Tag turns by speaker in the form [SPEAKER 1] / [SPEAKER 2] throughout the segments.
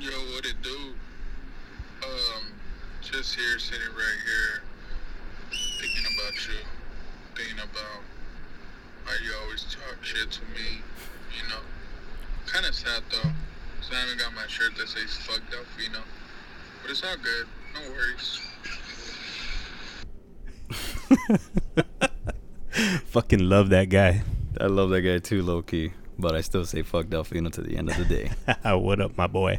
[SPEAKER 1] Yo, what it do? Um, just here, sitting right here, thinking about you, thinking about how you always talk shit to me. You know, kind of sad though. So I haven't got my shirt that says "fucked up," you know. But it's all good. No worries.
[SPEAKER 2] Fucking love that guy.
[SPEAKER 3] I love that guy too, low key. But I still say fuck Delfino to the end of the day.
[SPEAKER 2] what up, my boy?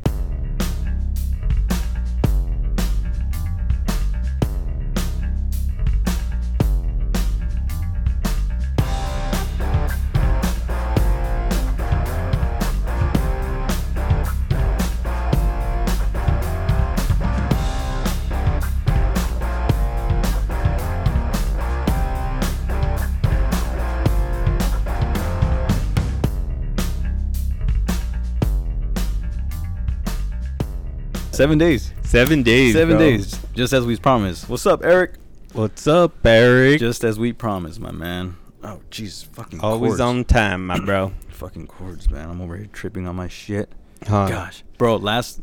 [SPEAKER 3] Seven days.
[SPEAKER 2] Seven days.
[SPEAKER 3] Seven
[SPEAKER 2] bro.
[SPEAKER 3] days. Just as we promised. What's up, Eric?
[SPEAKER 2] What's up, Eric?
[SPEAKER 3] Just as we promised, my man. Oh, Jesus. Fucking
[SPEAKER 2] Always
[SPEAKER 3] chords.
[SPEAKER 2] on time, my bro.
[SPEAKER 3] Fucking chords, man. I'm over here tripping on my shit.
[SPEAKER 2] Huh.
[SPEAKER 3] Gosh. Bro, last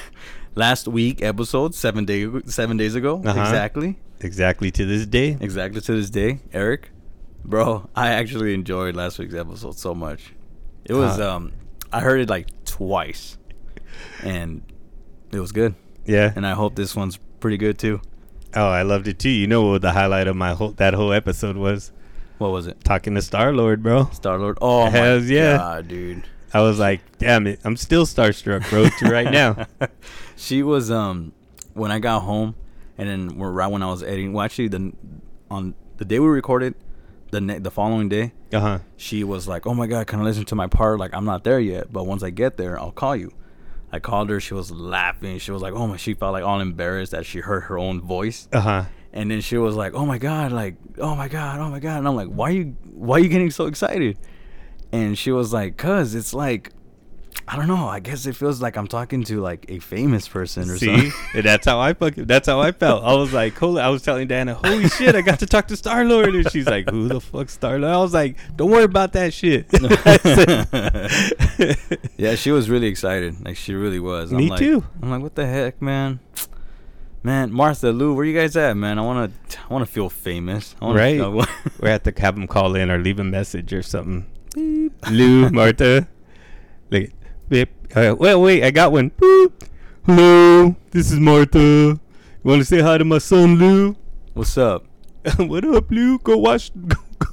[SPEAKER 3] last week episode, seven day seven days ago.
[SPEAKER 2] Uh-huh.
[SPEAKER 3] Exactly.
[SPEAKER 2] Exactly to this day.
[SPEAKER 3] Exactly to this day, Eric. Bro, I actually enjoyed last week's episode so much. It was
[SPEAKER 2] Huh.
[SPEAKER 3] um I heard it like twice. And it was good.
[SPEAKER 2] Yeah.
[SPEAKER 3] And I hope this one's pretty good too.
[SPEAKER 2] oh, I loved it too. You know what the highlight of my whole that whole episode was?
[SPEAKER 3] What was it?
[SPEAKER 2] Talking to Star Lord, bro.
[SPEAKER 3] Star Lord. Oh
[SPEAKER 2] Hells
[SPEAKER 3] my
[SPEAKER 2] yeah.
[SPEAKER 3] god, dude.
[SPEAKER 2] I was like, damn it, I'm still starstruck, bro, to right now.
[SPEAKER 3] She was um when I got home, and then we're right when I was editing. Well, actually, the on the day we recorded, the ne- the following day,
[SPEAKER 2] Uh huh.
[SPEAKER 3] she was like, "Oh my god, can I listen to my part? Like I'm not there yet, but once I get there, I'll call you." I called her. She was laughing. She was like, "Oh my!" She felt like all embarrassed that she heard her own voice,
[SPEAKER 2] Uh huh.
[SPEAKER 3] and then she was like, "Oh my god! Like oh my god! Oh my god!" And I'm like, "Why you? Why you getting so excited?" And she was like, "Cause it's like." I don't know. I guess it feels like I'm talking to like a famous person or
[SPEAKER 2] See,
[SPEAKER 3] something.
[SPEAKER 2] And that's how I fucking. That's how I felt. I was like, holy. I was telling Dana, holy shit, I got to talk to Star Lord, and she's like, who the fuck Star Lord? I was like, don't worry about that shit. I said-
[SPEAKER 3] Yeah, she was really excited. Like she really was.
[SPEAKER 2] Me
[SPEAKER 3] I'm like,
[SPEAKER 2] too.
[SPEAKER 3] I'm like, what the heck, man? Man, Martha, Lou, where you guys at, man? I wanna, I wanna feel famous. I wanna
[SPEAKER 2] Right.
[SPEAKER 3] feel-
[SPEAKER 2] We're at the have them call in or leave a message or something. Beep. Lou, Martha. Like, beep. Uh, wait, wait, I got one. Boop. Hello, this is Martha. You want to say hi to my son, Lou?
[SPEAKER 3] What's up?
[SPEAKER 2] what up, Lou? Go watch. Go, go.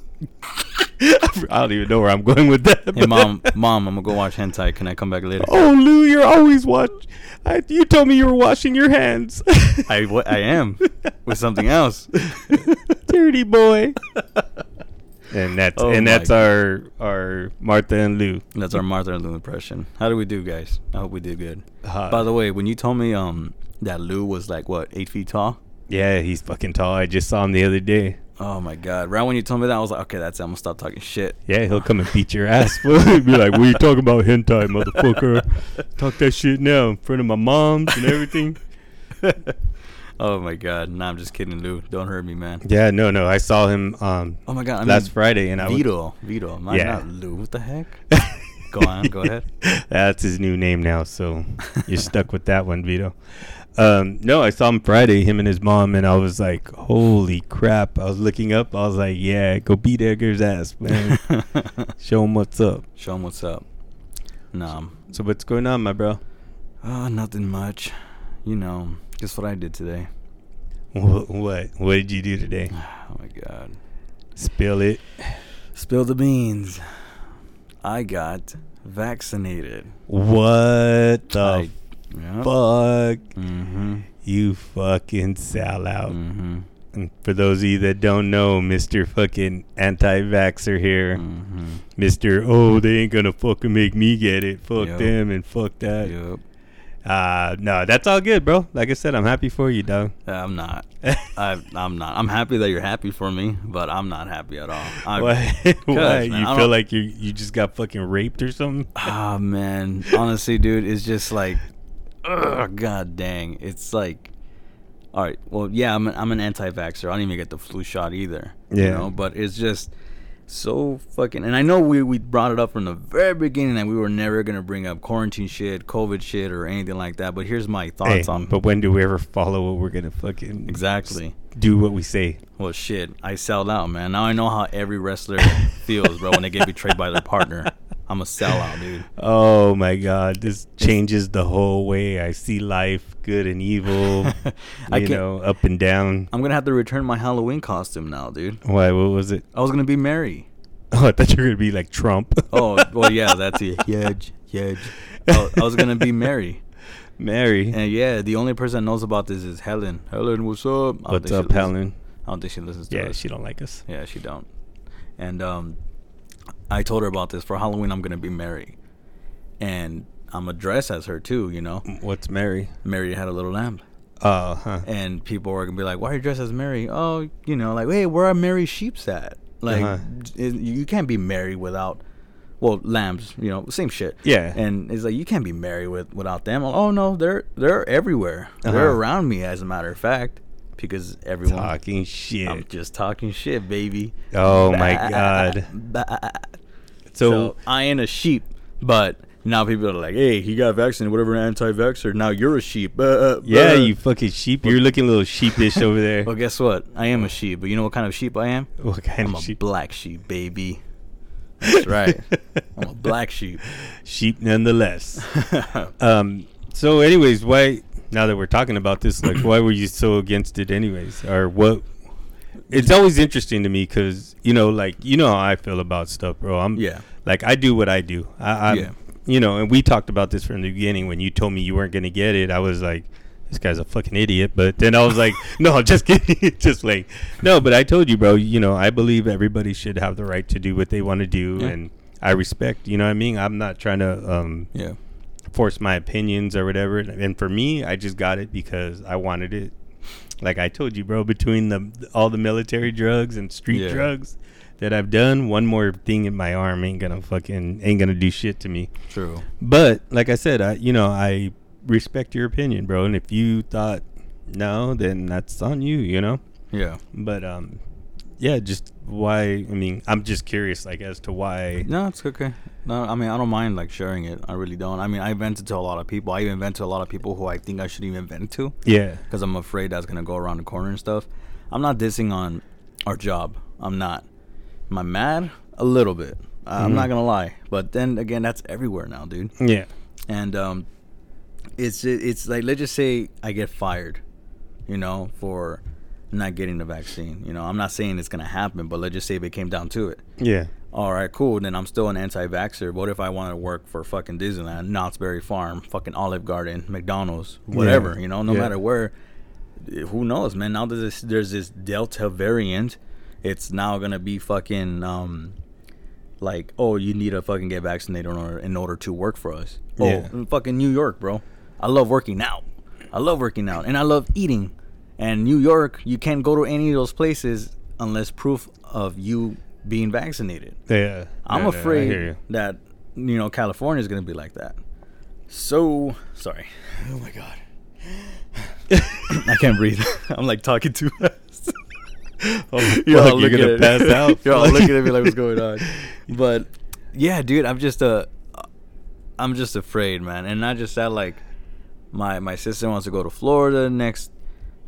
[SPEAKER 2] I don't even know where I'm going with that.
[SPEAKER 3] Hey,
[SPEAKER 2] but-
[SPEAKER 3] mom, mom, I'm gonna go watch hentai. Can I come back later?
[SPEAKER 2] Oh, Lou, you're always watch. I, you told me you were washing your hands.
[SPEAKER 3] I, what, I am with something else.
[SPEAKER 2] dirty boy. and that's
[SPEAKER 3] Oh
[SPEAKER 2] and
[SPEAKER 3] my
[SPEAKER 2] that's
[SPEAKER 3] God.
[SPEAKER 2] our our Martha and Lou.
[SPEAKER 3] That's our Martha and Lou impression. How do we do, guys? I hope we did good.
[SPEAKER 2] Uh,
[SPEAKER 3] By the way, when you told me um that Lou was like what eight feet tall,
[SPEAKER 2] yeah, he's fucking tall. I just saw him the other day.
[SPEAKER 3] oh my god! Right when you told me that, I was like, okay, that's it. I'm gonna stop talking shit.
[SPEAKER 2] Yeah, he'll come and beat your ass. fool. He'd be like, "What are you talking about, hentai, motherfucker? Talk that shit now in front of my mom and everything."
[SPEAKER 3] Oh my god! Nah, I'm just kidding, Lou. Don't hurt me, man.
[SPEAKER 2] yeah, no, no, I saw him um
[SPEAKER 3] Oh my god! I mean,
[SPEAKER 2] last Friday, and I was-
[SPEAKER 3] Vito, Vito, not,
[SPEAKER 2] Yeah.
[SPEAKER 3] not Lou. What the heck? go on, go ahead.
[SPEAKER 2] That's his new name now, so you're stuck with that one, Vito. Um, no, I saw him Friday, him and his mom, and I was like, "Holy crap!" I was looking up. I was like, "Yeah, go beat Edgar's ass, man. Show him what's up."
[SPEAKER 3] Show him what's up. Nah, um,
[SPEAKER 2] So what's going on, my bro?
[SPEAKER 3] uh, nothing much. You know, guess what I did today?
[SPEAKER 2] What what, what did you do today?
[SPEAKER 3] Oh my god!
[SPEAKER 2] Spill it.
[SPEAKER 3] Spill the beans. I got vaccinated.
[SPEAKER 2] What the
[SPEAKER 3] Yep.
[SPEAKER 2] fuck?
[SPEAKER 3] Mm-hmm.
[SPEAKER 2] You fucking sellout.
[SPEAKER 3] Mm-hmm.
[SPEAKER 2] And for those of you that don't know, Mr. fucking anti-vaxxer here.
[SPEAKER 3] Mm-hmm.
[SPEAKER 2] Mister, oh, they ain't gonna fucking make me get it. Fuck
[SPEAKER 3] Yep.
[SPEAKER 2] them and fuck that.
[SPEAKER 3] Yep.
[SPEAKER 2] Uh, no, that's all good, bro. Like I said, I'm happy for you, dog.
[SPEAKER 3] I'm not. I, I'm not. I'm happy that you're happy for me, but I'm not happy at all. I,
[SPEAKER 2] Why? Why?
[SPEAKER 3] man,
[SPEAKER 2] you feel
[SPEAKER 3] I don't-
[SPEAKER 2] like you you just got fucking raped or something?
[SPEAKER 3] Ah man, honestly, dude, it's just like, ugh, god dang, it's like, all right, well, yeah, I'm an, I'm an anti-vaxxer. I don't even get the flu shot either.
[SPEAKER 2] Yeah.
[SPEAKER 3] You know, but it's just, so fucking and i know we, we brought it up from the very beginning that we were never going to bring up quarantine shit covid shit or anything like that but here's my
[SPEAKER 2] Hey,
[SPEAKER 3] thoughts Oh, on
[SPEAKER 2] but when do we ever follow what we're gonna fucking
[SPEAKER 3] exactly
[SPEAKER 2] do what we say?
[SPEAKER 3] well shit i sell out man now i know how every wrestler feels bro when they get betrayed by their partner i'm a sellout dude
[SPEAKER 2] Oh my god, this changes the whole way I see life, good and evil,
[SPEAKER 3] I
[SPEAKER 2] you
[SPEAKER 3] can't-
[SPEAKER 2] know, up and down.
[SPEAKER 3] i'm gonna have to return my halloween costume now dude
[SPEAKER 2] Why? What was it?
[SPEAKER 3] i was gonna be merry
[SPEAKER 2] Oh, I thought you were gonna be like Trump.
[SPEAKER 3] oh well yeah that's it huge huge I, I was gonna be merry
[SPEAKER 2] Mary.
[SPEAKER 3] and yeah the only person that knows about this is helen helen what's up I don't
[SPEAKER 2] What's
[SPEAKER 3] think she
[SPEAKER 2] up,
[SPEAKER 3] listens-
[SPEAKER 2] Helen?
[SPEAKER 3] i don't think she listens to
[SPEAKER 2] Yeah,
[SPEAKER 3] us.
[SPEAKER 2] she don't like us.
[SPEAKER 3] Yeah, she don't. And um, I told her about this. For Halloween, I'm gonna be Mary, and I'm gonna dress as her too. You know,
[SPEAKER 2] Mm, What's Mary?
[SPEAKER 3] Mary had a little lamb,
[SPEAKER 2] Oh, huh.
[SPEAKER 3] Uh, and people were gonna be like, "Why are you dressed as Mary?" Oh, you know, like, hey, where are Mary sheep's at? Like,
[SPEAKER 2] Uh-huh.
[SPEAKER 3] it, you can't be Mary without. Well, lambs, you know, same shit.
[SPEAKER 2] Yeah.
[SPEAKER 3] and it's like you can't be Mary with without them. Oh no, they're they're everywhere. They're
[SPEAKER 2] Uh-huh.
[SPEAKER 3] around me, as a matter of fact, because everyone.
[SPEAKER 2] Talking shit.
[SPEAKER 3] I'm just talking shit, baby.
[SPEAKER 2] oh my god. So,
[SPEAKER 3] So I ain't a sheep, but now people are like, "Hey, he got vaccinated, whatever, anti-vaxxer." Now you're a sheep. Uh, uh,
[SPEAKER 2] yeah,
[SPEAKER 3] uh."
[SPEAKER 2] you fucking sheep. You're looking a little sheepish over there.
[SPEAKER 3] Well, guess what? I am a sheep, but you know what kind of sheep I am?
[SPEAKER 2] What kind
[SPEAKER 3] I'm
[SPEAKER 2] of
[SPEAKER 3] a
[SPEAKER 2] sheep?
[SPEAKER 3] black sheep, baby. That's right. I'm a black sheep.
[SPEAKER 2] sheep nonetheless. um. So, anyways, why? Now that we're talking about this, like, why were you so against it, anyways, or what? It's always interesting to me because you know, like, you know how I feel about stuff, bro. I'm
[SPEAKER 3] Yeah.
[SPEAKER 2] like, I do what I do. I, I
[SPEAKER 3] Yeah.
[SPEAKER 2] you know, and we talked about this from the beginning when you told me you weren't gonna get it. I was like. This guy's a fucking idiot, but then I was like, no, just kidding, just like, no, but I told you, bro. You know, I believe everybody should have the right to do what they want to do,
[SPEAKER 3] Yeah.
[SPEAKER 2] and I respect. You know what I mean? I'm not trying to um,
[SPEAKER 3] Yeah.
[SPEAKER 2] force my opinions or whatever. And for me, I just got it because I wanted it. Like I told you, bro, between the all the military drugs and street
[SPEAKER 3] Yeah.
[SPEAKER 2] drugs that I've done, one more thing in my arm ain't gonna fucking ain't gonna do shit to me.
[SPEAKER 3] True.
[SPEAKER 2] But like I said, I you know I respect your opinion, bro. And if you thought no, then that's on you, you know.
[SPEAKER 3] Yeah.
[SPEAKER 2] But um, yeah, just why? I mean, I'm just curious, like as to why.
[SPEAKER 3] No, it's okay. No, I mean I don't mind like sharing it. I really don't. I mean I vented to a lot of people. I even vented to a lot of people who I think I shouldn't even vent to.
[SPEAKER 2] Yeah.
[SPEAKER 3] because I'm afraid that's gonna go around the corner and stuff. I'm not dissing on our job. I'm not. Am I mad? A little bit. I- I'm
[SPEAKER 2] Mm-hmm.
[SPEAKER 3] not gonna lie. But then again, that's everywhere now, dude.
[SPEAKER 2] Yeah.
[SPEAKER 3] And um, it's it's like let's just say I get fired, you know, for not getting the vaccine. You know, I'm not saying it's gonna happen, but let's just say if it came down to it.
[SPEAKER 2] Yeah.
[SPEAKER 3] All right, cool. Then I'm still an anti-vaxxer. What if I want to work for fucking Disneyland, Knott's Berry Farm, fucking Olive Garden, McDonald's, whatever?
[SPEAKER 2] Yeah.
[SPEAKER 3] You know, no
[SPEAKER 2] Yeah.
[SPEAKER 3] matter where. Who knows, man? Now that this, there's this Delta variant, it's now gonna be fucking um, like, oh, you need to fucking get vaccinated in order, in order to work for us. Oh,
[SPEAKER 2] Yeah.
[SPEAKER 3] in fucking New York, bro. I love working out. I love working out, and I love eating. And New York, you can't go to any of those places unless proof of you being vaccinated.
[SPEAKER 2] Yeah.
[SPEAKER 3] I'm
[SPEAKER 2] No, no, I
[SPEAKER 3] afraid
[SPEAKER 2] hear you.
[SPEAKER 3] that you know California is going to be like that. So sorry. Oh my god. I can't breathe. I'm like talking too fast.
[SPEAKER 2] You're,
[SPEAKER 3] all
[SPEAKER 2] like, Oh, you're
[SPEAKER 3] looking
[SPEAKER 2] gonna
[SPEAKER 3] at-
[SPEAKER 2] pass out.
[SPEAKER 3] You're all
[SPEAKER 2] Fuck.
[SPEAKER 3] looking at me like, what's going on? But yeah, dude, I'm just a, I'm just afraid, man, and not just that. Like, my my sister wants to go to Florida next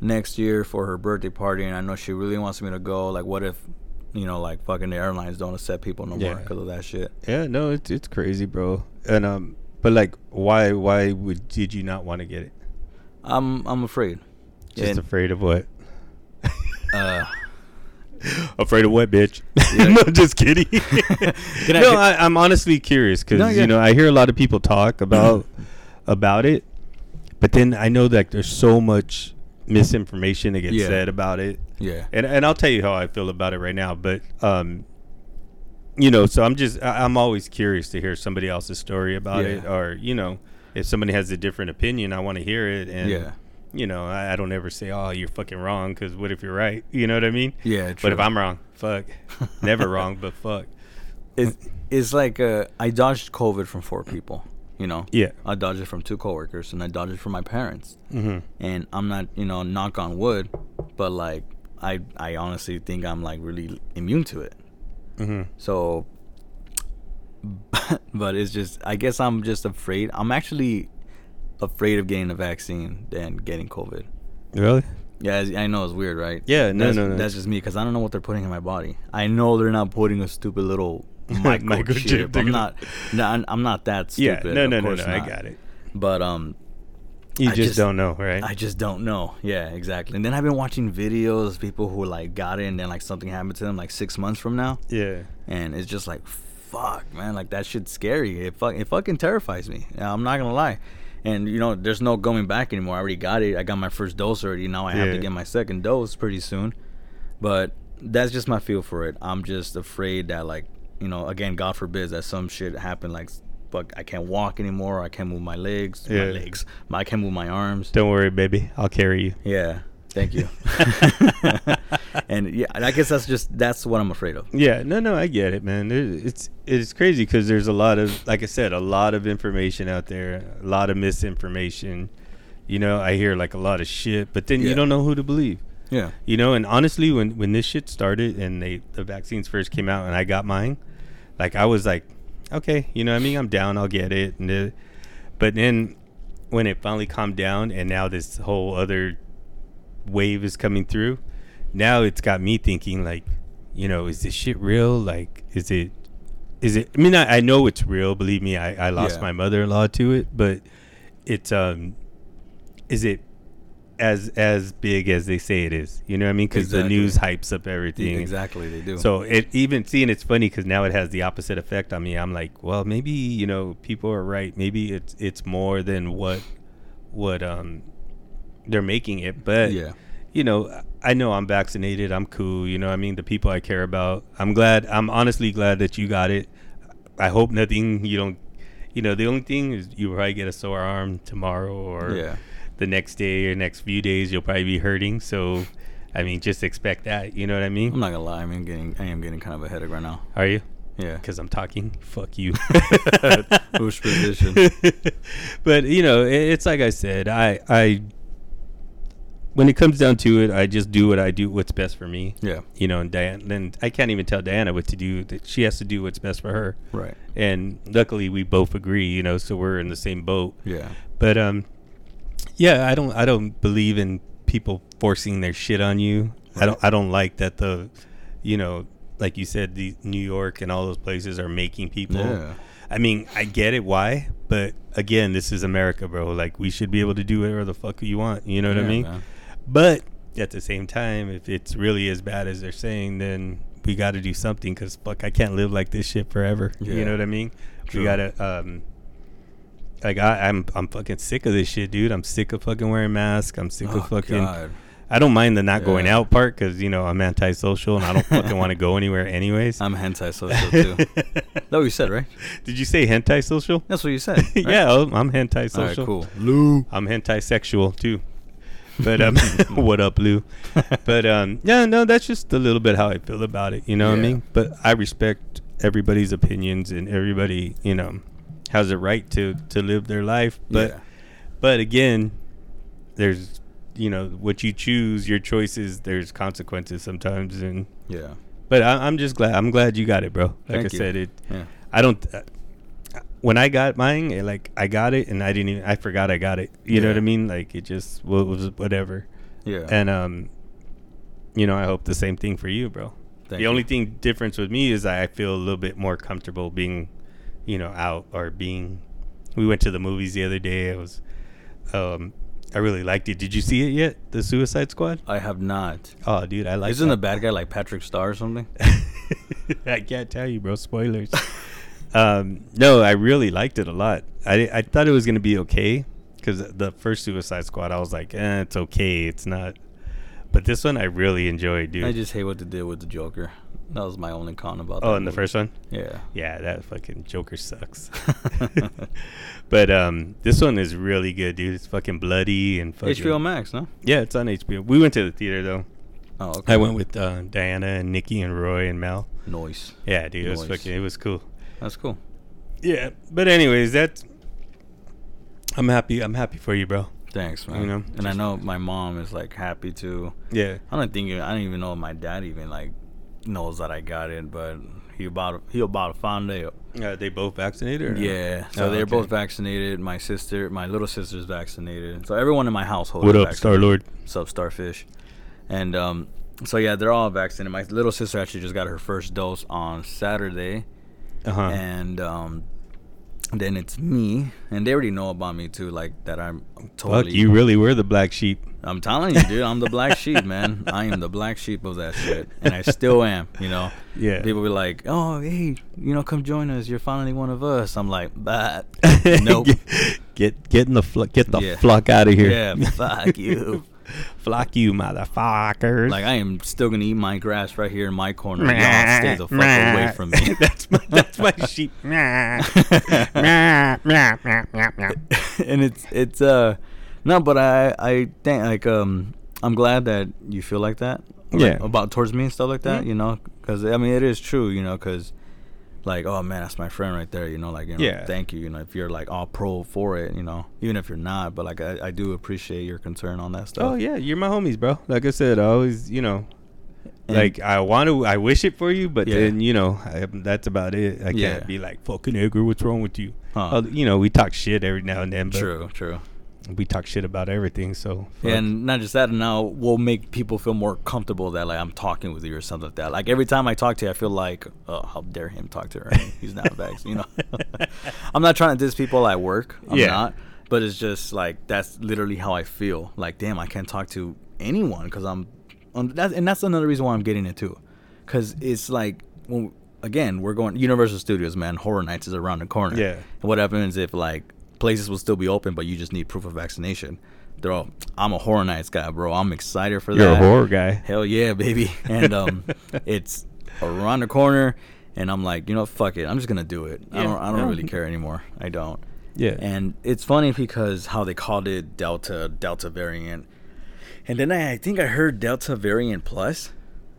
[SPEAKER 3] next year for her birthday party, and I know she really wants me to go. Like, what if, you know, like fucking the airlines don't accept people no more
[SPEAKER 2] Yeah.
[SPEAKER 3] because of that shit?
[SPEAKER 2] Yeah, no, it's it's crazy, bro. And um, but like, why why would did you not want to get it?
[SPEAKER 3] I'm I'm afraid.
[SPEAKER 2] Just
[SPEAKER 3] And,
[SPEAKER 2] afraid of what?
[SPEAKER 3] uh,
[SPEAKER 2] Afraid of what, bitch?
[SPEAKER 3] Yeah.
[SPEAKER 2] no, just kidding.
[SPEAKER 3] Can I-
[SPEAKER 2] no, I, I'm honestly curious because
[SPEAKER 3] No, yeah.
[SPEAKER 2] you know I hear a lot of people talk about about it, but then I know that there's so much misinformation that gets
[SPEAKER 3] Yeah.
[SPEAKER 2] said about it.
[SPEAKER 3] yeah.
[SPEAKER 2] and and I'll tell you how I feel about it right now. But um, you know, so I'm just I, I'm always curious to hear somebody else's story about
[SPEAKER 3] Yeah.
[SPEAKER 2] it, or you know, if somebody has a different opinion, I want to hear it. And
[SPEAKER 3] Yeah.
[SPEAKER 2] you know, I, I don't ever say, "Oh, you're fucking wrong," because what if you're right? You know what I mean?
[SPEAKER 3] Yeah,
[SPEAKER 2] But if
[SPEAKER 3] true.
[SPEAKER 2] I'm wrong, fuck, never wrong, but fuck.
[SPEAKER 3] It's it's like uh, I dodged COVID from four people. You know.
[SPEAKER 2] Yeah.
[SPEAKER 3] I dodged it from two coworkers, and I dodged it from my parents. Mm-hmm. And I'm not, you know, knock on wood, but like I I honestly think I'm like really immune to it.
[SPEAKER 2] Mm-hmm.
[SPEAKER 3] So, but it's just, I guess I'm just afraid. I'm actually afraid of getting the vaccine than getting COVID.
[SPEAKER 2] Really?
[SPEAKER 3] Yeah, as- I know it's weird, right?
[SPEAKER 2] Yeah, no,
[SPEAKER 3] that's,
[SPEAKER 2] no, no.
[SPEAKER 3] That's just me because I don't know what they're putting in my body. I know they're not putting a stupid little microchip.
[SPEAKER 2] Microchip, they're gonna-
[SPEAKER 3] I'm not. No, I'm- I'm not that
[SPEAKER 2] Yeah.
[SPEAKER 3] stupid.
[SPEAKER 2] no,
[SPEAKER 3] of
[SPEAKER 2] no, no,
[SPEAKER 3] course
[SPEAKER 2] no. I
[SPEAKER 3] not.
[SPEAKER 2] got it.
[SPEAKER 3] But um,
[SPEAKER 2] You
[SPEAKER 3] I
[SPEAKER 2] just,
[SPEAKER 3] just-
[SPEAKER 2] don't know, right?
[SPEAKER 3] I just don't know. Yeah, exactly. And then I've been watching videos of people who like got it and then like something happened to them like six months from now,
[SPEAKER 2] yeah.
[SPEAKER 3] and it's just like, fuck, man, like that shit's scary. It fuck, it fucking terrifies me. Yeah, I'm not gonna lie. And you know, there's no going back anymore. I already got it. I got my first dose already. Now I have
[SPEAKER 2] Yeah.
[SPEAKER 3] to get my second dose pretty soon. But that's just my feel for it. I'm just afraid that like, you know, again, God forbid that some shit happen like. Fuck! I can't walk anymore. I can't move my legs.
[SPEAKER 2] Yeah.
[SPEAKER 3] My legs. My, I can't move my arms.
[SPEAKER 2] Don't worry, baby. I'll carry you.
[SPEAKER 3] Yeah. Thank you. and yeah, and I guess that's just that's what I'm afraid of.
[SPEAKER 2] Yeah, no, no, I get it, man. There- It's it's crazy because there's a lot of, like I said, a lot of information out there, a lot of misinformation. You know, I hear like a lot of shit, but then you
[SPEAKER 3] Yeah.
[SPEAKER 2] don't know who to believe.
[SPEAKER 3] Yeah.
[SPEAKER 2] You know, and honestly, when when this shit started and they the vaccines first came out and I got mine, like I was like, okay, you know, what I mean, I'm down, I'll get it. And the, but then when it finally calmed down, and now this whole other wave is coming through, now it's got me thinking like, you know, is this shit real? Like, is it? Is it? I mean, I, I know it's real. Believe me, I I lost
[SPEAKER 3] Yeah.
[SPEAKER 2] my mother-in-law to it, but it's um, is it as as big as they say it is. You know what I mean? Because the
[SPEAKER 3] Exactly. E-,
[SPEAKER 2] news hypes up everything.
[SPEAKER 3] Exactly, they do.
[SPEAKER 2] So it even seeing it's funny because now it has the opposite effect on me. I'm like, well, maybe you know people are right. Maybe it's it's more than what what um they're making it. But
[SPEAKER 3] yeah.
[SPEAKER 2] you know, I know I'm vaccinated. I'm cool. You know, what I mean, the people I care about. I'm glad. I'm honestly glad that you got it. I hope nothing. You don't. You know, the only thing is you probably get a sore arm tomorrow or
[SPEAKER 3] Yeah.
[SPEAKER 2] the next day or next few days. You'll probably be hurting. So, I mean, just expect that. You know what I
[SPEAKER 3] I'm
[SPEAKER 2] mean?
[SPEAKER 3] not gonna lie, I mean getting I am getting kind of a headache right now.
[SPEAKER 2] Are you?
[SPEAKER 3] Yeah.
[SPEAKER 2] Because I'm talking. Fuck you.
[SPEAKER 3] Push position.
[SPEAKER 2] but you know, i it's like I said. I I. When it comes down to it, I just do what I do. What's best for me.
[SPEAKER 3] Yeah.
[SPEAKER 2] you know, and Diana, then I can't even tell Diana what to do. That she has to do what's best for her.
[SPEAKER 3] Right.
[SPEAKER 2] And luckily, we both agree, you know, so we're in the same boat.
[SPEAKER 3] Yeah.
[SPEAKER 2] But um, yeah, I don't, I don't believe in people forcing their shit on you. I don't, I don't like that the, you know, like you said, the New York and all those places are making people.
[SPEAKER 3] Yeah.
[SPEAKER 2] I mean, I get it why, but again, this is America, bro. Like we should be able to do whatever the fuck you want. You know what I
[SPEAKER 3] Yeah,
[SPEAKER 2] mean?
[SPEAKER 3] man.
[SPEAKER 2] But at the same time, if it's really as bad as they're saying, then we got to do something because fuck, I can't live like this shit forever. You
[SPEAKER 3] Yeah.
[SPEAKER 2] know what I mean?
[SPEAKER 3] True.
[SPEAKER 2] We gotta um, like I, I'm I'm fucking sick of this shit, dude. I'm sick of fucking wearing masks. I'm sick
[SPEAKER 3] Oh,
[SPEAKER 2] of fucking.
[SPEAKER 3] God.
[SPEAKER 2] I don't mind the not going
[SPEAKER 3] Yeah.
[SPEAKER 2] out part because you know I'm antisocial and I don't fucking want to go anywhere anyways.
[SPEAKER 3] I'm hentai social too. That's what you said, right?
[SPEAKER 2] Did you say hentai social?
[SPEAKER 3] That's what you said. right?
[SPEAKER 2] yeah, I'm- I'm hentai
[SPEAKER 3] All
[SPEAKER 2] social.
[SPEAKER 3] right, cool. Lou.
[SPEAKER 2] I'm hentai sexual too. But um, what up, Lou? But um, yeah, no, that's just a little bit how I feel about it. You know what I
[SPEAKER 3] Yeah.
[SPEAKER 2] mean? But I respect everybody's opinions and everybody, you know, has a right to to live their life. But
[SPEAKER 3] Yeah.
[SPEAKER 2] but again, there's you know what you choose, your choices. There's consequences sometimes, and
[SPEAKER 3] Yeah.
[SPEAKER 2] but I, I'm just glad. I'm glad you got it, bro. Like
[SPEAKER 3] Thank
[SPEAKER 2] I
[SPEAKER 3] you.
[SPEAKER 2] said, it.
[SPEAKER 3] Yeah.
[SPEAKER 2] I don't. Uh, when I got mine, it, like I got it, and I didn't even. I forgot I got it. You know
[SPEAKER 3] Yeah.
[SPEAKER 2] what I mean? Like it just wa- was whatever.
[SPEAKER 3] Yeah.
[SPEAKER 2] And um, you know, I hope the same thing for you, bro.
[SPEAKER 3] Thank
[SPEAKER 2] the
[SPEAKER 3] you.
[SPEAKER 2] only thing difference with me is I feel a little bit more comfortable being, you know, out or being. We went to the movies the other day. I was, um, I really liked it. Did you see it yet? The Suicide Squad.
[SPEAKER 3] I have not.
[SPEAKER 2] Oh, dude, I like.
[SPEAKER 3] Isn't
[SPEAKER 2] that.
[SPEAKER 3] the bad guy like Patrick Star or something?
[SPEAKER 2] I can't tell you, bro. Spoilers. um, no, I really liked it a lot. I, I thought it was gonna be okay because the first Suicide Squad, I was like, eh, it's okay, it's not. But this one, I really enjoyed, dude.
[SPEAKER 3] I just hate what they did with the Joker. That was my only con about that.
[SPEAKER 2] oh, and the
[SPEAKER 3] movie.
[SPEAKER 2] first one,
[SPEAKER 3] Yeah.
[SPEAKER 2] yeah, that fucking Joker sucks. but um, this one is really good, dude. It's fucking bloody and fucking.
[SPEAKER 3] HBO Max, no?
[SPEAKER 2] Yeah, it's on HBO. We went to the theater though.
[SPEAKER 3] Oh, okay.
[SPEAKER 2] I went with uh, Diana and Nikki and Roy and Mel.
[SPEAKER 3] Noise.
[SPEAKER 2] Yeah, dude, it was
[SPEAKER 3] Nice.
[SPEAKER 2] fucking. It was cool.
[SPEAKER 3] That's cool.
[SPEAKER 2] Yeah, but anyways, that's. I'm happy. I'm happy for you, bro.
[SPEAKER 3] Thanks, man.
[SPEAKER 2] You know,
[SPEAKER 3] and I
[SPEAKER 2] just-
[SPEAKER 3] know my mom is like happy too.
[SPEAKER 2] Yeah,
[SPEAKER 3] I don't think I don't even know if my dad even like knows that I got it, but he about he about to find out.
[SPEAKER 2] Uh, they both vaccinated? or no?
[SPEAKER 3] Yeah, so
[SPEAKER 2] Oh,
[SPEAKER 3] they're
[SPEAKER 2] okay.
[SPEAKER 3] both vaccinated. My sister, my little sister's vaccinated. So everyone in my household.
[SPEAKER 2] What
[SPEAKER 3] is
[SPEAKER 2] up, Star Lord?
[SPEAKER 3] Sub Starfish, and um, so yeah, they're all vaccinated. My little sister actually just got her first dose on Saturday,
[SPEAKER 2] Uh huh.
[SPEAKER 3] and um, then it's me, and they already know about me too, like that I'm totally.
[SPEAKER 2] Fuck, you really were the black sheep.
[SPEAKER 3] I'm telling you, dude, I'm the black sheep, man. I am the black sheep of that shit, and I still am. You know,
[SPEAKER 2] Yeah.
[SPEAKER 3] people be like, "Oh, hey, you know, come join us. You're finally one of us." I'm like, "But nope,
[SPEAKER 2] Get get in the fl- get the
[SPEAKER 3] Yeah.
[SPEAKER 2] flock out of here.
[SPEAKER 3] yeah, fuck you."
[SPEAKER 2] flock you motherfuckers.
[SPEAKER 3] Like I am still gonna eat my grass right here in my corner. Y'all stay the fuck away from me.
[SPEAKER 2] that's my that's my sheep.
[SPEAKER 3] and it's it's uh no, but I I think like um I'm glad that you feel like that. like,
[SPEAKER 2] Yeah.
[SPEAKER 3] about towards me and stuff like that.
[SPEAKER 2] Mhm.
[SPEAKER 3] You know, because I mean it is true. You know, because like oh man, that's my friend right there. You know, like you know,
[SPEAKER 2] Yeah.
[SPEAKER 3] thank you. You know, if you're like all pro for it, you know, even if you're not, but like I, I do appreciate your concern on that stuff.
[SPEAKER 2] Oh yeah, you're my homies, bro. Like I said, I always, you know,
[SPEAKER 3] And-
[SPEAKER 2] like I want to, I wish it for you, but
[SPEAKER 3] Yeah.
[SPEAKER 2] then you know, I, that's about it. I
[SPEAKER 3] Yeah.
[SPEAKER 2] can't be like fucking Edgar. What's wrong with you?
[SPEAKER 3] Huh.
[SPEAKER 2] I'll- Uh, you know, we talk shit every now and then, but
[SPEAKER 3] True, true.
[SPEAKER 2] we talk shit about everything. So fuck.
[SPEAKER 3] And not just that, now we'll make people feel more comfortable that like I'm talking with you or something like that. Like every time I talk to you, I feel like, oh, how dare him talk to her? He's not vax, you know. I'm not trying to diss people at work. I'm
[SPEAKER 2] Yeah.
[SPEAKER 3] not. But it's just like that's literally how I feel. Like, damn, I can't talk to anyone because I'm, um, that's, and that's another reason why I'm getting it too, because it's like when again we're going Universal Studios, man. Horror Nights is around the corner.
[SPEAKER 2] Yeah.
[SPEAKER 3] What happens if like places will still be open, but you just need proof of vaccination? They're all, I'm a Horror Nights guy, bro. I'm excited for
[SPEAKER 2] you're
[SPEAKER 3] that.
[SPEAKER 2] a horror guy.
[SPEAKER 3] Hell yeah, baby. And um, it's around the corner, and I'm like, you know, fuck it. I'm just gonna do it. I
[SPEAKER 2] Yeah,
[SPEAKER 3] don't, I don't
[SPEAKER 2] no.
[SPEAKER 3] really care anymore. I don't.
[SPEAKER 2] Yeah.
[SPEAKER 3] And it's funny because how they called it Delta, Delta variant, and then I, I think I heard Delta variant plus.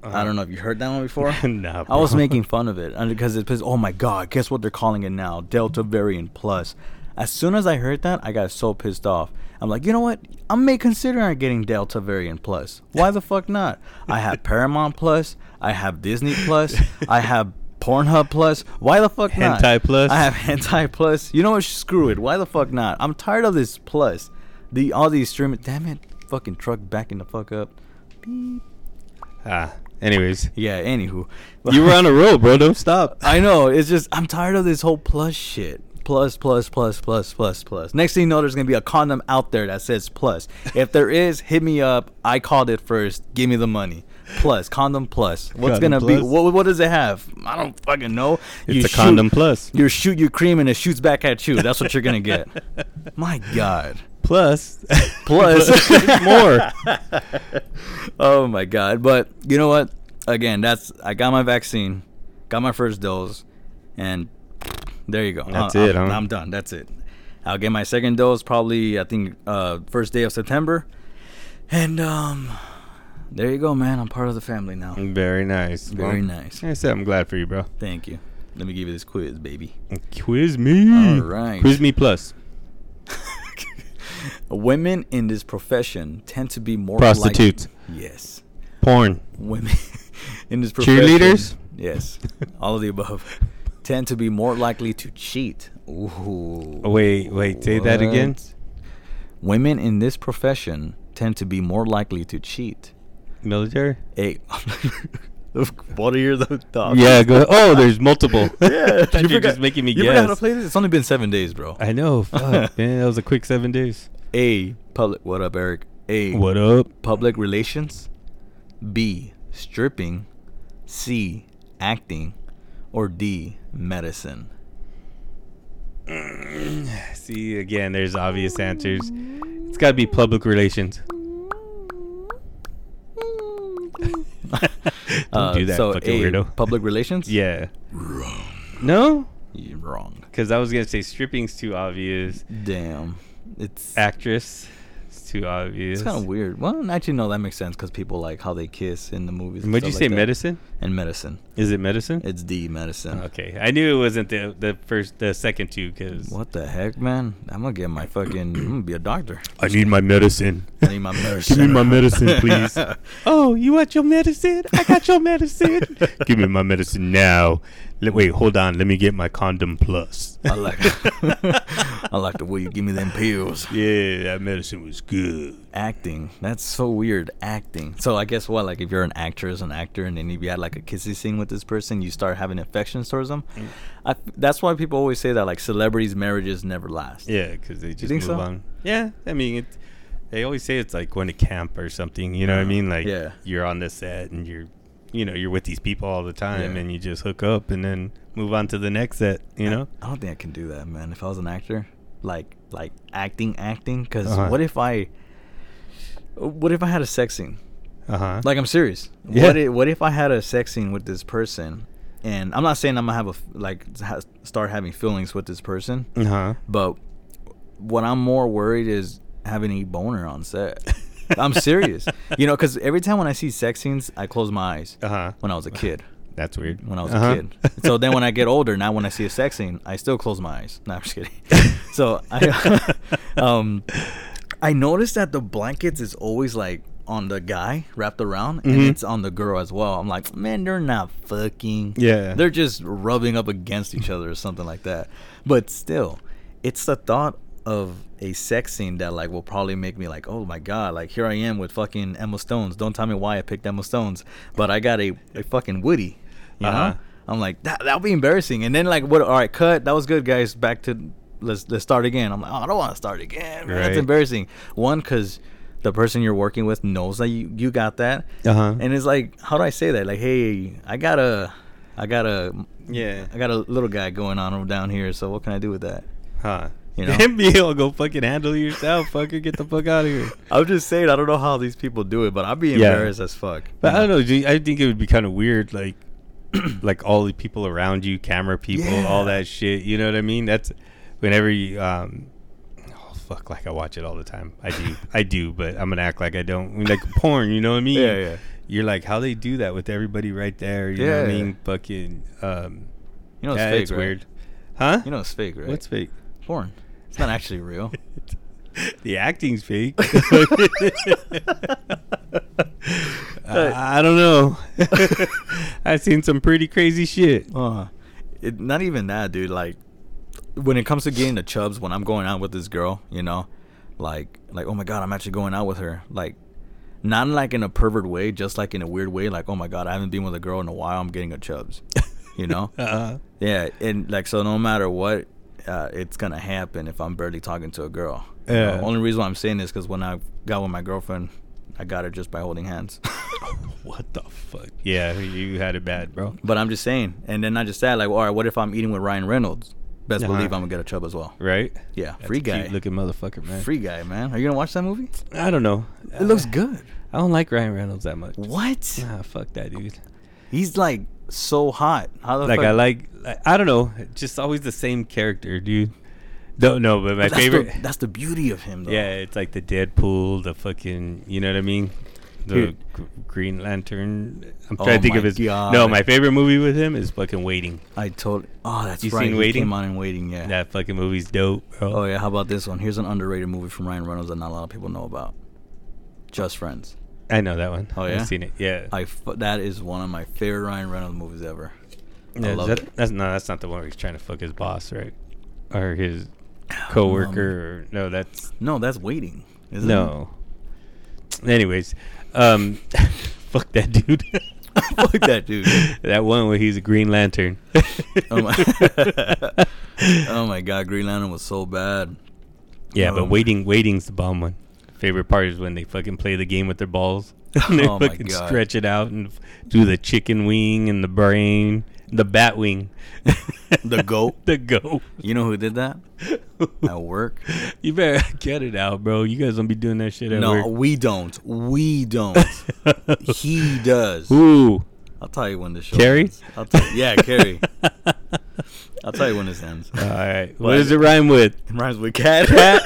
[SPEAKER 3] I don't know if you heard that one before.
[SPEAKER 2] Nah,
[SPEAKER 3] I was
[SPEAKER 2] bro.
[SPEAKER 3] making fun of it and because it pissed. Oh my god! Guess what they're calling it now? Delta variant plus. As soon as I heard that, I got so pissed off. I'm like, you know what? I may consider getting Delta variant plus. Why the fuck not? I have Paramount plus. I have Disney plus. I have Pornhub plus. Why the fuck not?
[SPEAKER 2] Hentai Plus.
[SPEAKER 3] I have hentai plus. You know what? Screw it. Why the fuck not? I'm tired of this plus. The all these streaming. Damn it! Fucking truck backing the fuck up. Beep.
[SPEAKER 2] Ah, anyways,
[SPEAKER 3] Yeah. Anywho,
[SPEAKER 2] you were on a roll, bro. Don't stop.
[SPEAKER 3] I know. It's just I'm tired of this whole plus shit. Plus, plus, plus, plus, plus, plus. Next thing you know, there's gonna be a condom out there that says plus. If there is, hit me up. I called it first. Give me the money. Plus, condom plus. What's
[SPEAKER 2] Condom
[SPEAKER 3] gonna be?
[SPEAKER 2] plus?
[SPEAKER 3] What, what does it have? I don't fucking know.
[SPEAKER 2] It's
[SPEAKER 3] You
[SPEAKER 2] a condom plus.
[SPEAKER 3] You shoot your cream and it shoots back at you. That's what you're gonna get. My God.
[SPEAKER 2] Plus,
[SPEAKER 3] Plus.
[SPEAKER 2] it's more.
[SPEAKER 3] Oh my god! But you know what? Again, that's I got my vaccine, got my first dose, and there you go.
[SPEAKER 2] That's
[SPEAKER 3] I-
[SPEAKER 2] it,
[SPEAKER 3] I'm,
[SPEAKER 2] huh?
[SPEAKER 3] I'm done. That's it. I'll get my second dose probably I think uh, first day of September, and um, there you go, man. I'm part of the family now.
[SPEAKER 2] Very nice. bro.
[SPEAKER 3] Very nice.
[SPEAKER 2] Like I said I'm glad for you, bro.
[SPEAKER 3] Thank you. Let me give you this quiz, baby.
[SPEAKER 2] Quiz me.
[SPEAKER 3] All right.
[SPEAKER 2] Quiz me plus.
[SPEAKER 3] Women in this profession tend to be more like-
[SPEAKER 2] Prostitutes.
[SPEAKER 3] yes,
[SPEAKER 2] Porn.
[SPEAKER 3] women in this profession.
[SPEAKER 2] Cheerleaders?
[SPEAKER 3] Yes, all of the above tend to be more likely to cheat. Ooh.
[SPEAKER 2] Oh, wait, wait, say that again.
[SPEAKER 3] What? Women in this profession tend to be more likely to cheat.
[SPEAKER 2] Military?
[SPEAKER 3] Hey, what are your th- thoughts?
[SPEAKER 2] Yeah, go. Oh, there's multiple.
[SPEAKER 3] yeah.
[SPEAKER 2] You're just making me
[SPEAKER 3] you forgot how to
[SPEAKER 2] guess.
[SPEAKER 3] play this? It's only been seven days, bro.
[SPEAKER 2] I know. Fuck, man. That was a quick seven days.
[SPEAKER 3] A. Public. What up, Eric? A.
[SPEAKER 2] What up?
[SPEAKER 3] Public relations. B. Stripping. C. Acting. Or D. Medicine.
[SPEAKER 2] See, again, there's obvious answers. It's got to be public relations. Don't
[SPEAKER 3] Uh,
[SPEAKER 2] do that,
[SPEAKER 3] so
[SPEAKER 2] fucking
[SPEAKER 3] A,
[SPEAKER 2] weirdo.
[SPEAKER 3] Public relations?
[SPEAKER 2] yeah. No?
[SPEAKER 3] You're wrong.
[SPEAKER 2] Because I was going to say stripping's too obvious.
[SPEAKER 3] Damn. It's
[SPEAKER 2] Actress. too obvious.
[SPEAKER 3] It's kind of weird. Well, actually, no, that makes sense because people like how they kiss in the movies. and
[SPEAKER 2] Would you
[SPEAKER 3] stuff
[SPEAKER 2] say
[SPEAKER 3] like that.
[SPEAKER 2] medicine?
[SPEAKER 3] And medicine.
[SPEAKER 2] Is it medicine?
[SPEAKER 3] It's the medicine.
[SPEAKER 2] okay, I knew it wasn't the the first the second two because
[SPEAKER 3] What the heck, man? I'm gonna get my fucking. I'm gonna be a doctor.
[SPEAKER 2] I need my medicine.
[SPEAKER 3] I need my medicine.
[SPEAKER 2] Give me my medicine, please. oh, you want your medicine? I got your medicine. Give me my medicine now. Le- wait, hold on. Let me get my condom plus.
[SPEAKER 3] I like. I like the way you give me them pills.
[SPEAKER 2] yeah, that medicine was good.
[SPEAKER 3] Acting. That's so weird. Acting. So I guess what? Like if you're an actress, an actor, and then if you had like a kissy scene with this person, you start having affections towards them. I, that's why people always say that like celebrities' marriages never last.
[SPEAKER 2] Yeah, because they just
[SPEAKER 3] think
[SPEAKER 2] move
[SPEAKER 3] so?
[SPEAKER 2] on. Yeah, I mean, it, they always say it's like going to camp or something. You know what I mean? Like
[SPEAKER 3] Uh, Yeah.
[SPEAKER 2] you're on the set and you're, you know, you're with these people all the time,
[SPEAKER 3] Yeah.
[SPEAKER 2] and you just hook up and then move on to the next set. You know?
[SPEAKER 3] I don't think I can do that, man. If I was an actor, like like acting, acting. Because
[SPEAKER 2] Uh-huh.
[SPEAKER 3] what if I? What if I had a sex scene?
[SPEAKER 2] Uh huh.
[SPEAKER 3] Like I'm serious.
[SPEAKER 2] Yeah.
[SPEAKER 3] What if, what if I had a sex scene with this person, and I'm not saying I'm gonna have a f- like ha- start having feelings with this person,
[SPEAKER 2] Uh huh.
[SPEAKER 3] but what I'm more worried is having a boner on set. I'm serious. you know, because every time when I see sex scenes, I close my eyes.
[SPEAKER 2] Uh huh.
[SPEAKER 3] When I was a kid.
[SPEAKER 2] That's weird.
[SPEAKER 3] When I was
[SPEAKER 2] Uh-huh.
[SPEAKER 3] a kid. So then when I get older, now when I see a sex scene, I still close my eyes. No, I'm just kidding. so I, um, I noticed that the blankets is always like on the guy wrapped around and
[SPEAKER 2] Mhm.
[SPEAKER 3] it's on the girl as well. I'm like, man, they're not fucking.
[SPEAKER 2] Yeah.
[SPEAKER 3] They're just rubbing up against each other or something like that. But still, it's the thought of a sex scene that like will probably make me like, oh my god, like here I am with fucking Emma Stones. Don't tell me why I picked Emma Stones, but I got a, a fucking Woody. You
[SPEAKER 2] Uh-huh.
[SPEAKER 3] know? I'm like, that that'll be embarrassing. And then like what all right, cut, that was good guys. Back to let's let's start again. I'm like, oh, I don't want to start again. Man. That's
[SPEAKER 2] Right.
[SPEAKER 3] embarrassing. One, cause the person you're working with knows that you, you got that.
[SPEAKER 2] Uh-huh.
[SPEAKER 3] And it's like, how do I say that? Like, hey, I got a I got a
[SPEAKER 2] Yeah.
[SPEAKER 3] I got a little guy going on over down here, so what can I do with that?
[SPEAKER 2] Huh.
[SPEAKER 3] You
[SPEAKER 2] You
[SPEAKER 3] know?
[SPEAKER 2] know? NBL, go fucking handle yourself, fucker. Get the fuck out of here.
[SPEAKER 3] I'm just saying, I don't know how these people do it, but I'd be
[SPEAKER 2] Yeah.
[SPEAKER 3] embarrassed as fuck.
[SPEAKER 2] But I don't know. dude, I think it would be kind of weird, like, like all the people around you, camera people, all
[SPEAKER 3] Yeah.
[SPEAKER 2] that shit. You know what I mean? That's whenever you, um, oh fuck, like I watch it all the time. I do, I do, but I'm gonna act like I don't. I mean, Like porn, you know what I mean?
[SPEAKER 3] Yeah, yeah.
[SPEAKER 2] You're like, how they do that with everybody right there? You know what I
[SPEAKER 3] Yeah.
[SPEAKER 2] mean? Fucking, um,
[SPEAKER 3] You know, it's
[SPEAKER 2] yeah,
[SPEAKER 3] fake,
[SPEAKER 2] it's
[SPEAKER 3] right?
[SPEAKER 2] weird, huh?
[SPEAKER 3] You know, it's fake, right?
[SPEAKER 2] What's fake?
[SPEAKER 3] porn? It's not actually real.
[SPEAKER 2] The acting's fake. I, I don't know. I've seen some pretty crazy shit.
[SPEAKER 3] Uh, it, not even that, dude. Like, when it comes to getting the chubs, when I'm going out with this girl, you know, like, like, oh my god, I'm actually going out with her. Like, not like in a pervert way, just like in a weird way. Like, oh my god, I haven't been with a girl in a while. I'm getting a chubs. You know?
[SPEAKER 2] Uh,
[SPEAKER 3] yeah, and like, so no matter what, uh, it's gonna happen if I'm barely talking to a girl. You
[SPEAKER 2] Yeah.
[SPEAKER 3] know, only reason why I'm saying this because when I got with my girlfriend, I got her just by holding hands.
[SPEAKER 2] what the fuck? Yeah, you had it bad, bro.
[SPEAKER 3] But I'm just saying, and then not just that, like, all right, what if I'm eating with Ryan Reynolds? Best
[SPEAKER 2] Uh-huh.
[SPEAKER 3] believe I'm gonna get a chub as well.
[SPEAKER 2] Right?
[SPEAKER 3] Yeah,
[SPEAKER 2] That's
[SPEAKER 3] free
[SPEAKER 2] a cute
[SPEAKER 3] guy,
[SPEAKER 2] looking motherfucker, man.
[SPEAKER 3] free guy, man. Are you gonna watch that movie?
[SPEAKER 2] I don't know. Uh,
[SPEAKER 3] It looks good.
[SPEAKER 2] I don't like Ryan Reynolds that much.
[SPEAKER 3] What?
[SPEAKER 2] Nah, fuck that dude.
[SPEAKER 3] He's like so hot. How the
[SPEAKER 2] Like
[SPEAKER 3] fuck?
[SPEAKER 2] I like, like I don't know, just always the same character, dude. Don't know, but my
[SPEAKER 3] But that's
[SPEAKER 2] favorite.
[SPEAKER 3] The, that's the beauty of him, though.
[SPEAKER 2] Yeah, it's like the Deadpool, the fucking, you know what I mean? The
[SPEAKER 3] Dude.
[SPEAKER 2] Gr- Green Lantern. I'm
[SPEAKER 3] Oh
[SPEAKER 2] trying to think of
[SPEAKER 3] my
[SPEAKER 2] his. No,
[SPEAKER 3] God.
[SPEAKER 2] my favorite movie with him is fucking Waiting.
[SPEAKER 3] I told. Oh, that's
[SPEAKER 2] You
[SPEAKER 3] right.
[SPEAKER 2] seen
[SPEAKER 3] he
[SPEAKER 2] Waiting?
[SPEAKER 3] Came on and waiting. Yeah.
[SPEAKER 2] That fucking movie's dope, bro.
[SPEAKER 3] Oh yeah. How about this one? Here's an underrated movie from Ryan Reynolds that not a lot of people know about. Just Friends.
[SPEAKER 2] I know that one.
[SPEAKER 3] Oh, yeah?
[SPEAKER 2] I've seen it. Yeah.
[SPEAKER 3] I. fu- That is one of my favorite Ryan Reynolds movies ever.
[SPEAKER 2] Yeah,
[SPEAKER 3] I love
[SPEAKER 2] that-
[SPEAKER 3] it.
[SPEAKER 2] That's no, that's not the one where he's trying to fuck his boss, right? Or his coworker. or, no, that's
[SPEAKER 3] No, that's Waiting. Isn't Um, It?
[SPEAKER 2] no. Anyways, um, fuck that dude.
[SPEAKER 3] Fuck that dude.
[SPEAKER 2] that one where he's a Green Lantern.
[SPEAKER 3] Oh my, oh my God, Green Lantern was so bad.
[SPEAKER 2] Yeah,
[SPEAKER 3] Oh,
[SPEAKER 2] but
[SPEAKER 3] man.
[SPEAKER 2] waiting, waiting's the bomb one. Um, Favorite part is when they fucking play the game with their balls. and they
[SPEAKER 3] Oh my
[SPEAKER 2] fucking
[SPEAKER 3] God.
[SPEAKER 2] stretch it out and f- do the chicken wing and the brain, the bat wing,
[SPEAKER 3] The goat.
[SPEAKER 2] the go.
[SPEAKER 3] You know who did that at work?
[SPEAKER 2] you better get it out, bro. You guys don't be doing that shit at
[SPEAKER 3] no,
[SPEAKER 2] work.
[SPEAKER 3] we don't. We don't. he does.
[SPEAKER 2] Ooh,
[SPEAKER 3] I'll tell you when the show.
[SPEAKER 2] Carrie?
[SPEAKER 3] Ends. I'll tell yeah, Carrie. I'll tell you when this ends.
[SPEAKER 2] all right. what does it rhyme with?
[SPEAKER 3] It rhymes with cat.
[SPEAKER 2] Cat.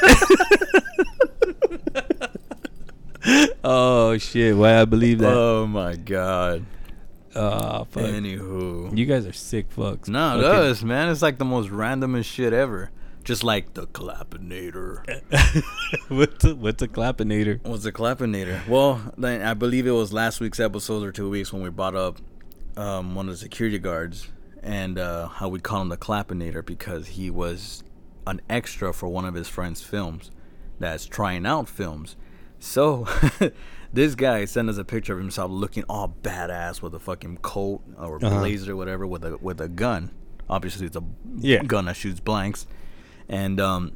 [SPEAKER 2] Oh shit! Why I believe that?
[SPEAKER 3] Oh my god.
[SPEAKER 2] oh fuck!
[SPEAKER 3] Anywho.
[SPEAKER 2] you guys are sick fucks.
[SPEAKER 3] No, it
[SPEAKER 2] Fucking-
[SPEAKER 3] does, man. It's like the most randomest shit ever. Just like the clapinator.
[SPEAKER 2] what's a, what's a clapinator?
[SPEAKER 3] What's the clapinator? Well, then I believe it was last week's episode or two weeks when we brought up um, one of the security guards and uh, how we call him the clapinator because he was an extra for one of his friend's films that's trying out films. So this guy sent us a picture of himself looking all badass with a fucking coat or blazer, whatever, with a with a gun. Obviously, it's a
[SPEAKER 2] Yeah.
[SPEAKER 3] gun that shoots blanks. And um,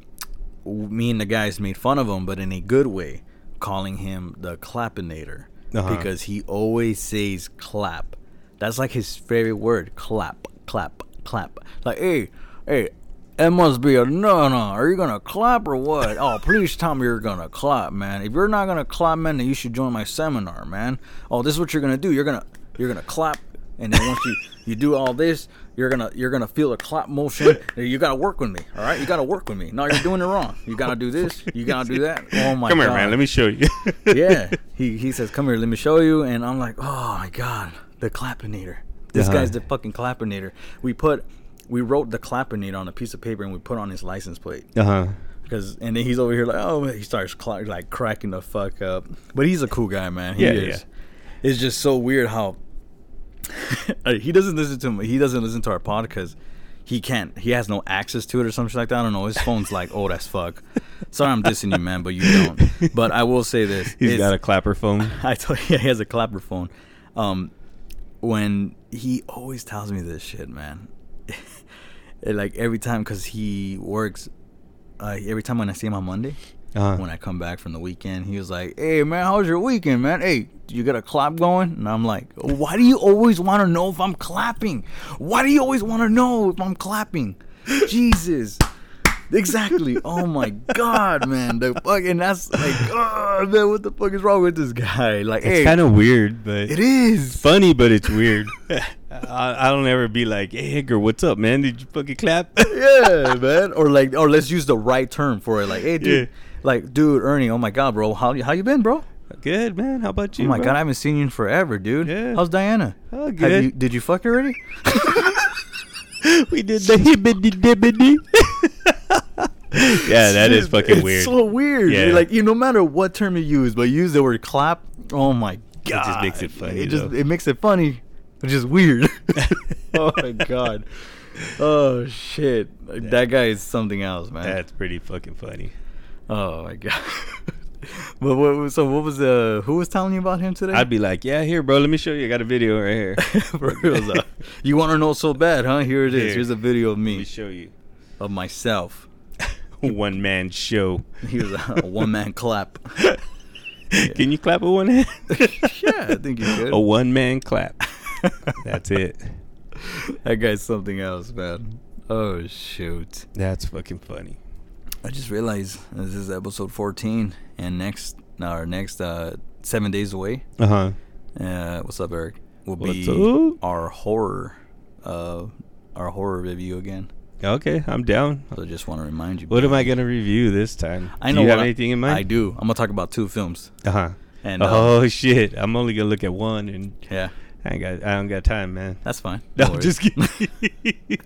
[SPEAKER 3] w- me and the guys made fun of him, but in a good way, calling him the clapinator
[SPEAKER 2] Uh-huh.
[SPEAKER 3] because he always says clap. That's like his favorite word, clap, clap, clap. Like, hey, hey, it must be a no, no. Are you gonna clap or what? Oh, please tell me you're gonna clap, man. If you're not gonna clap, man, then you should join my seminar, man. Oh, this is what you're gonna do. You're gonna you're gonna clap, and then once you you do all this, you're gonna you're gonna feel a clap motion. You gotta work with me, all right? You gotta work with me. No, you're doing it wrong. You gotta do this. You gotta do that. Oh my
[SPEAKER 2] Come
[SPEAKER 3] god!
[SPEAKER 2] here, man. Let me show you.
[SPEAKER 3] yeah. He he says, "Come here, let me show you." And I'm like, "Oh my god, the clapinator! This
[SPEAKER 2] Uh-huh.
[SPEAKER 3] guy's the fucking clapinator." We put, we wrote the clapinator on a piece of paper and we put on his license plate
[SPEAKER 2] Uh huh.
[SPEAKER 3] because, and then he's over here like, "Oh," he starts cla like cracking the fuck up. But he's a cool guy, man. He
[SPEAKER 2] Yeah,
[SPEAKER 3] is. It's just so weird how he doesn't listen to him. He doesn't listen to our pod because he can't. He has no access to it or something like that. I don't know. His phone's like old as fuck. Sorry, I'm dissing you, man, but you don't. But I will say this:
[SPEAKER 2] He's
[SPEAKER 3] it's-
[SPEAKER 2] got a clapper phone.
[SPEAKER 3] I told you he has a clapper phone. Um, when he always tells me this shit, man. And, like every time, cause he works. Uh, every time when I see him on Monday,
[SPEAKER 2] Uh-huh.
[SPEAKER 3] when I come back from the weekend, he was like, "Hey man, how was your weekend, man? Hey, you got a clap going?" And I'm like, "Why do you always want to know if I'm clapping? Why do you always want to know if I'm clapping?" Jesus. Exactly. Oh my God, man. The fuck, and that's like, oh man, what the fuck is wrong with this guy? Like,
[SPEAKER 2] It's
[SPEAKER 3] hey,
[SPEAKER 2] kind of weird, but
[SPEAKER 3] it is.
[SPEAKER 2] funny, but it's weird. I, I don't ever be like, "Hey, Edgar, what's up, man? Did you fucking clap?"
[SPEAKER 3] yeah, man. Or like, or let's use the right term for it. Like, hey, dude,
[SPEAKER 2] Yeah.
[SPEAKER 3] like, dude, Ernie. Oh my God, bro. How you- how you been, bro?
[SPEAKER 2] Good, man. How about you?
[SPEAKER 3] Oh my
[SPEAKER 2] bro?
[SPEAKER 3] God, I haven't seen you in forever, dude.
[SPEAKER 2] Yeah.
[SPEAKER 3] How's Diana?
[SPEAKER 2] Oh,
[SPEAKER 3] Have
[SPEAKER 2] good.
[SPEAKER 3] you- did you fuck her already?
[SPEAKER 2] we did the hibbity dibbity. yeah, that is
[SPEAKER 3] Dude,
[SPEAKER 2] fucking
[SPEAKER 3] it's
[SPEAKER 2] weird.
[SPEAKER 3] so weird.
[SPEAKER 2] Yeah.
[SPEAKER 3] You're Like, you no matter what term you use, but you use the word clap. Oh my
[SPEAKER 2] just
[SPEAKER 3] God.
[SPEAKER 2] makes it funny,
[SPEAKER 3] It just
[SPEAKER 2] though.
[SPEAKER 3] it makes it funny, which is weird. oh my God. Oh shit. Like, That guy is something else, man.
[SPEAKER 2] That's pretty fucking funny.
[SPEAKER 3] Oh my god. but what, so what was the who was telling you about him today?
[SPEAKER 2] I'd be like, "Yeah, here, bro. Let me show you. I got a video right here. Let
[SPEAKER 3] For real, though. you want to know so bad, huh? Here it is.
[SPEAKER 2] Here.
[SPEAKER 3] Here's a video of
[SPEAKER 2] me
[SPEAKER 3] me
[SPEAKER 2] show you."
[SPEAKER 3] of myself.
[SPEAKER 2] One man show.
[SPEAKER 3] He was a, one man clap.
[SPEAKER 2] Can you clap with one hand?
[SPEAKER 3] yeah, I think you could.
[SPEAKER 2] a one man clap. That's it.
[SPEAKER 3] That guy's something else, man. Oh shoot.
[SPEAKER 2] That's fucking funny.
[SPEAKER 3] I just realized this is episode 14 and next our next uh 7 days away.
[SPEAKER 2] Uh huh.
[SPEAKER 3] Uh what's up, Eric? Will
[SPEAKER 2] What's
[SPEAKER 3] be
[SPEAKER 2] up?
[SPEAKER 3] our horror uh our horror review again.
[SPEAKER 2] Okay, I'm down.
[SPEAKER 3] So I just want to remind you.
[SPEAKER 2] What am I gonna review this time?
[SPEAKER 3] I
[SPEAKER 2] Do you have
[SPEAKER 3] what I-
[SPEAKER 2] anything in
[SPEAKER 3] I
[SPEAKER 2] mind?
[SPEAKER 3] do. I'm gonna talk about two films.
[SPEAKER 2] Uh huh.
[SPEAKER 3] And uh,
[SPEAKER 2] Oh shit! I'm only gonna look at one, and
[SPEAKER 3] yeah,
[SPEAKER 2] I ain't got I don't got time, man.
[SPEAKER 3] that's fine.
[SPEAKER 2] No,
[SPEAKER 3] No
[SPEAKER 2] I'm
[SPEAKER 3] worries.
[SPEAKER 2] just kidding.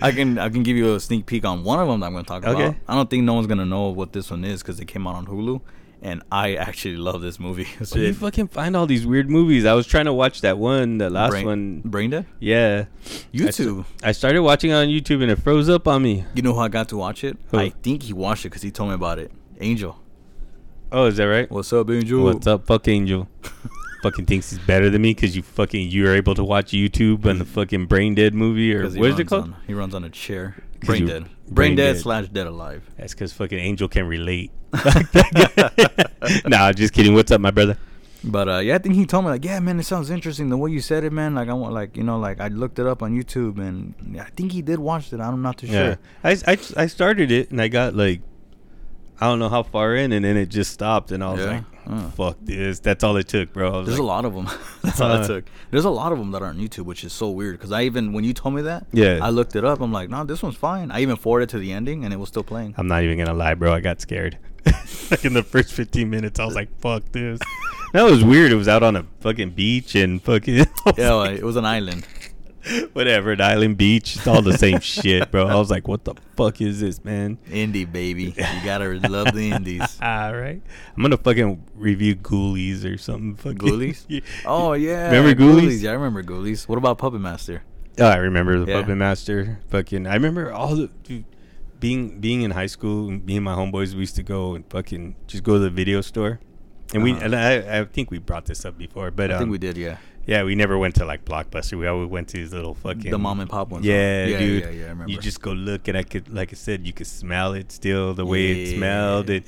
[SPEAKER 3] I can I can give you a sneak peek on one of them that I'm gonna talk about.
[SPEAKER 2] Okay.
[SPEAKER 3] I don't think no one's gonna know what this one is because it came out on Hulu, and I actually love this movie.
[SPEAKER 2] Where you fucking find all these weird movies? I was trying to watch that one, the last
[SPEAKER 3] Brain,
[SPEAKER 2] one.
[SPEAKER 3] Brain Dead.
[SPEAKER 2] Yeah, I st-
[SPEAKER 3] YouTube.
[SPEAKER 2] I started watching it on YouTube and it froze up on me.
[SPEAKER 3] You know who I got to watch it?
[SPEAKER 2] Who?
[SPEAKER 3] I think he watched it because he told me about it. Angel.
[SPEAKER 2] Oh, is that right?
[SPEAKER 3] What's up, Angel?
[SPEAKER 2] What's up, fuck Angel? fucking thinks he's better than me because you fucking you were able to watch YouTube and the fucking Brain Dead movie or
[SPEAKER 3] 'Cause he
[SPEAKER 2] what is it
[SPEAKER 3] runs
[SPEAKER 2] called?
[SPEAKER 3] On, he runs on a chair.
[SPEAKER 2] 'Cause
[SPEAKER 3] Brain
[SPEAKER 2] you-
[SPEAKER 3] Dead. Brain,
[SPEAKER 2] Brain
[SPEAKER 3] Dead
[SPEAKER 2] Dead.
[SPEAKER 3] slash Dead Alive.
[SPEAKER 2] That's because fucking Angel can relate. nah, just kidding. What's up, my brother?
[SPEAKER 3] But uh, yeah, I think he told me like, yeah, man, it sounds interesting the way you said it, man. Like I want, like you know, like I looked it up on YouTube, and I think he did watch it. I'm not too
[SPEAKER 2] Yeah,
[SPEAKER 3] sure.
[SPEAKER 2] I, I I started it and I got like. I don't know how far in, and then it just stopped, and I was
[SPEAKER 3] Yeah?
[SPEAKER 2] like,
[SPEAKER 3] Oh.
[SPEAKER 2] "Fuck this!" That's all it took, bro. I was
[SPEAKER 3] There's
[SPEAKER 2] like,
[SPEAKER 3] a lot of them. That's all
[SPEAKER 2] Uh.
[SPEAKER 3] it took. There's a lot of them that are on YouTube, which is so weird. Because I even when you told me that,
[SPEAKER 2] Yeah.
[SPEAKER 3] I looked it up. I'm like, no, this one's fine. I even forwarded to the ending, and it was still playing.
[SPEAKER 2] I'm not even gonna lie, bro. I got scared. like in the first 15 minutes, I was like, fuck this. that was weird. It was out on a fucking beach and fucking.
[SPEAKER 3] Yeah, well, it was an island.
[SPEAKER 2] whatever, an island beach. It's all the same shit, bro. I was like, what the fuck is this, man?
[SPEAKER 3] Indie baby, you gotta love the indies.
[SPEAKER 2] All right. I'm going to fucking review Ghoulies or something. Fucking.
[SPEAKER 3] Ghoulies?
[SPEAKER 2] Yeah.
[SPEAKER 3] Oh yeah,
[SPEAKER 2] Remember Ghoulies?
[SPEAKER 3] Yeah, I remember Ghoulies. What about Puppet Master?
[SPEAKER 2] Oh, I remember the
[SPEAKER 3] Yeah.
[SPEAKER 2] puppet master. Fucking, I remember all the dude, being being in high school. Me and my homeboys we used to go and fucking just go to the video store, and we
[SPEAKER 3] Uh-huh.
[SPEAKER 2] and I, I think we brought this up before, but
[SPEAKER 3] I
[SPEAKER 2] um,
[SPEAKER 3] think we did, yeah.
[SPEAKER 2] yeah, we never went to like Blockbuster. We always went to these little fucking
[SPEAKER 3] The mom and pop ones. huh?
[SPEAKER 2] Yeah,
[SPEAKER 3] yeah,
[SPEAKER 2] dude.
[SPEAKER 3] Yeah, yeah, I remember.
[SPEAKER 2] You just go look, and I could, like I said, you could smell it still the way
[SPEAKER 3] Yeah,
[SPEAKER 2] it smelled. It,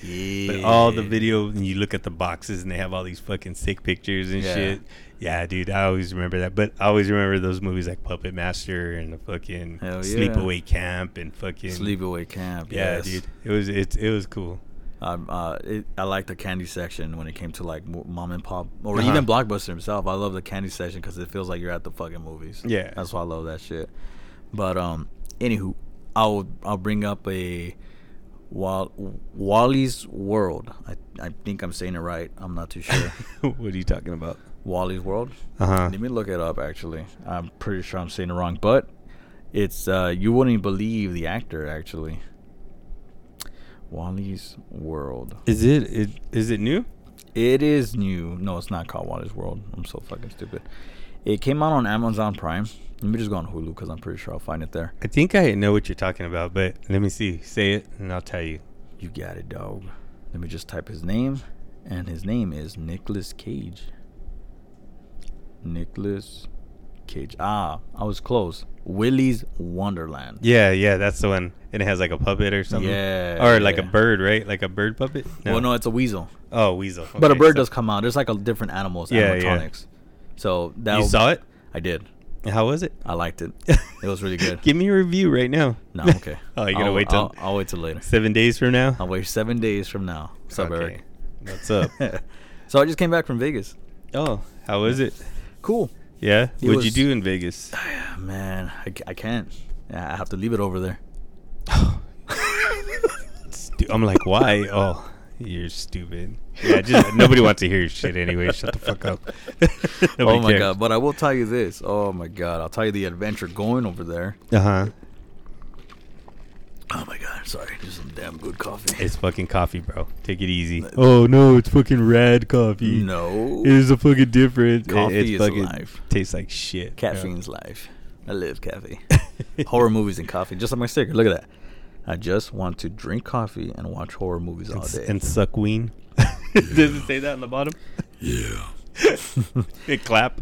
[SPEAKER 2] but all the
[SPEAKER 3] yeah.
[SPEAKER 2] video, and you look at the boxes, and they have all these fucking sick pictures and
[SPEAKER 3] Yeah.
[SPEAKER 2] shit. Yeah, dude, I always remember that. But I always remember those movies like Puppet Master and the fucking
[SPEAKER 3] Hell yeah.
[SPEAKER 2] Sleepaway Camp and fucking
[SPEAKER 3] Sleepaway Camp.
[SPEAKER 2] Yeah,
[SPEAKER 3] yes.
[SPEAKER 2] dude, it was it it was cool.
[SPEAKER 3] Um, uh, it, I like the candy section when it came to like mo- mom and pop or
[SPEAKER 2] Uh-huh.
[SPEAKER 3] even Blockbuster himself. I love the candy section because it feels like you're at the fucking movies.
[SPEAKER 2] Yeah.
[SPEAKER 3] that's why I love that shit. But um, anywho, I'll I'll bring up a Wall- Wally's World. I I think I'm saying it right. I'm not too sure.
[SPEAKER 2] what are you talking about?
[SPEAKER 3] Wally's World.
[SPEAKER 2] Uh huh.
[SPEAKER 3] Let me look it up. Actually, I'm pretty sure I'm saying it wrong, but it's uh, you wouldn't believe the actor actually. Wally's World.
[SPEAKER 2] Is it, it is it new?
[SPEAKER 3] It is new. No, it's not called Water's World. I'm so fucking stupid. It came out on Amazon Prime. Let me just go on Hulu because I'm pretty sure I'll find it there.
[SPEAKER 2] I think I know what you're talking about, but let me see. Say it, and I'll tell you.
[SPEAKER 3] You got it, dog. Let me just type his name, and his name is Nicholas Cage. Nicholas Cage. Ah, I was close. Willy's Wonderland.
[SPEAKER 2] Yeah, yeah, that's the one. And it has like a puppet or something.
[SPEAKER 3] Yeah,
[SPEAKER 2] Or like a
[SPEAKER 3] yeah.
[SPEAKER 2] bird, right? Like a bird puppet?
[SPEAKER 3] Well, no, it's a weasel,
[SPEAKER 2] Oh, weasel.
[SPEAKER 3] but a
[SPEAKER 2] Okay,
[SPEAKER 3] bird
[SPEAKER 2] so-
[SPEAKER 3] does come out. There's like a different animals,
[SPEAKER 2] Yeah, yeah.
[SPEAKER 3] animatronics. So that
[SPEAKER 2] You saw it?
[SPEAKER 3] I did.
[SPEAKER 2] How was it?
[SPEAKER 3] I liked it. It was really good.
[SPEAKER 2] Give me a review right now.
[SPEAKER 3] No, okay.
[SPEAKER 2] oh, you got to
[SPEAKER 3] I'll-
[SPEAKER 2] wait till
[SPEAKER 3] I'll, I'll wait till later.
[SPEAKER 2] seven days from now?
[SPEAKER 3] I'll wait seven days from now. What's up,
[SPEAKER 2] Okay. What's up?
[SPEAKER 3] Eric? so I just came back from Vegas.
[SPEAKER 2] oh, how was it?
[SPEAKER 3] Cool.
[SPEAKER 2] Yeah?
[SPEAKER 3] It
[SPEAKER 2] What'd you
[SPEAKER 3] was-
[SPEAKER 2] do in Vegas?
[SPEAKER 3] Ah, Man, I, ca- I can't. Yeah, I have to leave it over there.
[SPEAKER 2] Stu- I'm like, why? Oh, you're stupid. Yeah, just nobody wants to hear your shit anyway. Shut the fuck up. Nobody
[SPEAKER 3] oh my
[SPEAKER 2] cares.
[SPEAKER 3] god! But I will tell you this. Oh my god! I'll tell you the adventure going over there.
[SPEAKER 2] Uh huh.
[SPEAKER 3] Oh my god! Sorry, just some damn good coffee.
[SPEAKER 2] It's fucking coffee, bro. Take it easy. Oh no, it's fucking rad coffee.
[SPEAKER 3] no,
[SPEAKER 2] It is a fucking different. it-
[SPEAKER 3] Coffee
[SPEAKER 2] it's
[SPEAKER 3] is
[SPEAKER 2] fucking
[SPEAKER 3] life.
[SPEAKER 2] Tastes like shit. bro.
[SPEAKER 3] caffeine's life. I live caffeine. horror movies and coffee, just like my sticker. Look at that. I just want to drink coffee and watch horror movies all
[SPEAKER 2] and, s-
[SPEAKER 3] day.
[SPEAKER 2] and suck ween. Does it say that on the bottom?
[SPEAKER 3] yeah,
[SPEAKER 2] And clap.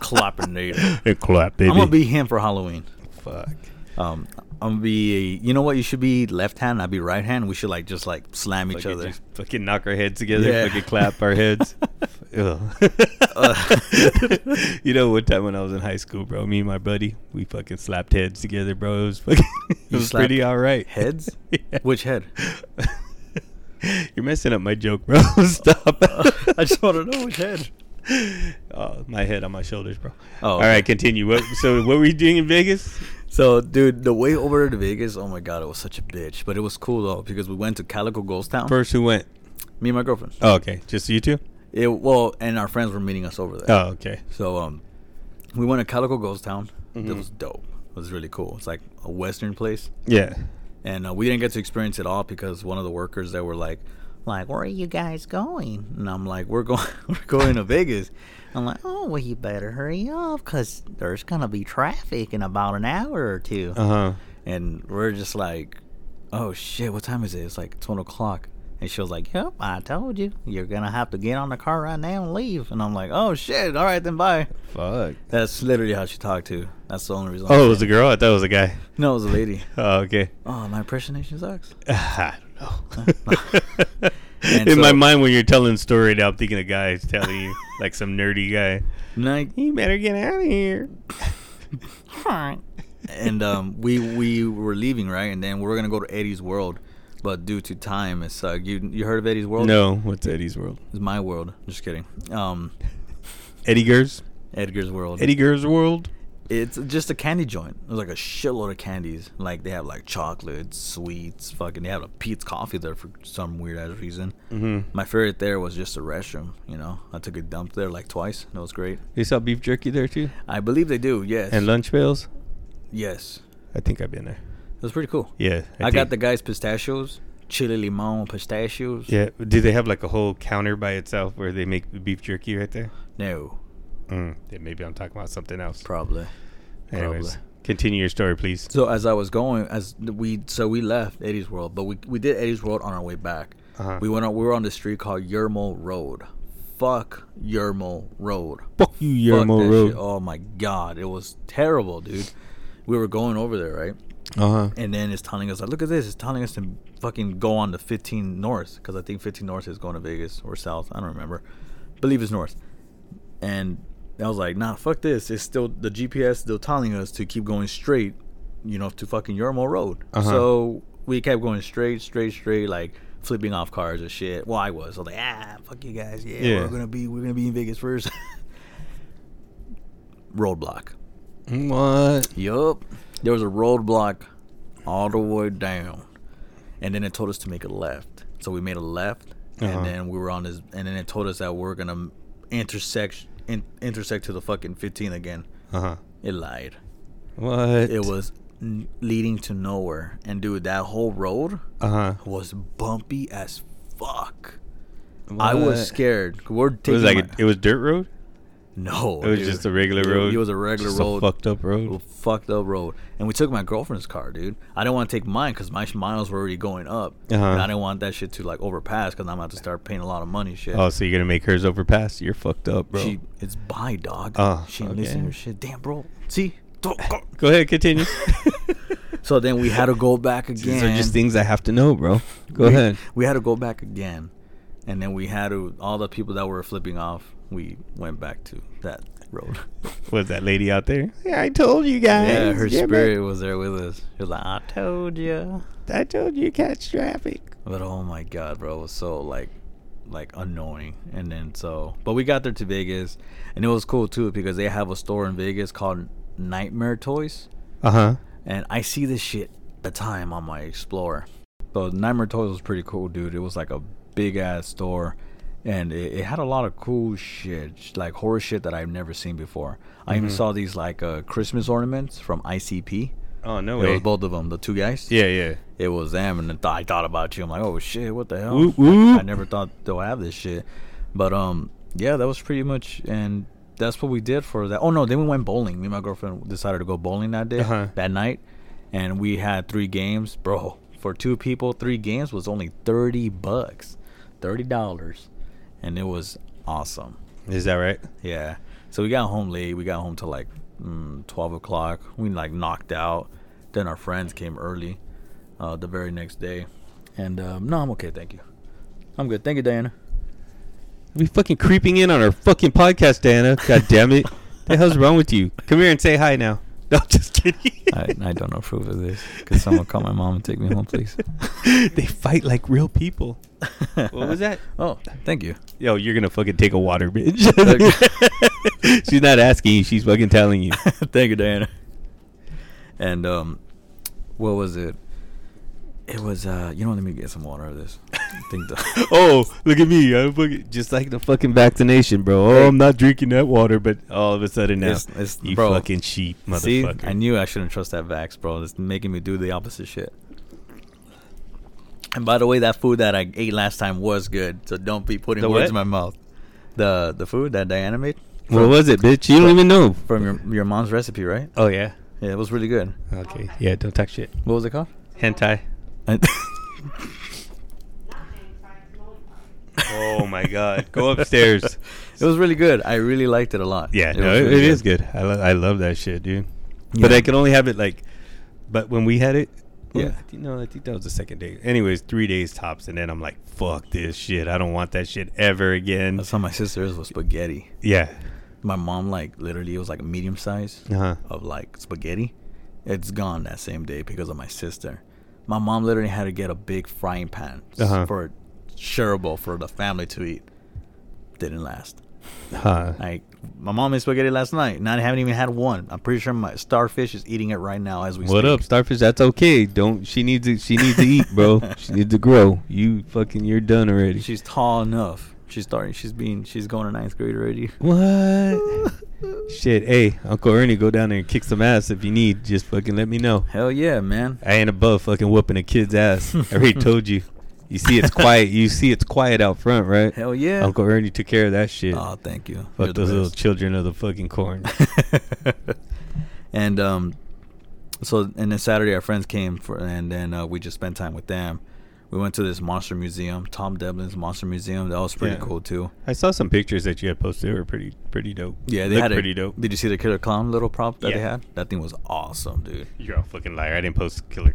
[SPEAKER 3] clappinator.
[SPEAKER 2] and clap, baby.
[SPEAKER 3] I'm gonna be him for Halloween.
[SPEAKER 2] Fuck.
[SPEAKER 3] Um, I'm gonna be. You know what? You should be left hand. I'll be right hand. We should like just like slam each
[SPEAKER 2] Fucking
[SPEAKER 3] other.
[SPEAKER 2] just fucking knock our heads together.
[SPEAKER 3] Yeah.
[SPEAKER 2] Fucking clap our heads. Ugh. you know, one time when I was in high school, bro, me and my buddy, we fucking slapped heads together, bro. It was fucking. It
[SPEAKER 3] You
[SPEAKER 2] was
[SPEAKER 3] slapped
[SPEAKER 2] pretty all right.
[SPEAKER 3] Heads?
[SPEAKER 2] Yeah.
[SPEAKER 3] Which head?
[SPEAKER 2] You're messing up my joke, bro. Stop.
[SPEAKER 3] I just want to know which head.
[SPEAKER 2] oh, my head on my shoulders, bro.
[SPEAKER 3] Oh,
[SPEAKER 2] All
[SPEAKER 3] okay.
[SPEAKER 2] right, continue. What, so, what were you doing in Vegas?
[SPEAKER 3] So, dude, the way over to Vegas, oh my god, it was such a bitch, but it was cool though because we went to Calico Ghost Town.
[SPEAKER 2] First, who went?
[SPEAKER 3] me and my girlfriend.
[SPEAKER 2] Oh, okay. Just you two?
[SPEAKER 3] It well, and our friends were meeting us over there.
[SPEAKER 2] Oh, okay.
[SPEAKER 3] So um, we went to Calico Ghost Town. It was dope. It was really cool. It's like a western place,
[SPEAKER 2] Yeah.
[SPEAKER 3] and uh, we didn't get to experience it all because one of the workers that were like, like, where are you guys going? And I'm like, we're going, we're going to Vegas. I'm like, oh, well, you better hurry up because there's gonna be traffic in about an hour or two.
[SPEAKER 2] Uh huh.
[SPEAKER 3] And we're just like, oh shit, what time is it? It's like 12 o'clock. And she was like, yep, I told you. You're going to have to get on the car right now and leave. And I'm like, oh shit, all right, then bye.
[SPEAKER 2] Fuck.
[SPEAKER 3] That's literally how she talked to. That's the only reason.
[SPEAKER 2] Oh, it was a girl. I thought it was a guy.
[SPEAKER 3] No, it was a lady.
[SPEAKER 2] Oh, okay.
[SPEAKER 3] Oh, my impersonation sucks.
[SPEAKER 2] I don't know.
[SPEAKER 3] And
[SPEAKER 2] in my
[SPEAKER 3] so-
[SPEAKER 2] mind, when you're telling the story, now I'm thinking a guy is telling you, like some nerdy guy.
[SPEAKER 3] Like,
[SPEAKER 2] You better get out of here.
[SPEAKER 3] and um, we we were leaving right, and then we were gonna go to Eddie's World, but due to time, it's uh, you you heard of Eddie's World?
[SPEAKER 2] No, what's Eddie's world?
[SPEAKER 3] it's my world. Just kidding. Um,
[SPEAKER 2] Eddie Gers?
[SPEAKER 3] Edgar's World.
[SPEAKER 2] Eddie Gers world?
[SPEAKER 3] It's just a candy joint. There's like a shitload of candies. Like they have like chocolates, sweets, fucking. They have a Pete's coffee there for some weird ass reason.
[SPEAKER 2] Mm-hmm.
[SPEAKER 3] My favorite there was just the restroom. You know, I took a dump there like twice. and It was great.
[SPEAKER 2] They sell beef jerky there too,
[SPEAKER 3] I believe they do. Yes.
[SPEAKER 2] and lunch pails.
[SPEAKER 3] yes,
[SPEAKER 2] I think I've been there.
[SPEAKER 3] it was pretty cool.
[SPEAKER 2] Yeah,
[SPEAKER 3] I, got the
[SPEAKER 2] think-
[SPEAKER 3] guys pistachios, chili limon pistachios.
[SPEAKER 2] Yeah, do they have like a whole counter by itself where they make the beef jerky right there?
[SPEAKER 3] No,
[SPEAKER 2] Mm. Then maybe I'm talking about something else.
[SPEAKER 3] probably.
[SPEAKER 2] Anyways,
[SPEAKER 3] probably.
[SPEAKER 2] continue your story, please.
[SPEAKER 3] So as I was going, as we so we left Eddie's World, but we we did Eddie's World on our way back.
[SPEAKER 2] Uh-huh.
[SPEAKER 3] We went on. We were on this street called Yermo Road. Fuck Yermo Road.
[SPEAKER 2] Fuck you,
[SPEAKER 3] Fuck that
[SPEAKER 2] Yermo
[SPEAKER 3] shit.
[SPEAKER 2] Road.
[SPEAKER 3] Oh my god, it was terrible, dude. We were going over there, right?
[SPEAKER 2] Uh huh.
[SPEAKER 3] And then it's telling us like, look at this. It's telling us to fucking go on to 15 North because I think 15 North is going to Vegas or South. I don't remember. Believe it's North. And I was like, nah, fuck this. It's still the GPS still telling us to keep going straight, you know, to fucking Yermo Road.
[SPEAKER 2] Uh-huh.
[SPEAKER 3] So we kept going straight, straight, straight, like flipping off cars and shit. Well, I was. I was like, ah, fuck you guys. Yeah,
[SPEAKER 2] Yeah.
[SPEAKER 3] we're gonna be, we're gonna be in Vegas first. Roadblock.
[SPEAKER 2] What?
[SPEAKER 3] Yup. There was a roadblock all the way down. And then it told us to make a left. So we made a left
[SPEAKER 2] Uh-huh.
[SPEAKER 3] and then we were on this and then it told us that we're gonna intersect in, intersect to the fucking fifteen again.
[SPEAKER 2] Uh huh.
[SPEAKER 3] It lied.
[SPEAKER 2] What?
[SPEAKER 3] It was n- leading to nowhere. And dude, that whole road
[SPEAKER 2] Uh huh.
[SPEAKER 3] was bumpy as fuck. I was scared. We're
[SPEAKER 2] It
[SPEAKER 3] taking
[SPEAKER 2] was like a,
[SPEAKER 3] my-
[SPEAKER 2] it was dirt road.
[SPEAKER 3] no.
[SPEAKER 2] It was
[SPEAKER 3] dude.
[SPEAKER 2] just a regular
[SPEAKER 3] It-
[SPEAKER 2] road.
[SPEAKER 3] It was a regular
[SPEAKER 2] Just
[SPEAKER 3] road.
[SPEAKER 2] fucked up
[SPEAKER 3] Well,
[SPEAKER 2] road.
[SPEAKER 3] fucked up road. And we took my girlfriend's car, dude. I didn't want to take mine because my sh- miles were already going up.
[SPEAKER 2] Uh-huh.
[SPEAKER 3] And I didn't want that shit to like overpass because I'm about to start paying a lot of money. Shit.
[SPEAKER 2] Oh, so you're gonna make hers overpass? You're fucked up, bro.
[SPEAKER 3] she, it's by dog.
[SPEAKER 2] Oh,
[SPEAKER 3] she ain't listening
[SPEAKER 2] okay.
[SPEAKER 3] to shit. Damn, bro. See. Don't go.
[SPEAKER 2] Go ahead, continue.
[SPEAKER 3] so then we had to go back again.
[SPEAKER 2] These are just things I have to know, bro. Go
[SPEAKER 3] we,
[SPEAKER 2] ahead.
[SPEAKER 3] We had to go back again, and then we had to all the people that were flipping off. We went back to that road.
[SPEAKER 2] Was that lady out there? Yeah, I told you guys.
[SPEAKER 3] yeah, her
[SPEAKER 2] Yeah, bro.
[SPEAKER 3] spirit was there with us. She was like, "I told you."
[SPEAKER 2] I told you catch traffic.
[SPEAKER 3] But oh my god, bro, it was so like like annoying. And then so but we got there to Vegas and it was cool too because they have a store in Vegas called Nightmare Toys.
[SPEAKER 2] Uh huh.
[SPEAKER 3] And I see this shit the time on my Explorer. So Nightmare Toys was pretty cool, dude. It was like a big ass store and it, it had a lot of cool shit, sh- like horror shit that I've never seen before. I even saw these like uh, Christmas ornaments from ICP.
[SPEAKER 2] Oh no
[SPEAKER 3] It
[SPEAKER 2] way.
[SPEAKER 3] was both of them, the two guys.
[SPEAKER 2] Yeah, yeah.
[SPEAKER 3] It was them, and I thought- I thought about you. I'm like, oh shit, what the hell?
[SPEAKER 2] Whoop, whoop.
[SPEAKER 3] Oh,
[SPEAKER 4] Mm-hmm.
[SPEAKER 3] I never thought they'll have this shit. But um, yeah, that was pretty much, and that's what we did for that. Oh no, then we went bowling. Me and my girlfriend decided to go bowling that day,
[SPEAKER 2] Uh-huh.
[SPEAKER 3] that night, and we had three games, bro. For two people, three games was only thirty bucks, thirty dollars, and it was awesome.
[SPEAKER 2] Is that right?
[SPEAKER 3] Yeah. So we got home late. We got home till like mm, 12 o'clock. We like knocked out. Then our friends came early uh, the very next day. And um, no, I'm okay. Thank you. I'm good. Thank you, Diana.
[SPEAKER 2] We fucking creeping in on our fucking podcast, Dana. God damn it. the hell's wrong with you? Come here and say hi now. No, just kidding.
[SPEAKER 3] I, I don't approve of this. Could someone call my mom and take me home, please?
[SPEAKER 2] they fight like real people. What was that?
[SPEAKER 3] Oh, thank you.
[SPEAKER 2] Yo, you're gonna fucking take a water, bitch. she's not asking you, she's fucking telling you.
[SPEAKER 3] Thank you, Diana. And um, what was it? It was uh, you know, let me get some water of this. I think the,
[SPEAKER 2] Oh, look at me. I'm fucking, just like the fucking vaccination, bro. Oh,
[SPEAKER 3] Hey.
[SPEAKER 2] I'm not drinking that water, but all of a sudden now,
[SPEAKER 3] It's- it's-
[SPEAKER 2] you
[SPEAKER 3] bro.
[SPEAKER 2] fucking sheep,
[SPEAKER 3] see,
[SPEAKER 2] motherfucker.
[SPEAKER 3] I knew I shouldn't trust that Vax, bro. It's making me do the opposite shit. And by the way, that food that I ate last time was good, so don't be putting
[SPEAKER 2] The
[SPEAKER 3] words
[SPEAKER 2] what?
[SPEAKER 3] in my mouth. The the food that Diana made
[SPEAKER 2] what was it, bitch? You don't even know.
[SPEAKER 3] from your your mom's recipe, right?
[SPEAKER 2] Oh yeah.
[SPEAKER 3] Yeah, it was really good.
[SPEAKER 2] Okay. Yeah. Don't talk shit.
[SPEAKER 3] What was it called?
[SPEAKER 2] Hentai. Oh my God. Go upstairs.
[SPEAKER 3] It was really good. I really liked it a lot.
[SPEAKER 2] Yeah. no,
[SPEAKER 3] was
[SPEAKER 2] it,
[SPEAKER 3] really
[SPEAKER 2] it is good. I lo- I love that shit, dude. But
[SPEAKER 3] Yeah.
[SPEAKER 2] I can only have it like, but when we had it. well,
[SPEAKER 3] Yeah.
[SPEAKER 2] I think, no, I think that was the second day. Anyways, three days tops, and then I'm like, "Fuck this shit! I don't want that shit ever again."
[SPEAKER 3] That's how my sister's was spaghetti.
[SPEAKER 2] Yeah.
[SPEAKER 3] My mom like literally it was like a medium size
[SPEAKER 2] Uh huh.
[SPEAKER 3] of like spaghetti. It's gone that same day because of my sister. My mom literally had to get a big frying pan s-
[SPEAKER 2] Uh-huh.
[SPEAKER 3] for shareable for the family to eat. Didn't last.
[SPEAKER 2] Huh.
[SPEAKER 3] Like my mom made spaghetti last night, and I haven't even had one. I'm pretty sure my starfish is eating it right now as we
[SPEAKER 2] What
[SPEAKER 3] speak.
[SPEAKER 2] up, starfish? That's okay. Don't she needs to she needs to eat, bro. she needs to grow. You fucking you're done already.
[SPEAKER 3] She's tall enough. She's starting. She's being. She's going to ninth grade already.
[SPEAKER 2] what? Shit, hey, Uncle Ernie, go down there and kick some ass if you need. Just fucking let me know.
[SPEAKER 3] Hell yeah, man.
[SPEAKER 2] I ain't above fucking whooping a kid's ass. I already told you. You see, it's quiet. You see, it's quiet out front, right?
[SPEAKER 3] Hell yeah.
[SPEAKER 2] Uncle Ernie took care of that shit.
[SPEAKER 3] Oh, thank you. You're
[SPEAKER 2] Fuck
[SPEAKER 3] the
[SPEAKER 2] those little
[SPEAKER 3] best.
[SPEAKER 2] children of the fucking corn.
[SPEAKER 3] and um, so and then Saturday our friends came for, and then uh, we just spent time with them. We went to this monster museum, Tom Devlin's monster museum. That was pretty
[SPEAKER 2] Yeah.
[SPEAKER 3] cool too.
[SPEAKER 2] I saw some pictures that you had posted. They were pretty, pretty dope.
[SPEAKER 3] Yeah, they
[SPEAKER 2] Looked
[SPEAKER 3] had a,
[SPEAKER 2] pretty dope.
[SPEAKER 3] Did you see the killer clown little prop that they
[SPEAKER 2] Yeah.
[SPEAKER 3] had? That thing was awesome, dude.
[SPEAKER 2] You're a fucking liar. I didn't post killer.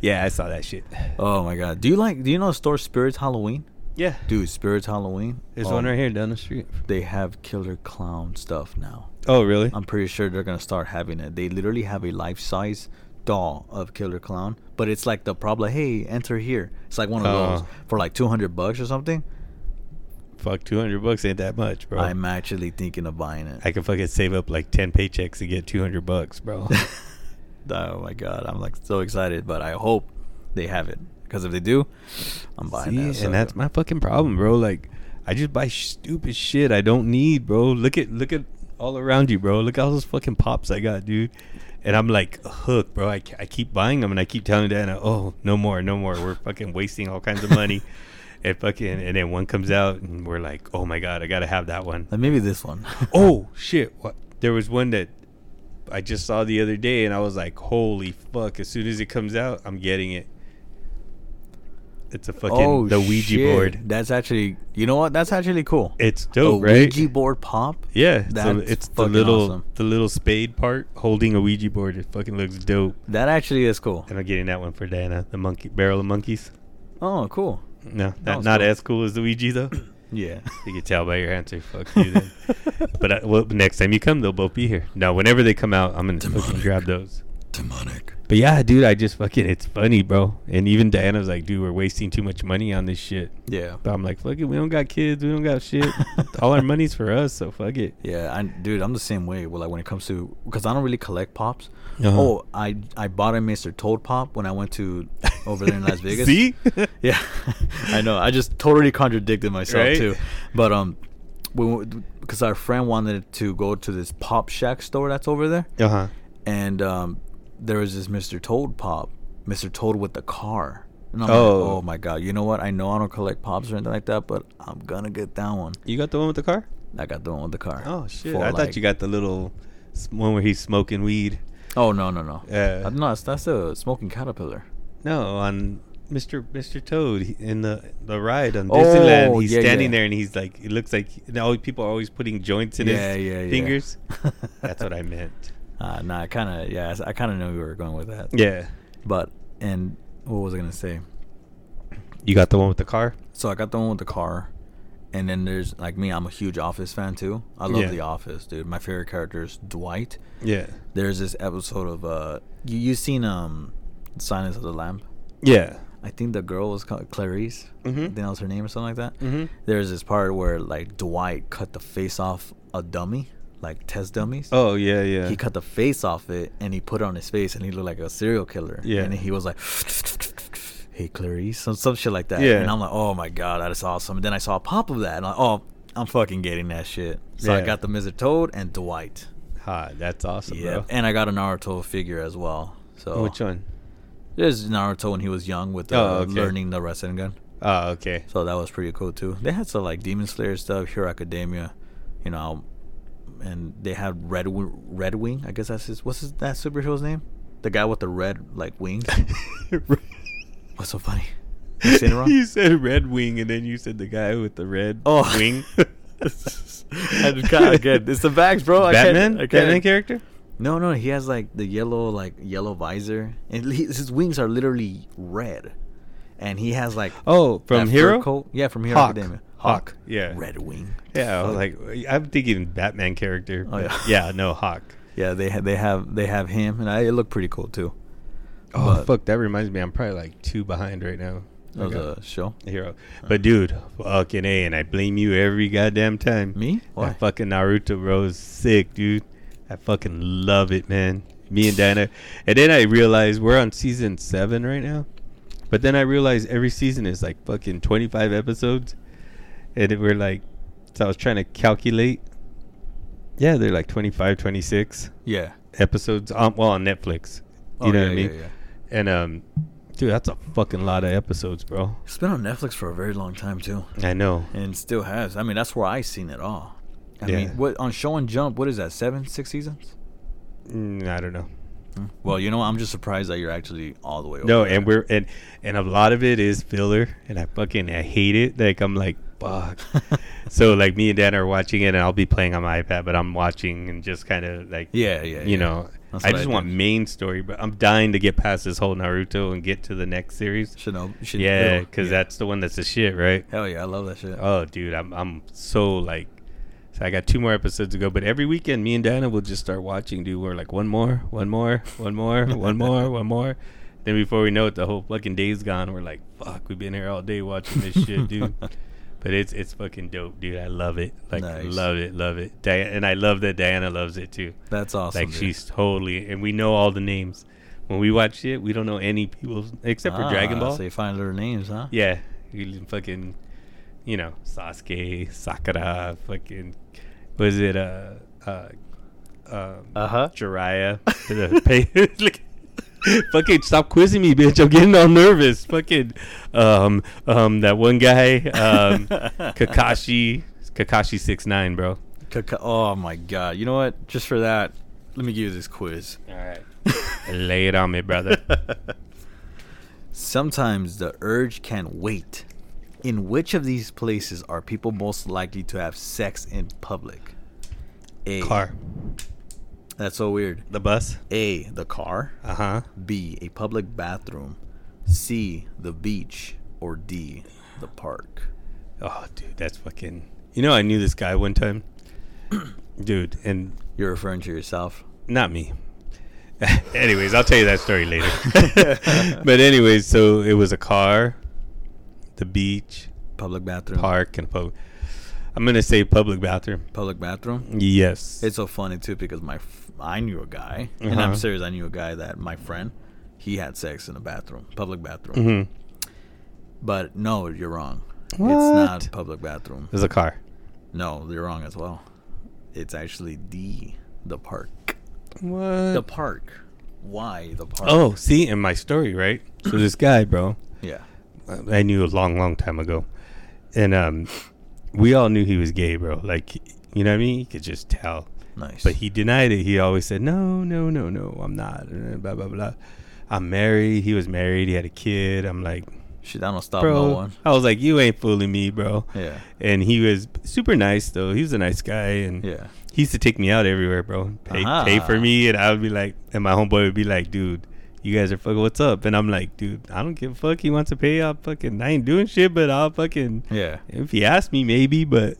[SPEAKER 2] yeah, I saw that shit.
[SPEAKER 3] Oh my god. Do you like? Do you know the store Spirits Halloween?
[SPEAKER 2] Yeah,
[SPEAKER 3] Dude, Spirits Halloween.
[SPEAKER 2] there's
[SPEAKER 3] oh,
[SPEAKER 2] one right here down the street.
[SPEAKER 3] They um, have killer clown stuff now.
[SPEAKER 2] Oh, really?
[SPEAKER 3] I'm pretty sure they're gonna start having it. They literally have a life size doll of Killer Clown, but it's like the problem. Hey, enter here. It's like one of
[SPEAKER 2] Oh.
[SPEAKER 3] those for like 200 bucks or something.
[SPEAKER 2] Fuck, two hundred bucks ain't that much, bro.
[SPEAKER 3] I'm actually thinking of buying it.
[SPEAKER 2] I can fucking save up like ten paychecks to get two hundred bucks, bro.
[SPEAKER 3] oh my god, I'm like so excited, but I hope they have it because if they do, I'm buying
[SPEAKER 2] See,
[SPEAKER 3] that. sucker.
[SPEAKER 2] and that's my fucking problem, bro. Like, I just buy stupid shit I don't need, bro. Look at look at all around you, bro. Look at all those fucking pops I got, dude. And I'm like hooked, bro. I, I keep buying them, and I keep telling Dana, "Oh, no more, no more. We're fucking wasting all kinds of money." and fucking, and then one comes out, and we're like, "Oh my god, I gotta have that one."
[SPEAKER 3] Like, maybe this one.
[SPEAKER 2] oh shit! What? There was one that I just saw the other day, and I was like, "Holy fuck!" As soon as it comes out, I'm getting it. It's a fucking the Ouija
[SPEAKER 3] Oh, shit.
[SPEAKER 2] board.
[SPEAKER 3] That's actually, you know what? That's actually cool.
[SPEAKER 2] It's
[SPEAKER 3] A
[SPEAKER 2] dope, right?
[SPEAKER 3] Oh, Ouija board pop.
[SPEAKER 2] yeah, so
[SPEAKER 3] That's
[SPEAKER 2] it's the
[SPEAKER 3] fucking
[SPEAKER 2] little
[SPEAKER 3] awesome.
[SPEAKER 2] the little spade part holding a Ouija board. It fucking looks dope.
[SPEAKER 3] That actually is cool.
[SPEAKER 2] And I'm getting that one for Diana, the monkey barrel of monkeys.
[SPEAKER 3] Oh, cool.
[SPEAKER 2] No, not,
[SPEAKER 3] was
[SPEAKER 2] not
[SPEAKER 3] dope.
[SPEAKER 2] as cool as the Ouija though.
[SPEAKER 3] Yeah.
[SPEAKER 2] You can tell by your answer. Fuck you. Then. but I, well, next time you come, they'll both be here. No, whenever they come out, I'm gonna fucking
[SPEAKER 3] Demonic.
[SPEAKER 2] grab those.
[SPEAKER 3] Demonic.
[SPEAKER 2] But yeah, dude, I just fucking it's funny, bro. And even Diana's like, dude, we're wasting too much money on this shit.
[SPEAKER 3] Yeah.
[SPEAKER 2] But I'm like, fuck it, we don't got kids, we don't got shit. All our money's for us, so fuck it.
[SPEAKER 3] Yeah, I, dude, I'm the same way. Well, like when it comes to because I don't really collect pops.
[SPEAKER 2] Uh-huh.
[SPEAKER 3] Oh, I I bought a Mister Toad pop when I went to over there in Las Vegas.
[SPEAKER 2] See?
[SPEAKER 3] Yeah, I know. I just totally contradicted myself
[SPEAKER 2] Right?
[SPEAKER 3] too. But um, we because our friend wanted to go to this Pop Shack store that's over there,
[SPEAKER 2] Uh huh.
[SPEAKER 3] and um, there was this Mister Toad pop, Mister Toad with the car. And I'm
[SPEAKER 2] Oh.
[SPEAKER 3] like, oh my god! You know what? I know I don't collect pops or anything like that, but I'm gonna get that one.
[SPEAKER 2] You got the one with the car?
[SPEAKER 3] I got the one with the car.
[SPEAKER 2] Oh shit!
[SPEAKER 3] for,
[SPEAKER 2] I
[SPEAKER 3] like-
[SPEAKER 2] thought you got the little s- one where he's smoking weed.
[SPEAKER 3] Oh no no no!
[SPEAKER 2] Uh,
[SPEAKER 3] Uh, no, that's, that's a smoking caterpillar.
[SPEAKER 2] No, on Mr. Mr. Toad he- in the the ride on
[SPEAKER 3] Oh,
[SPEAKER 2] Disneyland, he's
[SPEAKER 3] yeah,
[SPEAKER 2] standing
[SPEAKER 3] yeah.
[SPEAKER 2] there and he's like, it looks like and all people are always putting joints in
[SPEAKER 3] Yeah,
[SPEAKER 2] his
[SPEAKER 3] yeah, yeah.
[SPEAKER 2] fingers. That's what I meant.
[SPEAKER 3] Uh, nah, I kind of yeah, I kind of knew you were going with that.
[SPEAKER 2] Yeah,
[SPEAKER 3] But and what was I gonna say?
[SPEAKER 2] you got the one with the car.
[SPEAKER 3] So I got the one with the car, and then there's like me. I'm a huge Office fan too. I love
[SPEAKER 2] Yeah.
[SPEAKER 3] The Office, dude. My favorite character is Dwight.
[SPEAKER 2] Yeah,
[SPEAKER 3] There's this episode of uh, you you seen um, Silence of the Lamb?
[SPEAKER 2] yeah.
[SPEAKER 3] I think the girl was called Clarice. I
[SPEAKER 2] Mhm.
[SPEAKER 3] think that was her name or something like that.
[SPEAKER 2] Mhm.
[SPEAKER 3] There's this part where like Dwight cut the face off a dummy, like test dummies.
[SPEAKER 2] Oh yeah, yeah.
[SPEAKER 3] he cut the face off it and he put it on his face and he looked like a serial killer.
[SPEAKER 2] Yeah.
[SPEAKER 3] And he was like, hey, Clarice, some, some shit like that.
[SPEAKER 2] Yeah.
[SPEAKER 3] And I'm like, oh my God, that is awesome. And then I saw a pop of that and I'm like, oh, I'm fucking getting that shit. So I
[SPEAKER 2] Yeah.
[SPEAKER 3] got the Mr. Toad and Dwight.
[SPEAKER 2] ha, Ah, that's awesome,
[SPEAKER 3] Yeah.
[SPEAKER 2] bro.
[SPEAKER 3] And I got a Naruto figure as well. So
[SPEAKER 2] Which one?
[SPEAKER 3] There's Naruto when he was young with uh,
[SPEAKER 2] Oh, okay.
[SPEAKER 3] learning the Rasengan.
[SPEAKER 2] Oh, okay.
[SPEAKER 3] So that was pretty cool too. They had some like Demon Slayer stuff, Hero Academia, you know, and they had Red Wi- Red Wing. I guess that's his. What's his, that superhero's name? The guy with the red like wings. What's so funny? You seen it wrong?
[SPEAKER 2] you said red wing, and then you said the guy with the red
[SPEAKER 3] Oh.
[SPEAKER 2] wing.
[SPEAKER 3] I just kinda get- it's the bags, bro. I can't-
[SPEAKER 2] Batman,
[SPEAKER 3] I can't-
[SPEAKER 2] Batman character.
[SPEAKER 3] No, no, he has like the yellow like yellow visor, and he, his wings are literally red, and he has like
[SPEAKER 2] Oh,
[SPEAKER 3] that
[SPEAKER 2] from
[SPEAKER 3] fur
[SPEAKER 2] Hero.
[SPEAKER 3] coat. Yeah, from Hero
[SPEAKER 2] Hawk.
[SPEAKER 3] Academia.
[SPEAKER 2] Hawk, yeah.
[SPEAKER 3] Red Wing.
[SPEAKER 2] Yeah, I was
[SPEAKER 3] Fuck.
[SPEAKER 2] like I'm thinking Batman character.
[SPEAKER 3] Oh,
[SPEAKER 2] but yeah.
[SPEAKER 3] yeah.
[SPEAKER 2] no Hawk.
[SPEAKER 3] Yeah, they ha- they have they have him, and I, it looked pretty cool too.
[SPEAKER 2] Oh
[SPEAKER 3] But-
[SPEAKER 2] fuck, that reminds me. I'm probably like two behind right now.
[SPEAKER 3] That was
[SPEAKER 4] Okay.
[SPEAKER 3] a show.
[SPEAKER 4] hero. But dude, fucking a, and I blame you every goddamn time.
[SPEAKER 3] Me?
[SPEAKER 4] That
[SPEAKER 3] Why?
[SPEAKER 4] fucking Naruto bro is sick, dude. I fucking love it, man. Me and Dana, and then I realized we're on season seven right now. But then I realized every season is like fucking twenty five episodes, and it- we're like, so I was trying to calculate. Yeah, they're like 25, 26
[SPEAKER 3] Yeah.
[SPEAKER 4] episodes. On, well, on Netflix, you
[SPEAKER 3] Oh,
[SPEAKER 4] know
[SPEAKER 3] yeah,
[SPEAKER 4] what I mean?
[SPEAKER 3] yeah, yeah.
[SPEAKER 4] And um, dude, that's a fucking lot of episodes, bro.
[SPEAKER 3] It's been on Netflix for a very long time too,
[SPEAKER 4] I know.
[SPEAKER 3] and still has. I mean, that's where I seen it all. I
[SPEAKER 4] Yeah.
[SPEAKER 3] mean, what on Show and Jump? What is that? Seven, six seasons?
[SPEAKER 4] Mm, I don't know.
[SPEAKER 3] Well, you know, what? I'm just surprised that you're actually all the way. Over
[SPEAKER 4] No,
[SPEAKER 3] there.
[SPEAKER 4] and we're and and a lot of it is filler, and I fucking I hate it. Like I'm like fuck. so like me and Dan are watching it, and I'll be playing on my iPad, but I'm watching and just kind of like
[SPEAKER 3] yeah, yeah.
[SPEAKER 4] you
[SPEAKER 3] yeah.
[SPEAKER 4] know.
[SPEAKER 3] That's
[SPEAKER 4] I
[SPEAKER 3] what
[SPEAKER 4] just
[SPEAKER 3] I
[SPEAKER 4] want
[SPEAKER 3] do.
[SPEAKER 4] main story, but I'm dying to get past this whole Naruto and get to the next series.
[SPEAKER 3] Shinobi. Shin-
[SPEAKER 4] Yeah,
[SPEAKER 3] Little-
[SPEAKER 4] because that's the one that's the shit, right?
[SPEAKER 3] hell yeah, I love that shit.
[SPEAKER 4] Oh, dude, I'm I'm so like, so I got two more episodes to go. But every weekend, me and Dana will just start watching. Dude, we're like one more, one more, one more, one more, one more. Then before we know it, the whole fucking day's gone. We're like, fuck, we've been here all day watching this shit, dude. But it's it's fucking dope, dude. I love it. Like
[SPEAKER 3] Nice.
[SPEAKER 4] love it, love it. Dia- and I love that Diana loves it too.
[SPEAKER 3] that's awesome.
[SPEAKER 4] like
[SPEAKER 3] dude.
[SPEAKER 4] she's totally and we know all the names. When we watch it, we don't know any people except for Dragon
[SPEAKER 3] Ah,
[SPEAKER 4] Ball.
[SPEAKER 3] So you find their names, huh?
[SPEAKER 4] Yeah, you fucking, you know, Sasuke, Sakura, fucking, was it uh uh um,
[SPEAKER 3] Uh huh.
[SPEAKER 4] Jiraiya? The pa- Look- fucking stop quizzing me, bitch! I'm getting all nervous. Fucking, um um that one guy, um Kakashi, Kakashi six nine, bro.
[SPEAKER 3] Kaka- oh my god! You know what? Just for that, let me give you this quiz.
[SPEAKER 4] All right, lay it on me, brother.
[SPEAKER 3] Sometimes the urge can wait. In which of these places are people most likely to have sex in public? A.
[SPEAKER 4] Car,
[SPEAKER 3] That's so weird.
[SPEAKER 4] the bus.
[SPEAKER 3] A. The car.
[SPEAKER 4] Uh huh.
[SPEAKER 3] B. A public bathroom. C. The beach. Or D. The park.
[SPEAKER 4] Oh, dude, that's fucking. You know, I knew this guy one time, dude, and
[SPEAKER 3] You're referring to yourself.
[SPEAKER 4] not me. anyways, I'll tell you that story later. but anyways, so it was a car, the beach,
[SPEAKER 3] Public bathroom.
[SPEAKER 4] park, and public. I'm gonna say public bathroom.
[SPEAKER 3] Public bathroom.
[SPEAKER 4] Yes.
[SPEAKER 3] It's so funny too because my f- I knew a guy, and I'm
[SPEAKER 4] Uh-huh.
[SPEAKER 3] serious. I knew a guy that my friend, he had sex in a bathroom, public bathroom.
[SPEAKER 4] Mhm.
[SPEAKER 3] But no, you're wrong. It's
[SPEAKER 4] What?
[SPEAKER 3] not public bathroom.
[SPEAKER 4] It was a car.
[SPEAKER 3] No, you're wrong as well. It's actually D, the park. The
[SPEAKER 4] What?
[SPEAKER 3] park. Why the park?
[SPEAKER 4] Oh, see, in my story, right? So this guy, bro,
[SPEAKER 3] yeah.
[SPEAKER 4] I knew a long, long time ago, and um, we all knew he was gay, bro. Like, you know what I mean? You could just tell.
[SPEAKER 3] Nice.
[SPEAKER 4] But he denied it. He always said, "No, no, no, no, I'm not." uh, Blah blah blah. I'm married. He was married. He had a kid. I'm like,
[SPEAKER 3] shit, I don't stop
[SPEAKER 4] bro.
[SPEAKER 3] no one.
[SPEAKER 4] I was like, "You ain't fooling me, bro."
[SPEAKER 3] Yeah.
[SPEAKER 4] And he was super nice though. He was a nice guy, and
[SPEAKER 3] Yeah. Uh-huh.
[SPEAKER 4] he used to take me out everywhere, bro. Pay, pay
[SPEAKER 3] Aha.
[SPEAKER 4] for me, and I would be like, and my homeboy would be like, "Dude, you guys are fucking. What's up?" And I'm like, "Dude, I don't give a fuck. He wants to pay. I'll fucking. I ain't doing shit, but I'll fucking."
[SPEAKER 3] Yeah.
[SPEAKER 4] If he asked me, maybe, but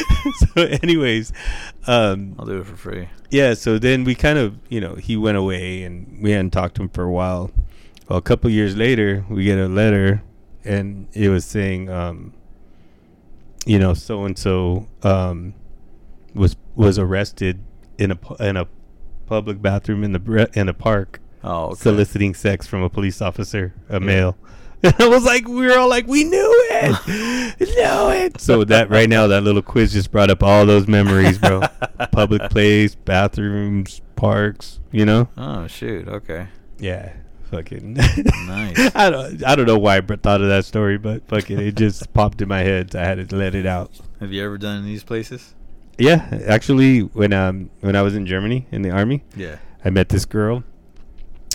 [SPEAKER 4] so, anyways, um,
[SPEAKER 3] I'll do it for free.
[SPEAKER 4] yeah, so then we kind of, you know, he went away and we hadn't talked to him for a while. Well, a couple years later, we get a letter and it was saying, um, you know, so and so um, was was arrested in a pu- in a public bathroom in the bre- in a park
[SPEAKER 3] Oh, okay.
[SPEAKER 4] soliciting sex from a police officer, a male. I was like, we were all like, we knew it, know it. So that right now, that little quiz just brought up all those memories, bro. Public place, bathrooms, parks, you know.
[SPEAKER 3] oh, shoot. Okay.
[SPEAKER 4] Yeah, fucking.
[SPEAKER 3] Nice.
[SPEAKER 4] I don't, I don't know why I br- thought of that story, but fucking, it just popped in my head. So I had to let it out.
[SPEAKER 3] Have you ever done in these places?
[SPEAKER 4] Yeah, actually, when um when I was in Germany in the army,
[SPEAKER 3] Yeah.
[SPEAKER 4] I met this girl,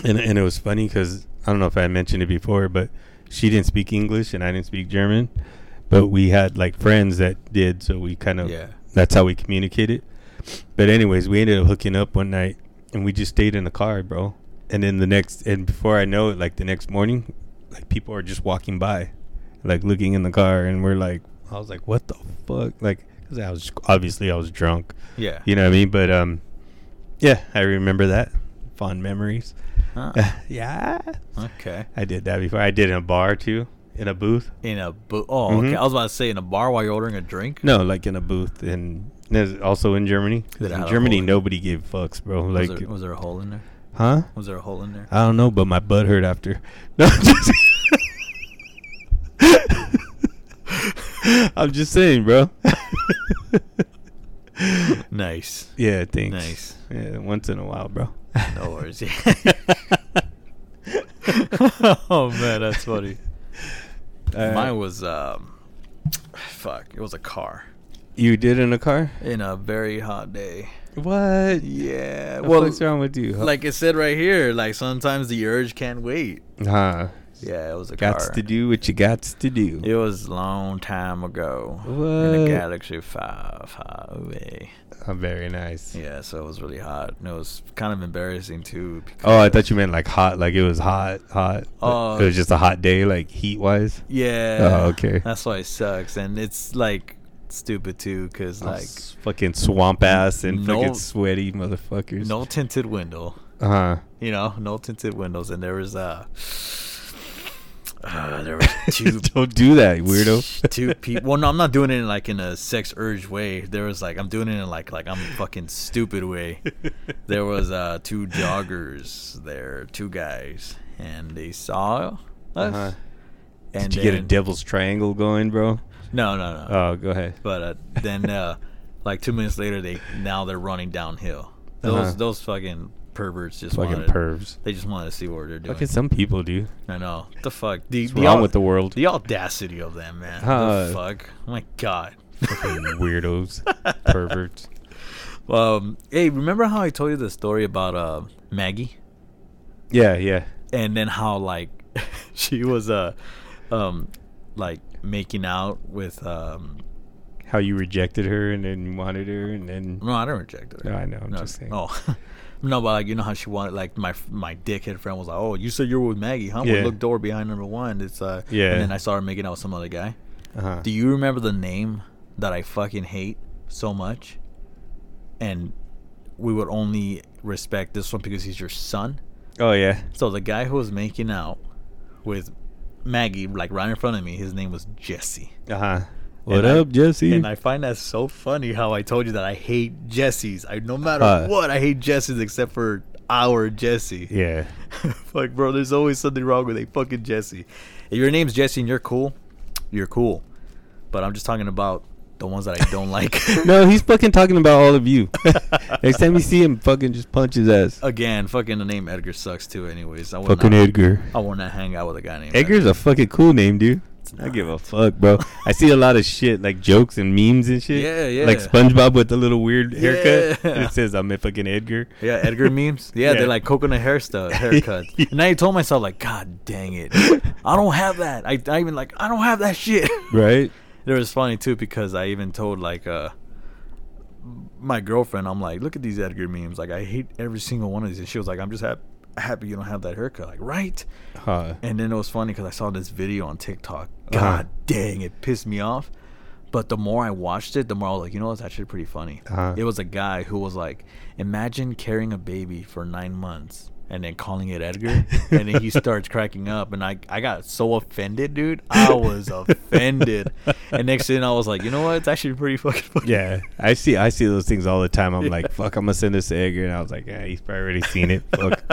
[SPEAKER 4] and and it was funny because I don't know if I mentioned it before, but she didn't speak English and I didn't speak German, but we had like friends that did, so we kind of
[SPEAKER 3] Yeah.
[SPEAKER 4] that's how we communicated. But anyways, we ended up hooking up one night, and we just stayed in the car, bro. And then the next, and before I know it, like the next morning, like people are just walking by, like looking in the car, and we're like, I was like, what the fuck, like, because I was obviously I was drunk,
[SPEAKER 3] Yeah.
[SPEAKER 4] you know what I mean? But um, yeah, I remember that. Fond memories.
[SPEAKER 3] Huh.
[SPEAKER 4] yeah,
[SPEAKER 3] okay.
[SPEAKER 4] I did that before. I did in a bar too.
[SPEAKER 2] in a booth.
[SPEAKER 3] in a bo- oh
[SPEAKER 2] Mhm.
[SPEAKER 3] okay. I was about to say in a bar while you're ordering a drink.
[SPEAKER 2] No, like in a booth, and there's also in Germany. 'Cause
[SPEAKER 3] Is it out
[SPEAKER 2] in
[SPEAKER 3] of
[SPEAKER 2] Germany,
[SPEAKER 3] Poland?
[SPEAKER 2] nobody gave fucks, bro. Like,
[SPEAKER 3] was, there, was there a hole in there?
[SPEAKER 2] huh?
[SPEAKER 3] Was there a hole in there?
[SPEAKER 2] I don't know, but my butt hurt after. No, I'm just, I'm just saying, bro.
[SPEAKER 3] nice.
[SPEAKER 2] yeah, thanks.
[SPEAKER 3] Nice.
[SPEAKER 2] Yeah, once in a while, bro.
[SPEAKER 3] No worries. Uh, oh man, that's funny.
[SPEAKER 2] Uh,
[SPEAKER 3] Mine was um, fuck. It was a car
[SPEAKER 2] you did in a car?
[SPEAKER 3] in a very hot day.
[SPEAKER 2] What?
[SPEAKER 3] Yeah.
[SPEAKER 2] Well,
[SPEAKER 3] Well,
[SPEAKER 2] what's wrong with you? huh?
[SPEAKER 3] like it said right here, like sometimes the urge can't wait.
[SPEAKER 2] huh?
[SPEAKER 3] Yeah, it was a
[SPEAKER 2] Got
[SPEAKER 3] car.
[SPEAKER 2] to do what you got to do.
[SPEAKER 3] It was long time ago in
[SPEAKER 2] What?
[SPEAKER 3] the Galaxy Five Highway.
[SPEAKER 2] Oh, very nice.
[SPEAKER 3] Yeah, so it was really hot, and it was kind of embarrassing too. Because,
[SPEAKER 2] Oh, I thought you meant like hot, like it was hot, hot.
[SPEAKER 3] Oh.
[SPEAKER 2] it was just a hot day, like heat wise.
[SPEAKER 3] yeah.
[SPEAKER 2] Oh, okay.
[SPEAKER 3] That's why it sucks, and it's like stupid too, cause
[SPEAKER 2] Oh,
[SPEAKER 3] like
[SPEAKER 2] fucking swamp ass and
[SPEAKER 3] No-
[SPEAKER 2] fucking sweaty motherfuckers.
[SPEAKER 3] no tinted window,
[SPEAKER 2] Uh-huh.
[SPEAKER 3] you know, no tinted windows, and there was uh, uh there was two
[SPEAKER 2] Don't do that, weirdo.
[SPEAKER 3] two people. Well, no, I'm not doing it in, like in a sex urge way. There was like I'm doing it in like like I'm fucking stupid way. There was uh two joggers there, two guys, and they saw us.
[SPEAKER 2] Uh-huh.
[SPEAKER 3] And
[SPEAKER 2] Did you get a
[SPEAKER 3] then-
[SPEAKER 2] devil's triangle going, bro?
[SPEAKER 3] No, no, no.
[SPEAKER 2] Oh, go ahead.
[SPEAKER 3] But uh, then, uh, like two minutes later, they now they're running downhill. Those
[SPEAKER 2] Uh-huh.
[SPEAKER 3] those fucking perverts just
[SPEAKER 2] Fucking
[SPEAKER 3] wanted,
[SPEAKER 2] pervs.
[SPEAKER 3] They just wanted to see what they're doing.
[SPEAKER 2] Fucking some people, dude.
[SPEAKER 3] I know the fuck. The,
[SPEAKER 2] What's
[SPEAKER 3] the
[SPEAKER 2] wrong
[SPEAKER 3] au-
[SPEAKER 2] with the world?
[SPEAKER 3] The audacity of them, man.
[SPEAKER 2] Huh.
[SPEAKER 3] The fuck. Oh my god.
[SPEAKER 2] Fucking weirdos, perverts.
[SPEAKER 3] Um. Hey, remember how I told you the story about uh Maggie,
[SPEAKER 2] Yeah, yeah.
[SPEAKER 3] and then how like she was uh um like making out with um
[SPEAKER 2] How you rejected her and then wanted her and then.
[SPEAKER 3] No, I don't reject it.
[SPEAKER 2] No, I know, I'm just saying.
[SPEAKER 3] Mm. Oh, no, but like you know how she wanted, like my my dickhead friend was like, "Oh, you said you were with Maggie, huh?"
[SPEAKER 2] Yeah.
[SPEAKER 3] Well, look door behind number one. It's uh,
[SPEAKER 2] Yeah.
[SPEAKER 3] And then I saw her making out with some other guy.
[SPEAKER 2] Uh-huh.
[SPEAKER 3] Do you remember the name that I fucking hate so much? And we would only respect this one because he's your son.
[SPEAKER 2] Oh, yeah.
[SPEAKER 3] So the guy who was making out with Maggie, like right in front of me, his name was Jesse.
[SPEAKER 2] Uh huh. What
[SPEAKER 3] I-
[SPEAKER 2] up, Jesse?
[SPEAKER 3] And I find that so funny how I told you that I hate Jesse's. I no matter
[SPEAKER 2] Huh.
[SPEAKER 3] what, I hate Jesse's except for our Jesse.
[SPEAKER 2] Uh. yeah.
[SPEAKER 3] like, bro, there's always something wrong with a fucking Jesse. If your name's Jesse and you're cool, you're cool. But I'm just talking about the ones that I don't like.
[SPEAKER 2] No, he's fucking talking about all of you. Next time you see him, fucking just punch his ass.
[SPEAKER 3] Again, fucking the name Edgar sucks too. Anyways, I want
[SPEAKER 2] Fucking
[SPEAKER 3] not,
[SPEAKER 2] Edgar.
[SPEAKER 3] I want to hang out with a guy named
[SPEAKER 2] Edgar's a fucking cool name, dude. I
[SPEAKER 3] not.
[SPEAKER 2] give a fuck, bro. I see a lot of shit like jokes and memes and shit.
[SPEAKER 3] Yeah, yeah.
[SPEAKER 2] Like SpongeBob with the little weird haircut.
[SPEAKER 3] Yeah.
[SPEAKER 2] And it says I'm a fucking Edgar.
[SPEAKER 3] Yeah, Edgar memes. Yeah,
[SPEAKER 2] Yeah.
[SPEAKER 3] they're like coconut hairstyle haircuts. and I told myself like, God dang it, I don't have that. I, I even like I don't have that shit.
[SPEAKER 2] Right?
[SPEAKER 3] it was funny too because I even told like uh my girlfriend, I'm like, look at these Edgar memes. Like I hate every single one of these. And she was like, I'm just hap- happy you don't have that haircut. Like right.
[SPEAKER 2] Huh.
[SPEAKER 3] And then it was funny because I saw this video on TikTok.
[SPEAKER 2] Uh-huh.
[SPEAKER 3] God dang, it pissed me off. But the more I watched it, the more I was like, you know what's actually pretty funny.
[SPEAKER 2] Uh-huh.
[SPEAKER 3] It was a guy who was like, imagine carrying a baby for nine months and then calling it Edgar, and then he starts cracking up, and I I got so offended, dude. I was offended. And next thing I was like, you know what? It's actually pretty fucking funny.
[SPEAKER 2] Yeah. I see I see those things all the time. I'm like, fuck, I'm gonna send this to Edgar and I was like, Yeah, he's probably already seen it. fuck.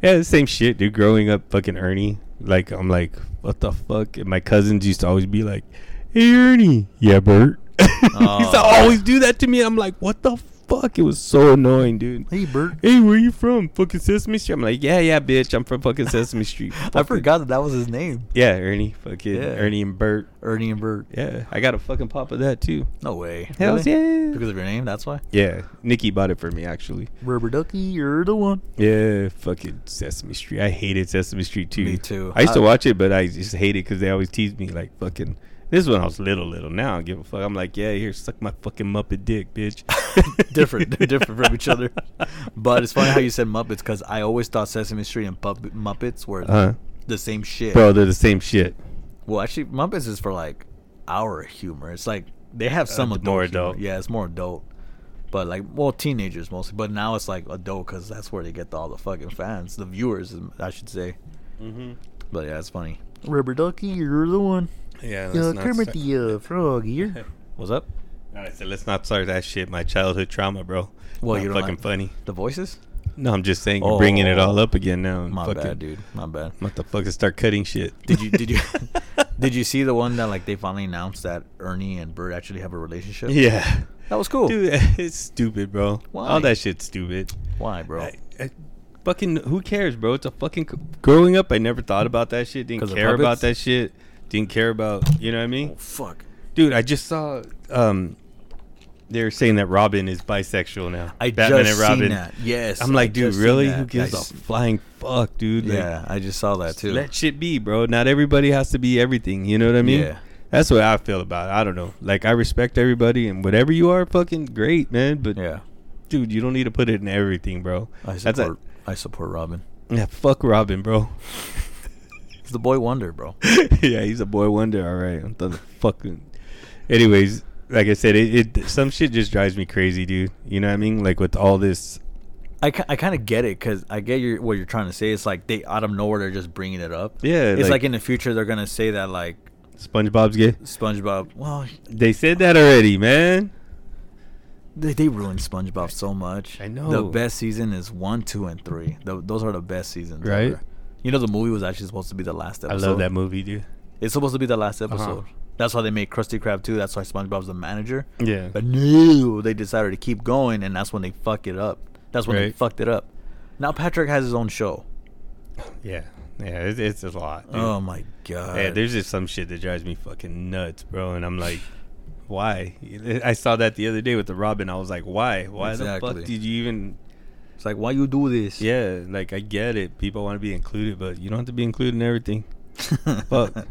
[SPEAKER 2] Yeah, the same shit, dude. Growing up fucking Ernie. Like I'm like, what the fuck? And my cousins used to always be like, Hey Ernie. Yeah, Bert. he used to
[SPEAKER 3] Oh.
[SPEAKER 2] always do that to me. I'm like, what the fuck? It was so annoying, dude.
[SPEAKER 3] Hey, Bert.
[SPEAKER 2] hey, where you from? Fucking Sesame Street. I'm like, yeah, yeah, bitch. I'm from fucking Sesame Street.
[SPEAKER 3] I
[SPEAKER 2] Fucking-
[SPEAKER 3] forgot that that was his name,
[SPEAKER 2] Yeah, Ernie. Fucking
[SPEAKER 3] Yeah.
[SPEAKER 2] Ernie and Bert.
[SPEAKER 3] Ernie and Bert.
[SPEAKER 2] Yeah, I got a fucking pop of that too.
[SPEAKER 3] No way.
[SPEAKER 2] Hell
[SPEAKER 3] Really?
[SPEAKER 2] yeah.
[SPEAKER 3] Because of your name, that's why.
[SPEAKER 2] yeah, Nikki bought it for me actually.
[SPEAKER 3] Rubber Ducky, you're the one.
[SPEAKER 2] Yeah, fucking Sesame Street. I hated Sesame Street too.
[SPEAKER 3] Me too.
[SPEAKER 2] I used to
[SPEAKER 3] I-
[SPEAKER 2] watch it, but I just hated because they always teased me like fucking. This is when I was little, little. Now I don't give a fuck. I'm like, yeah, here, suck my fucking Muppet dick, bitch.
[SPEAKER 3] different. They're different from each other. But it's funny how you said Muppets because I always thought Sesame Street and Pupp- Muppets were
[SPEAKER 2] Uh,
[SPEAKER 3] the same shit.
[SPEAKER 2] bro, they're the same shit.
[SPEAKER 3] Well, actually, Muppets is for like our humor. It's like they have some
[SPEAKER 4] Uh,
[SPEAKER 3] adult
[SPEAKER 2] more
[SPEAKER 3] humor.
[SPEAKER 2] adult.
[SPEAKER 3] Yeah, it's more adult. But like, well, teenagers mostly. But now it's like adult because that's where they get all the fucking fans, the viewers, I should say.
[SPEAKER 2] Mm-hmm.
[SPEAKER 3] But yeah, it's funny.
[SPEAKER 4] Rubber ducky, you're the one.
[SPEAKER 2] Yeah,
[SPEAKER 4] Yeah,
[SPEAKER 2] let's
[SPEAKER 4] Kermit
[SPEAKER 2] not start.
[SPEAKER 4] the uh, frog here.
[SPEAKER 3] What's up?
[SPEAKER 2] All right, so let's not start that shit. My childhood trauma, bro.
[SPEAKER 3] Well,
[SPEAKER 2] Not
[SPEAKER 3] you don't
[SPEAKER 2] fucking
[SPEAKER 3] like-
[SPEAKER 2] funny.
[SPEAKER 3] The voices?
[SPEAKER 2] No, I'm just saying, you're bringing it all up again now. and
[SPEAKER 3] My
[SPEAKER 2] fucking,
[SPEAKER 3] bad, dude. My bad.
[SPEAKER 2] Motherfuckers start cutting shit.
[SPEAKER 3] Did you did you did you see the one that like they finally announced that Ernie and Bert actually have a relationship?
[SPEAKER 2] Yeah.
[SPEAKER 3] That was cool.
[SPEAKER 2] Dude, it's stupid, bro.
[SPEAKER 3] Why?
[SPEAKER 2] All that shit's stupid.
[SPEAKER 3] Why, bro?
[SPEAKER 2] I- I- fucking, who cares, bro? It's a fucking. Growing up, I never thought about that shit.
[SPEAKER 3] 'Cause
[SPEAKER 2] Didn't
[SPEAKER 3] of
[SPEAKER 2] care about
[SPEAKER 3] puppets?
[SPEAKER 2] that shit. Didn't care about, you know what I mean?
[SPEAKER 3] Fuck.
[SPEAKER 2] Dude, I just saw. um They're saying that Robin is bisexual now.
[SPEAKER 3] I
[SPEAKER 2] Batman
[SPEAKER 3] just
[SPEAKER 2] and Robin.
[SPEAKER 3] seen that. Yes.
[SPEAKER 2] I'm like,
[SPEAKER 3] I
[SPEAKER 2] dude,
[SPEAKER 3] just seen
[SPEAKER 2] really?
[SPEAKER 3] that.
[SPEAKER 2] Who gives
[SPEAKER 3] I
[SPEAKER 2] a
[SPEAKER 3] s-
[SPEAKER 2] flying fuck, dude? Like,
[SPEAKER 3] Yeah, I just saw that too.
[SPEAKER 2] Let shit be, bro. Not everybody has to be everything. You know what I mean?
[SPEAKER 3] Yeah.
[SPEAKER 2] That's what I feel about it. I don't know. Like I respect everybody and whatever you are, fucking great, man. But
[SPEAKER 3] yeah.
[SPEAKER 2] dude, you don't need to put it in everything, bro.
[SPEAKER 3] I
[SPEAKER 2] That's
[SPEAKER 3] support
[SPEAKER 2] a,
[SPEAKER 3] I support Robin.
[SPEAKER 2] yeah, fuck Robin, bro.
[SPEAKER 3] He's the boy wonder, bro.
[SPEAKER 2] yeah, he's a boy wonder. All right, I'm done. fucking. Anyways, like I said, it, it some shit just drives me crazy, dude. You know what I mean? Like with all this,
[SPEAKER 3] I, ki- I kind of get it because I get your what you're trying to say. It's like they out of nowhere they're just bringing it up.
[SPEAKER 2] Yeah,
[SPEAKER 3] it's like,
[SPEAKER 2] like-
[SPEAKER 3] in the future they're gonna say that like
[SPEAKER 2] SpongeBob's gay.
[SPEAKER 3] SpongeBob. Well,
[SPEAKER 2] They said that already, man.
[SPEAKER 3] they, they ruined SpongeBob so much.
[SPEAKER 2] I
[SPEAKER 3] the
[SPEAKER 2] know.
[SPEAKER 3] best season is one, two, and three. Tho- those are the best seasons,
[SPEAKER 2] Right?
[SPEAKER 3] ever. You know the movie was actually supposed to be the last
[SPEAKER 2] I
[SPEAKER 3] episode.
[SPEAKER 2] love that Uh-huh. movie, dude.
[SPEAKER 3] It's supposed to be the last episode. That's why they made Krusty Krab too. That's why SpongeBob's the manager.
[SPEAKER 2] Yeah.
[SPEAKER 3] But no, they decided to keep going, and that's when they fuck it up. That's when they
[SPEAKER 2] Right.
[SPEAKER 3] fucked it up. Now Patrick has his own show.
[SPEAKER 2] Yeah, yeah, it's, it's a lot. Dude.
[SPEAKER 3] Oh my god!
[SPEAKER 2] Yeah, there's just some shit that drives me fucking nuts, bro. And I'm like, why? I saw that the other day with the Robin. I was like, why? Why the
[SPEAKER 3] Exactly.
[SPEAKER 2] fuck did you even?
[SPEAKER 3] it's like why you do this?
[SPEAKER 2] Yeah, like I get it. People want to be included, but you don't have to be included in everything. Fuck.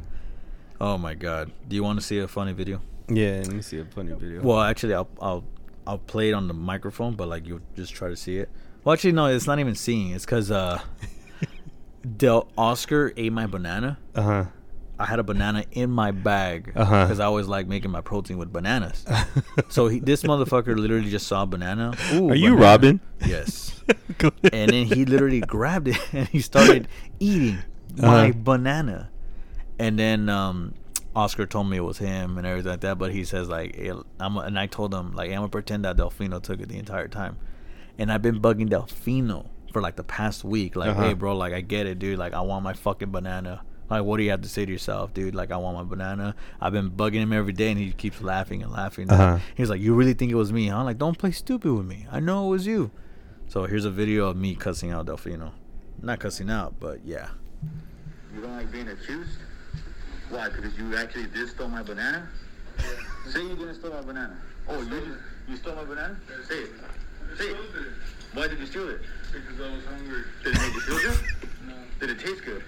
[SPEAKER 3] oh my god! Do you want to see a funny video?
[SPEAKER 2] yeah, let me see a funny video.
[SPEAKER 3] Well, actually, I'll I'll I'll play it on the microphone, but like you'll just try to see it. Well, actually, no, it's not even seeing. It's because uh, Del Oscar ate my banana.
[SPEAKER 2] Uh huh.
[SPEAKER 3] I had a banana in my bag because
[SPEAKER 2] Uh-huh.
[SPEAKER 3] I always like making my protein with bananas. so he, this motherfucker literally just saw a banana. Ooh,
[SPEAKER 2] Are you
[SPEAKER 3] banana.
[SPEAKER 2] Robin?
[SPEAKER 3] Yes. and then he literally grabbed it and he started eating my
[SPEAKER 2] Uh-huh.
[SPEAKER 3] banana. And then um, Oscar told me it was him and everything like that. But he says like, "Hey, I'm a, and I told him like, I'm gonna pretend that Delfino took it the entire time. And I've been bugging Delfino for like the past week. Like,
[SPEAKER 2] Uh-huh.
[SPEAKER 3] hey, bro, like I get it, dude. Like I want my fucking banana. Like, what do you have to say to yourself, dude? Like, I want my banana. I've been bugging him every day, and he keeps laughing and laughing.
[SPEAKER 2] Uh-huh.
[SPEAKER 3] He was like, "You really think it was me, huh?" Like, don't play stupid with me. I know it was you. So here's a video of me cussing out Delfino. Not cussing out, but yeah.
[SPEAKER 5] You don't like being accused? Why? Because you actually did steal my banana? Say you didn't steal my banana. Oh, you just, you stole my banana? Say it. Say it. Why did you steal it?
[SPEAKER 1] Because I was hungry.
[SPEAKER 5] Did it make you feel good?
[SPEAKER 1] No,
[SPEAKER 5] Did it taste good?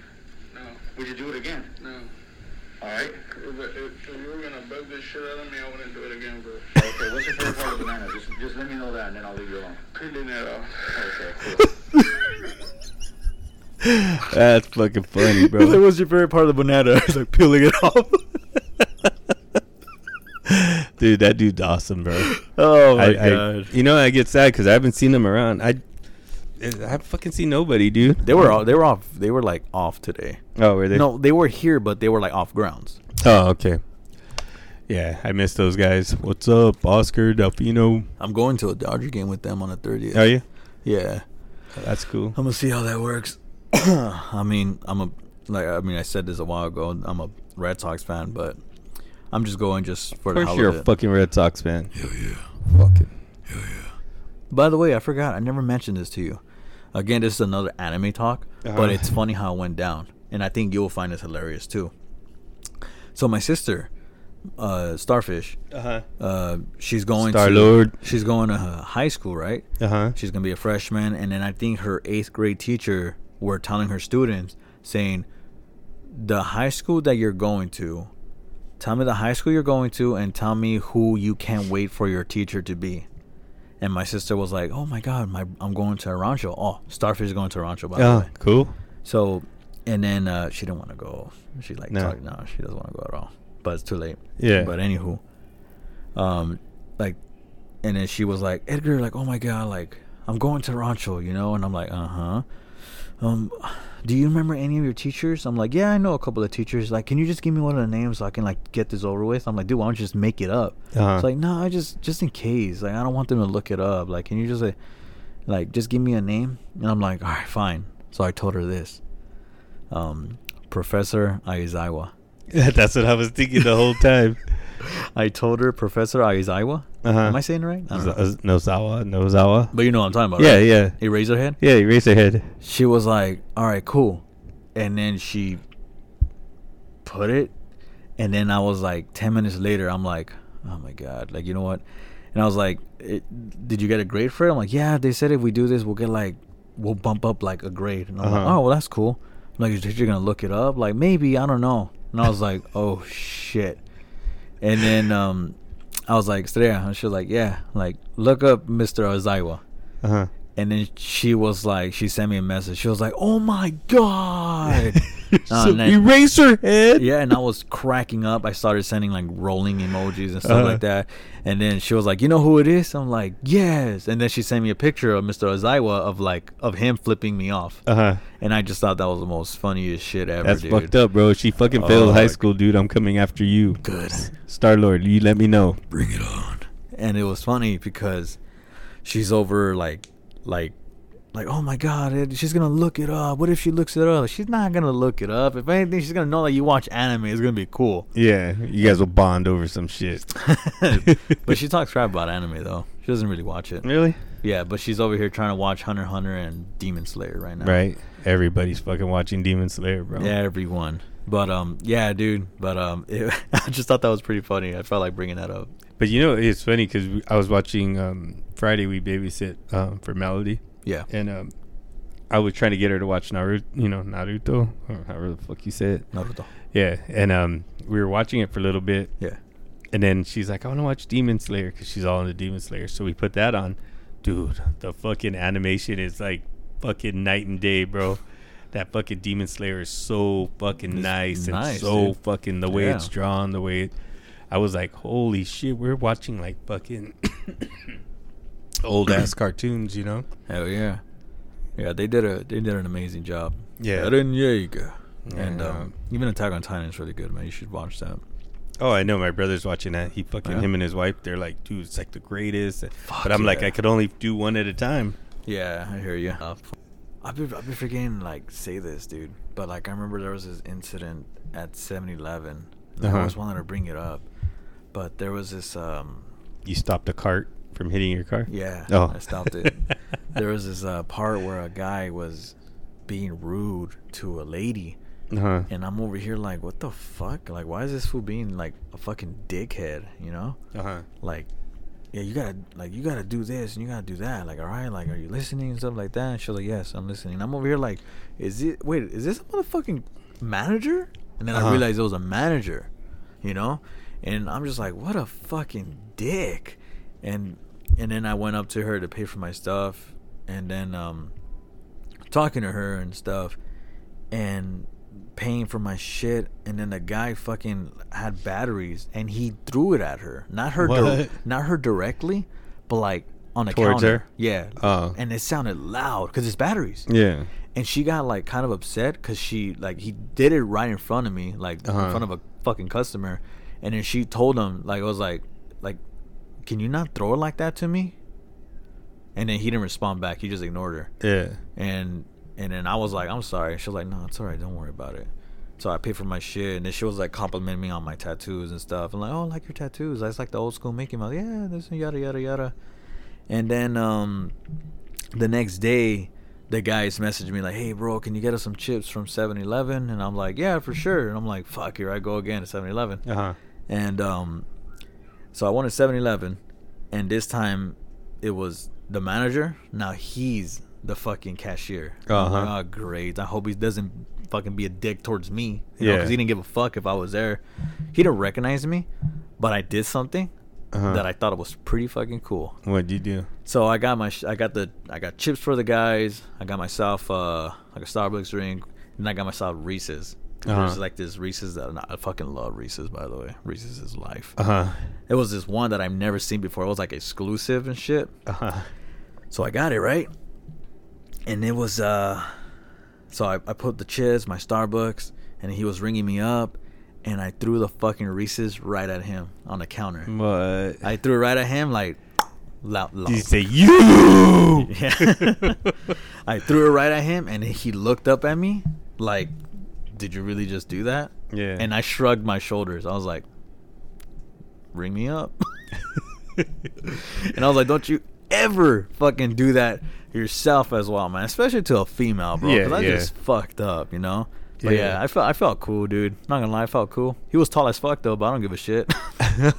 [SPEAKER 1] no,
[SPEAKER 5] Would you do it again?
[SPEAKER 1] no.
[SPEAKER 5] All right.
[SPEAKER 1] If, if, if you were gonna bug this shit out of me, I wouldn't do it again, bro.
[SPEAKER 5] Okay, what's your favorite part of the banana? Just, just let me know that and then I'll leave you alone.
[SPEAKER 1] Peeling it off.
[SPEAKER 5] Okay, cool.
[SPEAKER 2] That's fucking funny,
[SPEAKER 3] That
[SPEAKER 2] bro.
[SPEAKER 3] was your favorite part of the banana. He's like peeling it off.
[SPEAKER 2] dude, that dude's awesome, bro.
[SPEAKER 3] Oh my
[SPEAKER 2] I, I,
[SPEAKER 3] god.
[SPEAKER 2] you know, I get sad because I haven't seen them around. I, I haven't fucking seen nobody, dude.
[SPEAKER 3] they were all, they were off. They were like off today.
[SPEAKER 2] Oh, were they?
[SPEAKER 3] No, they were here, but they were like off grounds.
[SPEAKER 2] Oh, okay. Yeah, I miss those guys. What's up, Oscar Delfino?
[SPEAKER 3] I'm going to a Dodger game with them on the 30th.
[SPEAKER 2] Are you?
[SPEAKER 3] Yeah.
[SPEAKER 2] That's cool.
[SPEAKER 3] I'm gonna see how that works. I mean, I'm a like I mean I said this a while ago. I'm a Red Sox fan, but I'm just going just for
[SPEAKER 2] Of
[SPEAKER 3] the
[SPEAKER 2] course,
[SPEAKER 3] hell
[SPEAKER 2] you're
[SPEAKER 3] of
[SPEAKER 2] a
[SPEAKER 3] it.
[SPEAKER 2] fucking Red Sox fan.
[SPEAKER 3] By the way, I forgot. I never mentioned this to you. Again, this is another anime talk, but
[SPEAKER 2] Uh-huh.
[SPEAKER 3] it's funny how it went down, and I think you'll find this hilarious too. So my sister, uh, Starfish,
[SPEAKER 2] Uh huh.
[SPEAKER 3] uh, she's going to-
[SPEAKER 2] Star-Lord.
[SPEAKER 3] She's going to uh, high school, right?
[SPEAKER 2] Uh huh.
[SPEAKER 3] She's gonna be a freshman, and then I think her eighth grade teacher were telling her students, saying, "The high school that you're going to, tell me the high school you're going to, and tell me who you can't wait for your teacher to be." And my sister was like, "Oh my god, my I'm going to Rancho. Oh, Starfish is going to Rancho by the
[SPEAKER 2] Oh,
[SPEAKER 3] way."
[SPEAKER 2] cool.
[SPEAKER 3] So, and then uh, she didn't want to go. She like
[SPEAKER 2] No.
[SPEAKER 3] talked, no, she doesn't want to go at all. But it's too late.
[SPEAKER 2] Yeah.
[SPEAKER 3] But anywho, um, like, and then she was like, Edgar, like, oh my god, like, I'm going to Rancho, you know, and I'm like, uh huh. um, do you remember any of your teachers? I'm like, yeah, I know a couple of teachers. Like, can you just give me one of the names so I can like get this over with? I'm like, dude, why don't you just make it up?
[SPEAKER 2] Uh-huh.
[SPEAKER 3] It's like, no, I just just in case. Like, I don't want them to look it up. Like, can you just like, like just give me a name? And I'm like, all right, fine. So I told her this, um, Professor Aizawa.
[SPEAKER 2] That's what I was thinking the whole time.
[SPEAKER 3] I told her Professor Aizawa.
[SPEAKER 2] Uh-huh.
[SPEAKER 3] Am I saying it right? I don't know.
[SPEAKER 2] Z- Nozawa, Nozawa.
[SPEAKER 3] But you know what I'm talking about,
[SPEAKER 2] Yeah,
[SPEAKER 3] right?
[SPEAKER 2] yeah.
[SPEAKER 3] Eraser head.
[SPEAKER 2] Yeah, Eraserhead.
[SPEAKER 3] She was like, "All right, cool," and then she put it, and then I was like, ten minutes later, I'm like, "Oh my god!" Like, you know what? And I was like, it, "Did you get a grade for it?" I'm like, "Yeah, they said if we do this, we'll get like, we'll bump up like a grade." And I'm like,
[SPEAKER 2] Uh-huh.
[SPEAKER 3] "Oh, well, that's cool." I'm like, "Your teacher gonna look it up?" Like, maybe I don't know. And I was like, "Oh shit!" And then um, I was like, "Estrella," and she was like, "Yeah, like look up Mr. Ozawa."
[SPEAKER 2] Uh huh.
[SPEAKER 3] And then she was like, she sent me a message. She was like, "Oh my god!" Uh,
[SPEAKER 2] so
[SPEAKER 3] and then-
[SPEAKER 2] Eraserhead.
[SPEAKER 3] yeah, and I was cracking up. I started sending like rolling emojis and stuff
[SPEAKER 2] Uh-huh.
[SPEAKER 3] like that. And then she was like, "You know who it is?" I'm like, "Yes." And then she sent me a picture of Mr. Ozawa of like of him flipping me off.
[SPEAKER 2] Uh huh.
[SPEAKER 3] And I just thought that was the most funniest shit ever.
[SPEAKER 2] That's
[SPEAKER 3] dude.
[SPEAKER 2] fucked up, bro. She fucking
[SPEAKER 3] Oh,
[SPEAKER 2] failed high
[SPEAKER 3] like-
[SPEAKER 2] school, dude. I'm coming after you.
[SPEAKER 3] Good.
[SPEAKER 2] Star Lord, you let me know.
[SPEAKER 3] bring it on and it was funny because she's over like like like oh my god it- she's gonna look it up what if she looks it up she's not gonna look it up if anything she's gonna know that you watch anime it's gonna be cool
[SPEAKER 2] Yeah, you guys will bond over some shit.
[SPEAKER 3] but she talks crap about anime though she doesn't really watch it
[SPEAKER 2] Really?
[SPEAKER 3] yeah but she's over here trying to watch hunter x hunter and demon slayer right now
[SPEAKER 2] Right. Everybody's fucking watching Demon Slayer, bro.
[SPEAKER 3] yeah everyone but um yeah dude but um it, i just thought that was pretty funny i felt like bringing that up
[SPEAKER 2] But you know, it's funny because I was watching um, Friday. We babysit um, for Melody,
[SPEAKER 3] yeah
[SPEAKER 2] and um, I was trying to get her to watch Naruto. You know, Naruto, or however the fuck you say it.
[SPEAKER 3] naruto
[SPEAKER 2] Yeah, and um, we were watching it for a little bit,
[SPEAKER 3] yeah
[SPEAKER 2] and then she's like, "I want to watch Demon Slayer" because she's all into Demon Slayer. So we put that on. Dude, the fucking animation is like fucking night and day, bro. That fucking Demon Slayer is so fucking nice and
[SPEAKER 3] nice,
[SPEAKER 2] so
[SPEAKER 3] dude.
[SPEAKER 2] fucking the way it's
[SPEAKER 3] Yeah.
[SPEAKER 2] drawn, the way it, I was like, holy shit, we're watching like fucking old ass cartoons, you know?
[SPEAKER 3] Hell yeah, yeah. They did a they did an amazing job.
[SPEAKER 2] Yeah.
[SPEAKER 3] Eren Yeager. And
[SPEAKER 2] Yeah.
[SPEAKER 3] um, even Attack on Titan is really good, man. You should watch that.
[SPEAKER 2] Oh, I know. My brother's watching that. He fucking
[SPEAKER 3] Yeah.
[SPEAKER 2] him and his wife. They're like, dude, it's like the greatest.
[SPEAKER 3] Fuck
[SPEAKER 2] but I'm like,
[SPEAKER 3] yeah.
[SPEAKER 2] I could only do one at a time.
[SPEAKER 3] Yeah, I hear you. Uh, I've been I've been forgetting like say this, dude. But like I remember there was this incident at 7-Eleven. and I
[SPEAKER 2] Uh-huh.
[SPEAKER 3] always wanted to bring it up, but there was this um
[SPEAKER 2] You stopped a cart from hitting your car.
[SPEAKER 3] yeah
[SPEAKER 2] Oh.
[SPEAKER 3] I stopped it. there was this uh, part where a guy was being rude to a lady.
[SPEAKER 2] Uh-huh.
[SPEAKER 3] and I'm over here like, what the fuck? Like, why is this fool being like a fucking dickhead? You know,
[SPEAKER 2] Uh-huh.
[SPEAKER 3] like, yeah, you gotta like you gotta do this and you gotta do that. Like, all right, like, are you listening and stuff like that? And she's like, yes, I'm listening. And I'm over here like, is it? Wait, is this a motherfucking manager? And then
[SPEAKER 2] Uh-huh.
[SPEAKER 3] I realized it was a manager, you know, and I'm just like, what a fucking dick. And and then I went up to her to pay for my stuff, and then um, talking to her and stuff and paying for my shit and then the guy fucking had batteries and he threw it at her not her dir-
[SPEAKER 2] What?
[SPEAKER 3] not her directly but like on a
[SPEAKER 2] Towards
[SPEAKER 3] counter
[SPEAKER 2] her?
[SPEAKER 3] yeah
[SPEAKER 2] Oh.
[SPEAKER 3] and it sounded loud because it's batteries
[SPEAKER 2] Yeah.
[SPEAKER 3] and she got like kind of upset because she like he did it right in front of me like
[SPEAKER 2] Uh-huh.
[SPEAKER 3] in front of a fucking customer and then she told him like i was like like can you not throw it like that to me and then he didn't respond back he just ignored her
[SPEAKER 2] Yeah.
[SPEAKER 3] and and then I was like, I'm sorry. She was like, No, it's all right. Don't worry about it. So I paid for my shit, and then she was like complimenting me on my tattoos and stuff. I'm like, Oh, I like your tattoos. That's like the old school Mickey Mouse. Yeah, this and yada yada yada. And then um, the next day, the guys messaged me like, Hey, bro, can you get us some chips from 7-Eleven? And I'm like, Yeah, for sure. And I'm like, Fuck, here I go again at 7-Eleven.
[SPEAKER 2] Uh-huh.
[SPEAKER 3] And um, so I wanted 7 Eleven, and this time it was the manager. Now he's the fucking cashier. I'm like,
[SPEAKER 2] Uh-huh.
[SPEAKER 3] oh, great. I hope he doesn't fucking be a dick towards me. You
[SPEAKER 2] Yeah.
[SPEAKER 3] Because he didn't give a fuck if I was there. He didn't recognize me, but I did something
[SPEAKER 2] Uh-huh.
[SPEAKER 3] that I thought was pretty fucking cool.
[SPEAKER 2] What'd you do?
[SPEAKER 3] So I got my sh- I got the I got chips for the guys. I got myself uh like a Starbucks drink, and I got myself Reese's.
[SPEAKER 2] Uh-huh.
[SPEAKER 3] There's like this Reese's that I fucking love Reese's by the way. Reese's is life.
[SPEAKER 2] Uh-huh.
[SPEAKER 3] It was this one that I've never seen before. It was like exclusive
[SPEAKER 2] Uh.
[SPEAKER 3] and shit.
[SPEAKER 2] Uh-huh.
[SPEAKER 3] So I got it right, and it was uh, So I, I put the chips, my Starbucks, and he was ringing me up, and I threw the fucking Reese's right at him on the counter.
[SPEAKER 2] What?
[SPEAKER 3] I threw it right at him, like loud, loud.
[SPEAKER 2] Did you say you?
[SPEAKER 3] Yeah. I threw it right at him, and he looked up at me like, "Did you really just do that?"
[SPEAKER 2] Yeah.
[SPEAKER 3] And I shrugged my shoulders. I was like, "Ring me up," and I was like, "Don't you ever fucking do that yourself as well, man. Especially to a female, bro.
[SPEAKER 2] Yeah,
[SPEAKER 3] 'cause I
[SPEAKER 2] yeah.
[SPEAKER 3] just fucked up, you know." But
[SPEAKER 2] Yeah.
[SPEAKER 3] yeah. I felt I felt cool, dude. Not gonna lie, I felt cool. He was tall as fuck though, but I don't give a shit.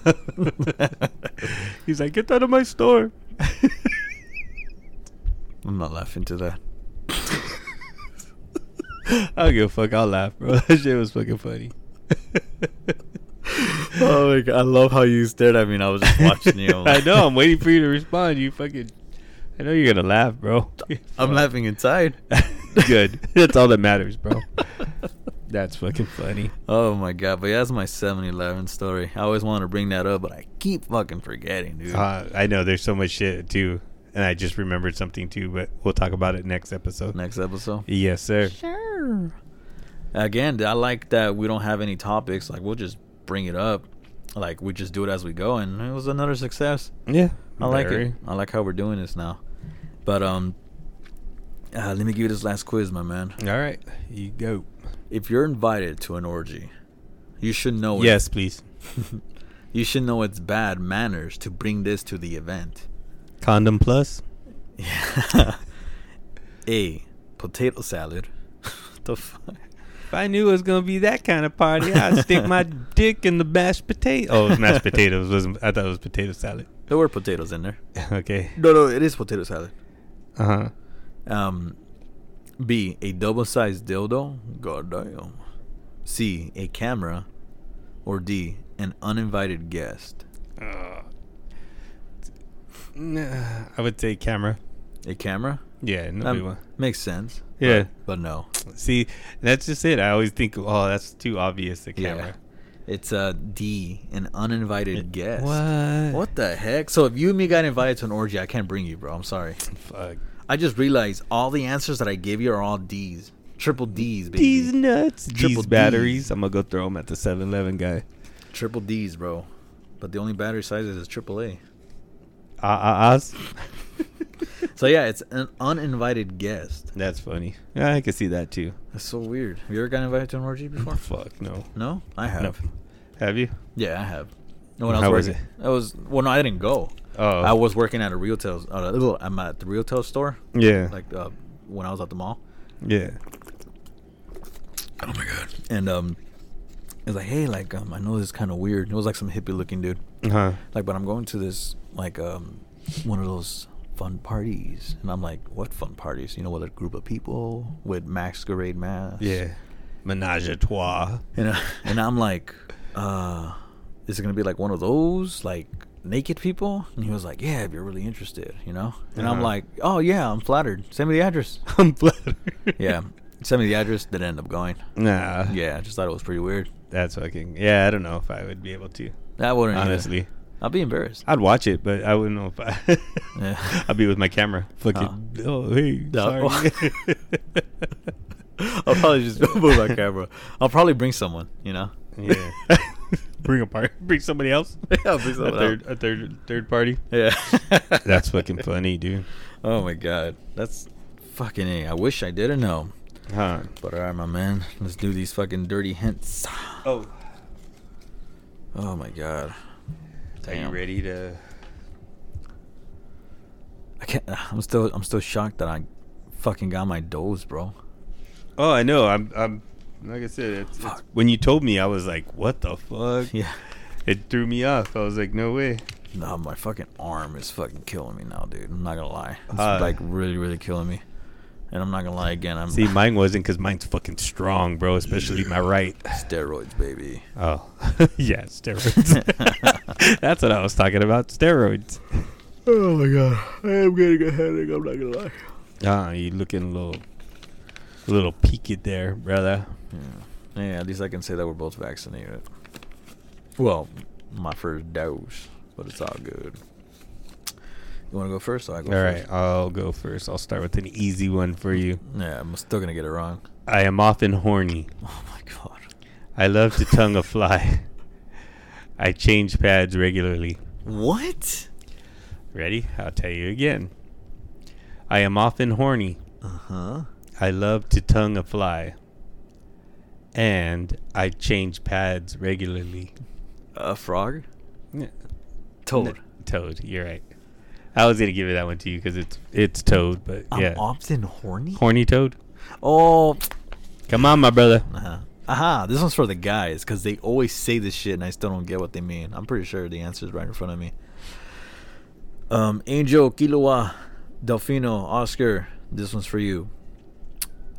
[SPEAKER 2] He's like, get out of my store.
[SPEAKER 3] I'm not laughing to that.
[SPEAKER 2] I don't give a fuck. I'll laugh, bro. That shit was fucking funny.
[SPEAKER 3] Oh my god, I love how you stared at me and I was just watching you.
[SPEAKER 2] I know. I'm waiting for you to respond. You fucking. I know you're gonna laugh, bro.
[SPEAKER 3] I'm laughing inside.
[SPEAKER 2] Good. That's all that matters, bro. That's fucking funny.
[SPEAKER 3] Oh my god, but yeah, that's my 7-Eleven story. I always wanted to bring that up, but I keep fucking forgetting, dude.
[SPEAKER 2] Uh, I know there's so much shit too, and I just remembered something too. But we'll talk about it next episode.
[SPEAKER 3] Next episode.
[SPEAKER 2] Yes, sir.
[SPEAKER 3] Again, I like that we don't have any topics. Like we'll just bring it up. Like we just do it as we go, and it was another success.
[SPEAKER 2] Yeah,
[SPEAKER 3] I like
[SPEAKER 2] Very.
[SPEAKER 3] it. I like how we're doing this now. But um, uh, let me give you this last quiz, my man.
[SPEAKER 2] All right, you go.
[SPEAKER 3] If you're invited to an orgy, you should know. it-
[SPEAKER 2] Yes, please.
[SPEAKER 3] You should know it's bad manners to bring this to the event.
[SPEAKER 2] Condom plus.
[SPEAKER 3] A. Potato salad. the fuck?
[SPEAKER 2] If I knew it was gonna be that kind of party, I'd stick my dick in the mashed potato. Oh, it was mashed potatoes. Wasn't I thought it was potato salad.
[SPEAKER 3] There were potatoes in there.
[SPEAKER 2] Okay.
[SPEAKER 3] No, no, it is potato salad.
[SPEAKER 2] Uh huh.
[SPEAKER 3] Um, B. A double sized dildo. Goddamn. C. A camera. Or D. An uninvited guest.
[SPEAKER 2] Nah, I would say camera.
[SPEAKER 3] A camera?
[SPEAKER 2] Yeah,
[SPEAKER 3] That
[SPEAKER 2] nobody wa-
[SPEAKER 3] makes sense.
[SPEAKER 2] Yeah.
[SPEAKER 3] But no.
[SPEAKER 2] See, that's just it. I always think, oh, that's too obvious. The camera.
[SPEAKER 3] Yeah. It's uh, D. An uninvited guest.
[SPEAKER 2] What?
[SPEAKER 3] What the heck? So if you and me got invited to an orgy, I can't bring you, bro. I'm sorry.
[SPEAKER 2] Fuck.
[SPEAKER 3] I just realized all the answers that I give you are all D's, triple D's, baby,
[SPEAKER 2] These nuts.
[SPEAKER 3] Triple
[SPEAKER 2] These batteries. I'm gonna go throw them at the 7-Eleven guy.
[SPEAKER 3] triple D's, bro. But the only battery size is triple A.
[SPEAKER 2] Ah ah ahs.
[SPEAKER 3] So yeah, it's an uninvited guest.
[SPEAKER 2] That's funny. Yeah, I could see that too.
[SPEAKER 3] That's so weird. Have you ever got invited to an orgy before?
[SPEAKER 2] Fuck no.
[SPEAKER 3] No, I have.
[SPEAKER 2] No. Have you?
[SPEAKER 3] Yeah, I have. When I was
[SPEAKER 2] How
[SPEAKER 3] working,
[SPEAKER 2] was
[SPEAKER 3] I was well. No, I didn't go.
[SPEAKER 2] Oh.
[SPEAKER 3] I was working at a retail. Uh, I'm at the retail store,
[SPEAKER 2] Yeah.
[SPEAKER 3] like uh, when I was at the mall.
[SPEAKER 2] yeah.
[SPEAKER 3] Oh my god. And um, it was like, hey, like um, I know this is kind of weird. It was like some hippie looking dude.
[SPEAKER 2] Huh.
[SPEAKER 3] like but i'm going to this like um one of those fun parties and i'm like what fun parties you know with a group of people with masquerade masks
[SPEAKER 2] Yeah. Menage a trois.
[SPEAKER 3] and, I, and i'm like uh is it gonna be like one of those like naked people and he was like yeah if you're really interested you know and i'm
[SPEAKER 2] Uh-huh.
[SPEAKER 3] like oh yeah i'm flattered send me the address
[SPEAKER 2] I'm flattered.
[SPEAKER 3] yeah send me the address didn't end up going
[SPEAKER 2] Nah.
[SPEAKER 3] yeah i just thought it was pretty weird
[SPEAKER 2] That's fucking. Yeah, I don't know if I would be able to.
[SPEAKER 3] that wouldn't either.
[SPEAKER 2] Honestly,
[SPEAKER 3] i'll be embarrassed
[SPEAKER 2] I'd watch it, but I wouldn't know if I.
[SPEAKER 3] Yeah. Uh-huh.
[SPEAKER 2] I'd be with my camera. Fucking. Oh, hey.
[SPEAKER 3] No.
[SPEAKER 2] Sorry.
[SPEAKER 3] i'll probably just move my camera i'll probably bring someone you know
[SPEAKER 2] yeah. Bring a part. Bring somebody else.
[SPEAKER 3] Yeah, bring someone
[SPEAKER 2] a
[SPEAKER 3] else.
[SPEAKER 2] third, a third, third party.
[SPEAKER 3] Yeah.
[SPEAKER 2] That's fucking funny, dude.
[SPEAKER 3] Oh my god. That's fucking A. I wish I didn't know.
[SPEAKER 2] Huh.
[SPEAKER 3] But alright, my man. Let's do these fucking dirty hints.
[SPEAKER 2] Oh.
[SPEAKER 3] Oh my god.
[SPEAKER 2] Are you
[SPEAKER 3] Damn.
[SPEAKER 2] ready to?
[SPEAKER 3] I can't uh, I'm still I'm still shocked that I fucking got my doze, bro.
[SPEAKER 2] Oh, I know. I'm. I'm. Like I said, it's, it's-
[SPEAKER 3] Fuck.
[SPEAKER 2] when you told me, I was like, "What the fuck?"
[SPEAKER 3] Yeah.
[SPEAKER 2] It threw me off. I was like, "No way."
[SPEAKER 3] Nah, my fucking arm is fucking killing me now, dude. I'm not gonna lie. It's
[SPEAKER 2] Hi.
[SPEAKER 3] like really, really killing me. And I'm not gonna lie again, I'm
[SPEAKER 2] See, mine wasn't because mine's fucking strong, bro. Especially my right.
[SPEAKER 3] steroids, baby.
[SPEAKER 2] Oh, yeah, steroids. That's what I was talking about. Steroids.
[SPEAKER 3] Oh my god. I am getting a headache, I'm not gonna lie.
[SPEAKER 2] Ah, you looking a little, a little peaked there, brother.
[SPEAKER 3] Yeah. yeah, at least I can say that we're both vaccinated. Well, my first dose, but it's all good. You want to go first or I go
[SPEAKER 4] All
[SPEAKER 3] first?
[SPEAKER 4] right, I'll go first. I'll start with an easy one for you.
[SPEAKER 3] Yeah, I'm still going to get it wrong.
[SPEAKER 4] I am often horny.
[SPEAKER 3] Oh my god.
[SPEAKER 4] I love to tongue a fly. I change pads regularly.
[SPEAKER 3] What?
[SPEAKER 4] Ready? I'll tell you again. I am often horny.
[SPEAKER 3] Uh
[SPEAKER 4] Uh-huh.
[SPEAKER 3] huh.
[SPEAKER 4] I love to tongue a fly. And I change pads regularly.
[SPEAKER 3] A frog?
[SPEAKER 4] Yeah.
[SPEAKER 3] Toad.
[SPEAKER 4] N- toad. You're right. I was gonna give it that one to you because it's it's toad, but
[SPEAKER 3] I'm
[SPEAKER 4] yeah,
[SPEAKER 3] often horny.
[SPEAKER 4] horny toad.
[SPEAKER 3] oh.
[SPEAKER 4] Come on, my brother.
[SPEAKER 3] Uh-huh. Aha, this one's for the guys because they always say this shit and I still don't get what they mean. I'm pretty sure the answer is right in front of me. Um, Angel, Kilua, Delfino, Oscar, this one's for you.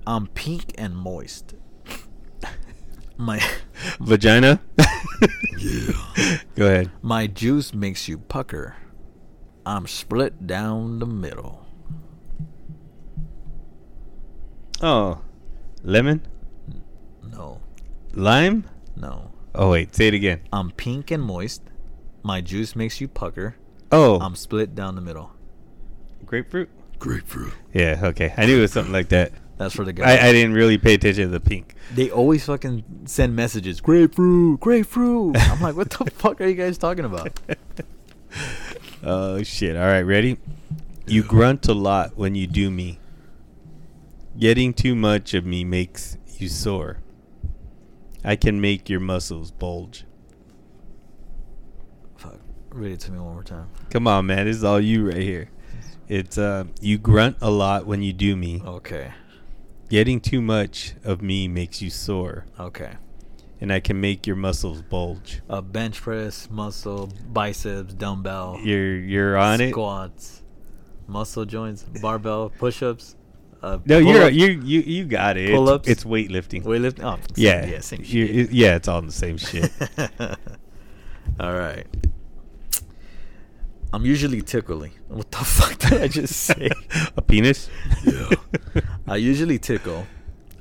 [SPEAKER 3] I'm pink and moist. My
[SPEAKER 4] Vagina. Go ahead.
[SPEAKER 3] my juice makes you pucker. I'm split down the middle.
[SPEAKER 4] Oh, lemon,
[SPEAKER 3] No,
[SPEAKER 4] lime.
[SPEAKER 3] no.
[SPEAKER 4] Oh wait, say it again.
[SPEAKER 3] I'm pink and moist. My juice makes you pucker.
[SPEAKER 4] Oh,
[SPEAKER 3] I'm split down the middle.
[SPEAKER 4] grapefruit.
[SPEAKER 3] Grapefruit.
[SPEAKER 4] Yeah. Okay, I knew it was something like that.
[SPEAKER 3] That's for the guys.
[SPEAKER 4] I, I didn't really pay attention to the pink.
[SPEAKER 3] They always fucking send messages. Grapefruit, grapefruit. I'm like, what the fuck are you guys talking about?
[SPEAKER 4] Oh shit! All right, ready? You grunt a lot when you do me. Getting too much of me makes you sore. I can make your muscles bulge.
[SPEAKER 3] Fuck. Read it to me one more time.
[SPEAKER 4] Come on, man, this is all you right here. It's uh, you grunt a lot when you do me.
[SPEAKER 3] Okay.
[SPEAKER 4] Getting too much of me makes you sore,
[SPEAKER 3] Okay.
[SPEAKER 4] and I can make your muscles bulge.
[SPEAKER 3] A bench press, muscle, biceps, dumbbell,
[SPEAKER 4] You're you're on it.
[SPEAKER 3] squats, muscle joints, barbell, push ups. Uh,
[SPEAKER 4] No, you're
[SPEAKER 3] pull-ups,
[SPEAKER 4] you you you got it. It's-
[SPEAKER 3] Pull-ups.
[SPEAKER 4] It's, weightlifting.
[SPEAKER 3] weightlifting. Oh, same-
[SPEAKER 4] yeah,
[SPEAKER 3] Yeah, same
[SPEAKER 4] You-
[SPEAKER 3] shit.
[SPEAKER 4] it- yeah, it's all the same shit.
[SPEAKER 3] All right. I'm usually tickly. What the fuck did I just say?
[SPEAKER 4] a penis? Yeah.
[SPEAKER 3] I usually tickle.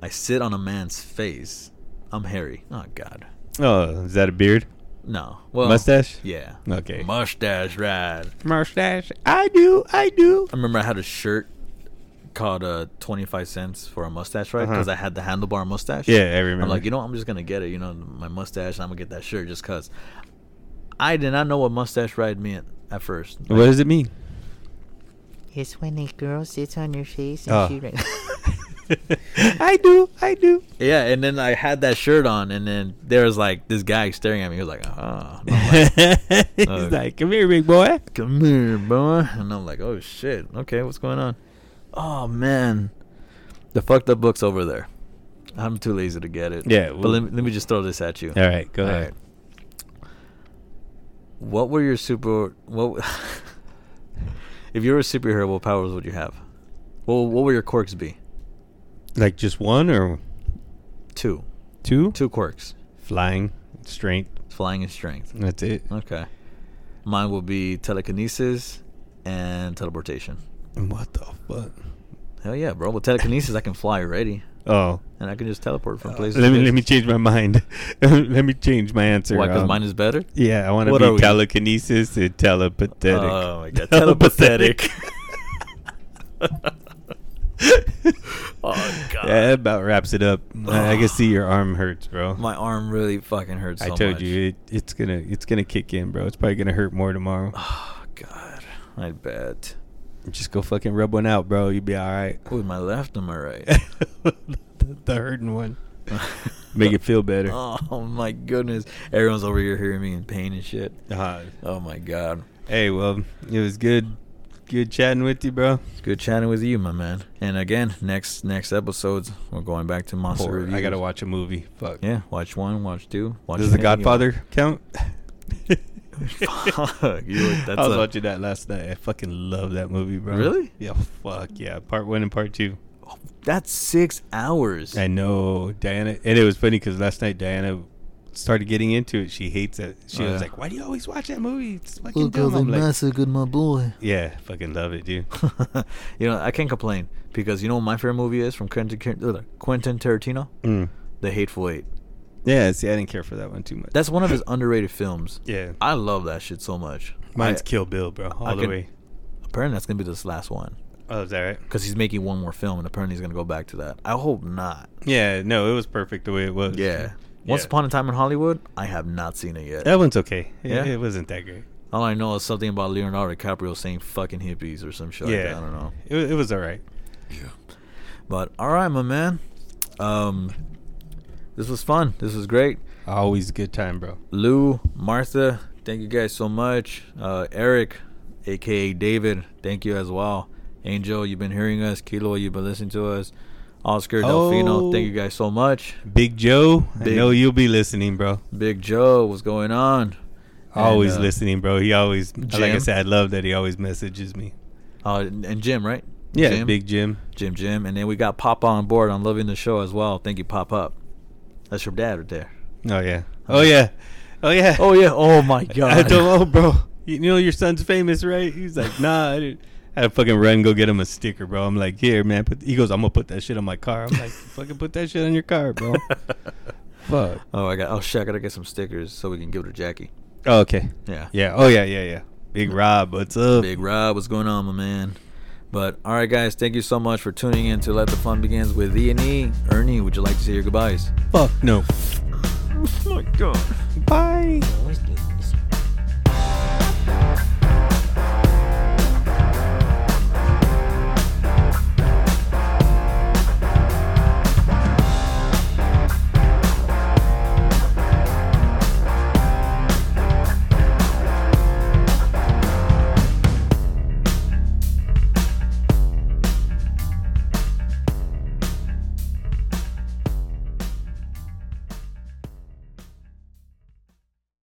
[SPEAKER 3] I sit on a man's face. I'm hairy. Oh God.
[SPEAKER 4] oh, is that a beard?
[SPEAKER 3] No.
[SPEAKER 4] Oh.
[SPEAKER 3] Well,
[SPEAKER 4] Mustache?
[SPEAKER 3] Yeah.
[SPEAKER 4] Okay.
[SPEAKER 3] Mustache ride.
[SPEAKER 4] Mustache. I do. I do.
[SPEAKER 3] I remember I had a shirt called uh, 25 cents for a mustache ride
[SPEAKER 4] Uh-huh.
[SPEAKER 3] because I had the handlebar mustache.
[SPEAKER 4] Yeah, I remember.
[SPEAKER 3] I'm like, you know, what? I'm just gonna get it. You know, my mustache. and I'm gonna get that shirt just cause. I did not know what mustache ride meant at first.
[SPEAKER 4] what does it mean?
[SPEAKER 6] It's when a girl sits on your face and
[SPEAKER 4] Oh.
[SPEAKER 6] she. Re-
[SPEAKER 4] I do. I do.
[SPEAKER 3] Yeah, and then I had that shirt on, and then there was like this guy staring at me. He was like, "Ah." And I'm like,
[SPEAKER 4] He's
[SPEAKER 3] Uh,
[SPEAKER 4] like, come here, big boy.
[SPEAKER 3] Come here, boy. And I'm like, oh shit. Okay, what's going on? Oh man, the fucked up book's over there. I'm too lazy to get it.
[SPEAKER 4] Yeah,
[SPEAKER 3] but
[SPEAKER 4] we'll-
[SPEAKER 3] let me, let me just throw this at you.
[SPEAKER 4] All right, go
[SPEAKER 3] All
[SPEAKER 4] ahead.
[SPEAKER 3] right. What were your super? What? if you were a superhero, what powers would you have? Well, what would your quirks be?
[SPEAKER 4] Like just one or
[SPEAKER 3] Two,
[SPEAKER 4] two?
[SPEAKER 3] two quirks:
[SPEAKER 4] Flying, strength.
[SPEAKER 3] flying and strength.
[SPEAKER 4] That's it.
[SPEAKER 3] Okay. Mine will be telekinesis and teleportation.
[SPEAKER 4] What the fuck?
[SPEAKER 3] Hell yeah, bro. With telekinesis, I can fly already,
[SPEAKER 4] Oh,
[SPEAKER 3] and I can just teleport from place to
[SPEAKER 4] Uh, let me
[SPEAKER 3] place.
[SPEAKER 4] let me change my mind. let me change my answer.
[SPEAKER 3] Why? Because
[SPEAKER 4] um,
[SPEAKER 3] mine is better.
[SPEAKER 4] Yeah, I want to
[SPEAKER 3] What are
[SPEAKER 4] be
[SPEAKER 3] we?
[SPEAKER 4] telekinesis and telepathetic.
[SPEAKER 3] Oh my god, telepathetic. oh god,
[SPEAKER 4] Yeah, that about wraps it up. I, I can see your arm hurts, bro.
[SPEAKER 3] my arm really fucking hurts. So
[SPEAKER 4] I told
[SPEAKER 3] much.
[SPEAKER 4] you it, it's gonna it's gonna kick in, bro. It's probably gonna hurt more tomorrow.
[SPEAKER 3] Oh god, I bet.
[SPEAKER 4] Just go fucking rub one out, bro. You'll be all right.
[SPEAKER 3] With my left and my right.
[SPEAKER 4] the, the hurting one. Make it feel better.
[SPEAKER 3] oh my goodness, everyone's over here hearing me in pain and shit.
[SPEAKER 4] Uh,
[SPEAKER 3] Oh my god,
[SPEAKER 4] hey, well, it was good, good chatting with you, bro.
[SPEAKER 3] it's good chatting with you, my man. And again, next next episodes, we're going back to monster
[SPEAKER 4] Poor,
[SPEAKER 3] reviews.
[SPEAKER 4] I gotta watch a movie. Fuck.
[SPEAKER 3] Yeah, watch one, watch two, watch.
[SPEAKER 4] Does the
[SPEAKER 3] three, you know.
[SPEAKER 4] Godfather count?
[SPEAKER 3] Fuck, you- that's
[SPEAKER 4] I was
[SPEAKER 3] a-
[SPEAKER 4] watching that last night. I fucking love that movie, bro.
[SPEAKER 3] Really?
[SPEAKER 4] Yeah. Fuck yeah. Part one and part two.
[SPEAKER 3] Oh, That's six hours.
[SPEAKER 4] I know Diana, and it was funny because last night Diana started getting into it. She hates it. She
[SPEAKER 3] Oh,
[SPEAKER 4] was
[SPEAKER 3] yeah.
[SPEAKER 4] like, "Why do you always watch that movie? It's fucking
[SPEAKER 7] Look how
[SPEAKER 4] dumb."
[SPEAKER 7] they
[SPEAKER 4] I'm like,
[SPEAKER 7] massacred my boy.
[SPEAKER 4] "Yeah, fucking love it, dude."
[SPEAKER 3] you know, I can't complain because you know what my favorite movie is from Quentin, Tar- Quentin Tarantino,
[SPEAKER 4] Mm.
[SPEAKER 3] The Hateful Eight.
[SPEAKER 4] Yeah, see, I didn't care for that one too much.
[SPEAKER 3] That's one of his underrated films.
[SPEAKER 4] yeah,
[SPEAKER 3] I love that shit so much.
[SPEAKER 4] mine's
[SPEAKER 3] I-
[SPEAKER 4] Kill Bill, bro, all
[SPEAKER 3] I
[SPEAKER 4] the
[SPEAKER 3] could-
[SPEAKER 4] way.
[SPEAKER 3] Apparently, that's gonna be this last one
[SPEAKER 4] Oh, is that right?
[SPEAKER 3] because he's making one more film, and apparently he's gonna go back to that. I hope not.
[SPEAKER 4] Yeah, no, it was perfect the way it was.
[SPEAKER 3] Once
[SPEAKER 4] Yeah.
[SPEAKER 3] upon a time in Hollywood, I have not seen it yet.
[SPEAKER 4] That one's okay.
[SPEAKER 3] Yeah?
[SPEAKER 4] Yeah. It wasn't that great.
[SPEAKER 3] All I know is something about Leonardo DiCaprio saying "fucking hippies" or some shit. like that.
[SPEAKER 4] yeah.
[SPEAKER 3] I don't know.
[SPEAKER 4] It, wa- it was all right.
[SPEAKER 3] But all right, my man. Um, this was fun. This was great.
[SPEAKER 4] Always a good time, bro.
[SPEAKER 3] Lou, Martha, thank you guys so much. Uh, Eric, aka David, thank you as well. Angel, you've been hearing us. Kilo, you've been listening to us. Oscar, Delfino,
[SPEAKER 4] Oh.
[SPEAKER 3] thank you guys so much.
[SPEAKER 4] Big Joe,
[SPEAKER 3] Big-
[SPEAKER 4] I know you'll be listening, bro.
[SPEAKER 3] Big Joe, what's going on?
[SPEAKER 4] Always
[SPEAKER 3] uh,
[SPEAKER 4] listening, bro. He always, like I
[SPEAKER 3] Jim?
[SPEAKER 4] said, I love that he always messages me.
[SPEAKER 3] Uh, and Jim, right?
[SPEAKER 4] Yeah,
[SPEAKER 3] Jim?
[SPEAKER 4] Big Jim.
[SPEAKER 3] Jim, Jim. And then we got Pop on board on Loving the Show as well. Thank you, Pop Up. That's your dad right there.
[SPEAKER 4] Oh yeah. Oh yeah. Oh yeah.
[SPEAKER 3] Oh, yeah. Oh, my God.
[SPEAKER 4] I don't know, bro. You know your son's famous, right? He's like, nah. I, didn't. I had to fucking run and go get him a sticker, bro. I'm like, here, man. Put, he goes, I'm gonna put that shit on my car. I'm like, fucking put that shit on your car, bro. Fuck.
[SPEAKER 3] Oh, I got. Oh shit! I gotta get some stickers so we can give to Jackie.
[SPEAKER 4] Oh, okay.
[SPEAKER 3] Yeah.
[SPEAKER 4] Yeah. Oh yeah. Yeah. Yeah. Big Rob, what's up?
[SPEAKER 3] Big Rob, what's going on, my man? But all right, guys, thank you so much for tuning in to Let the Fun Begins with E and E. Ernie, would you like to say your goodbyes?
[SPEAKER 4] Fuck no.
[SPEAKER 3] Oh my god.
[SPEAKER 4] Bye.
[SPEAKER 6] Always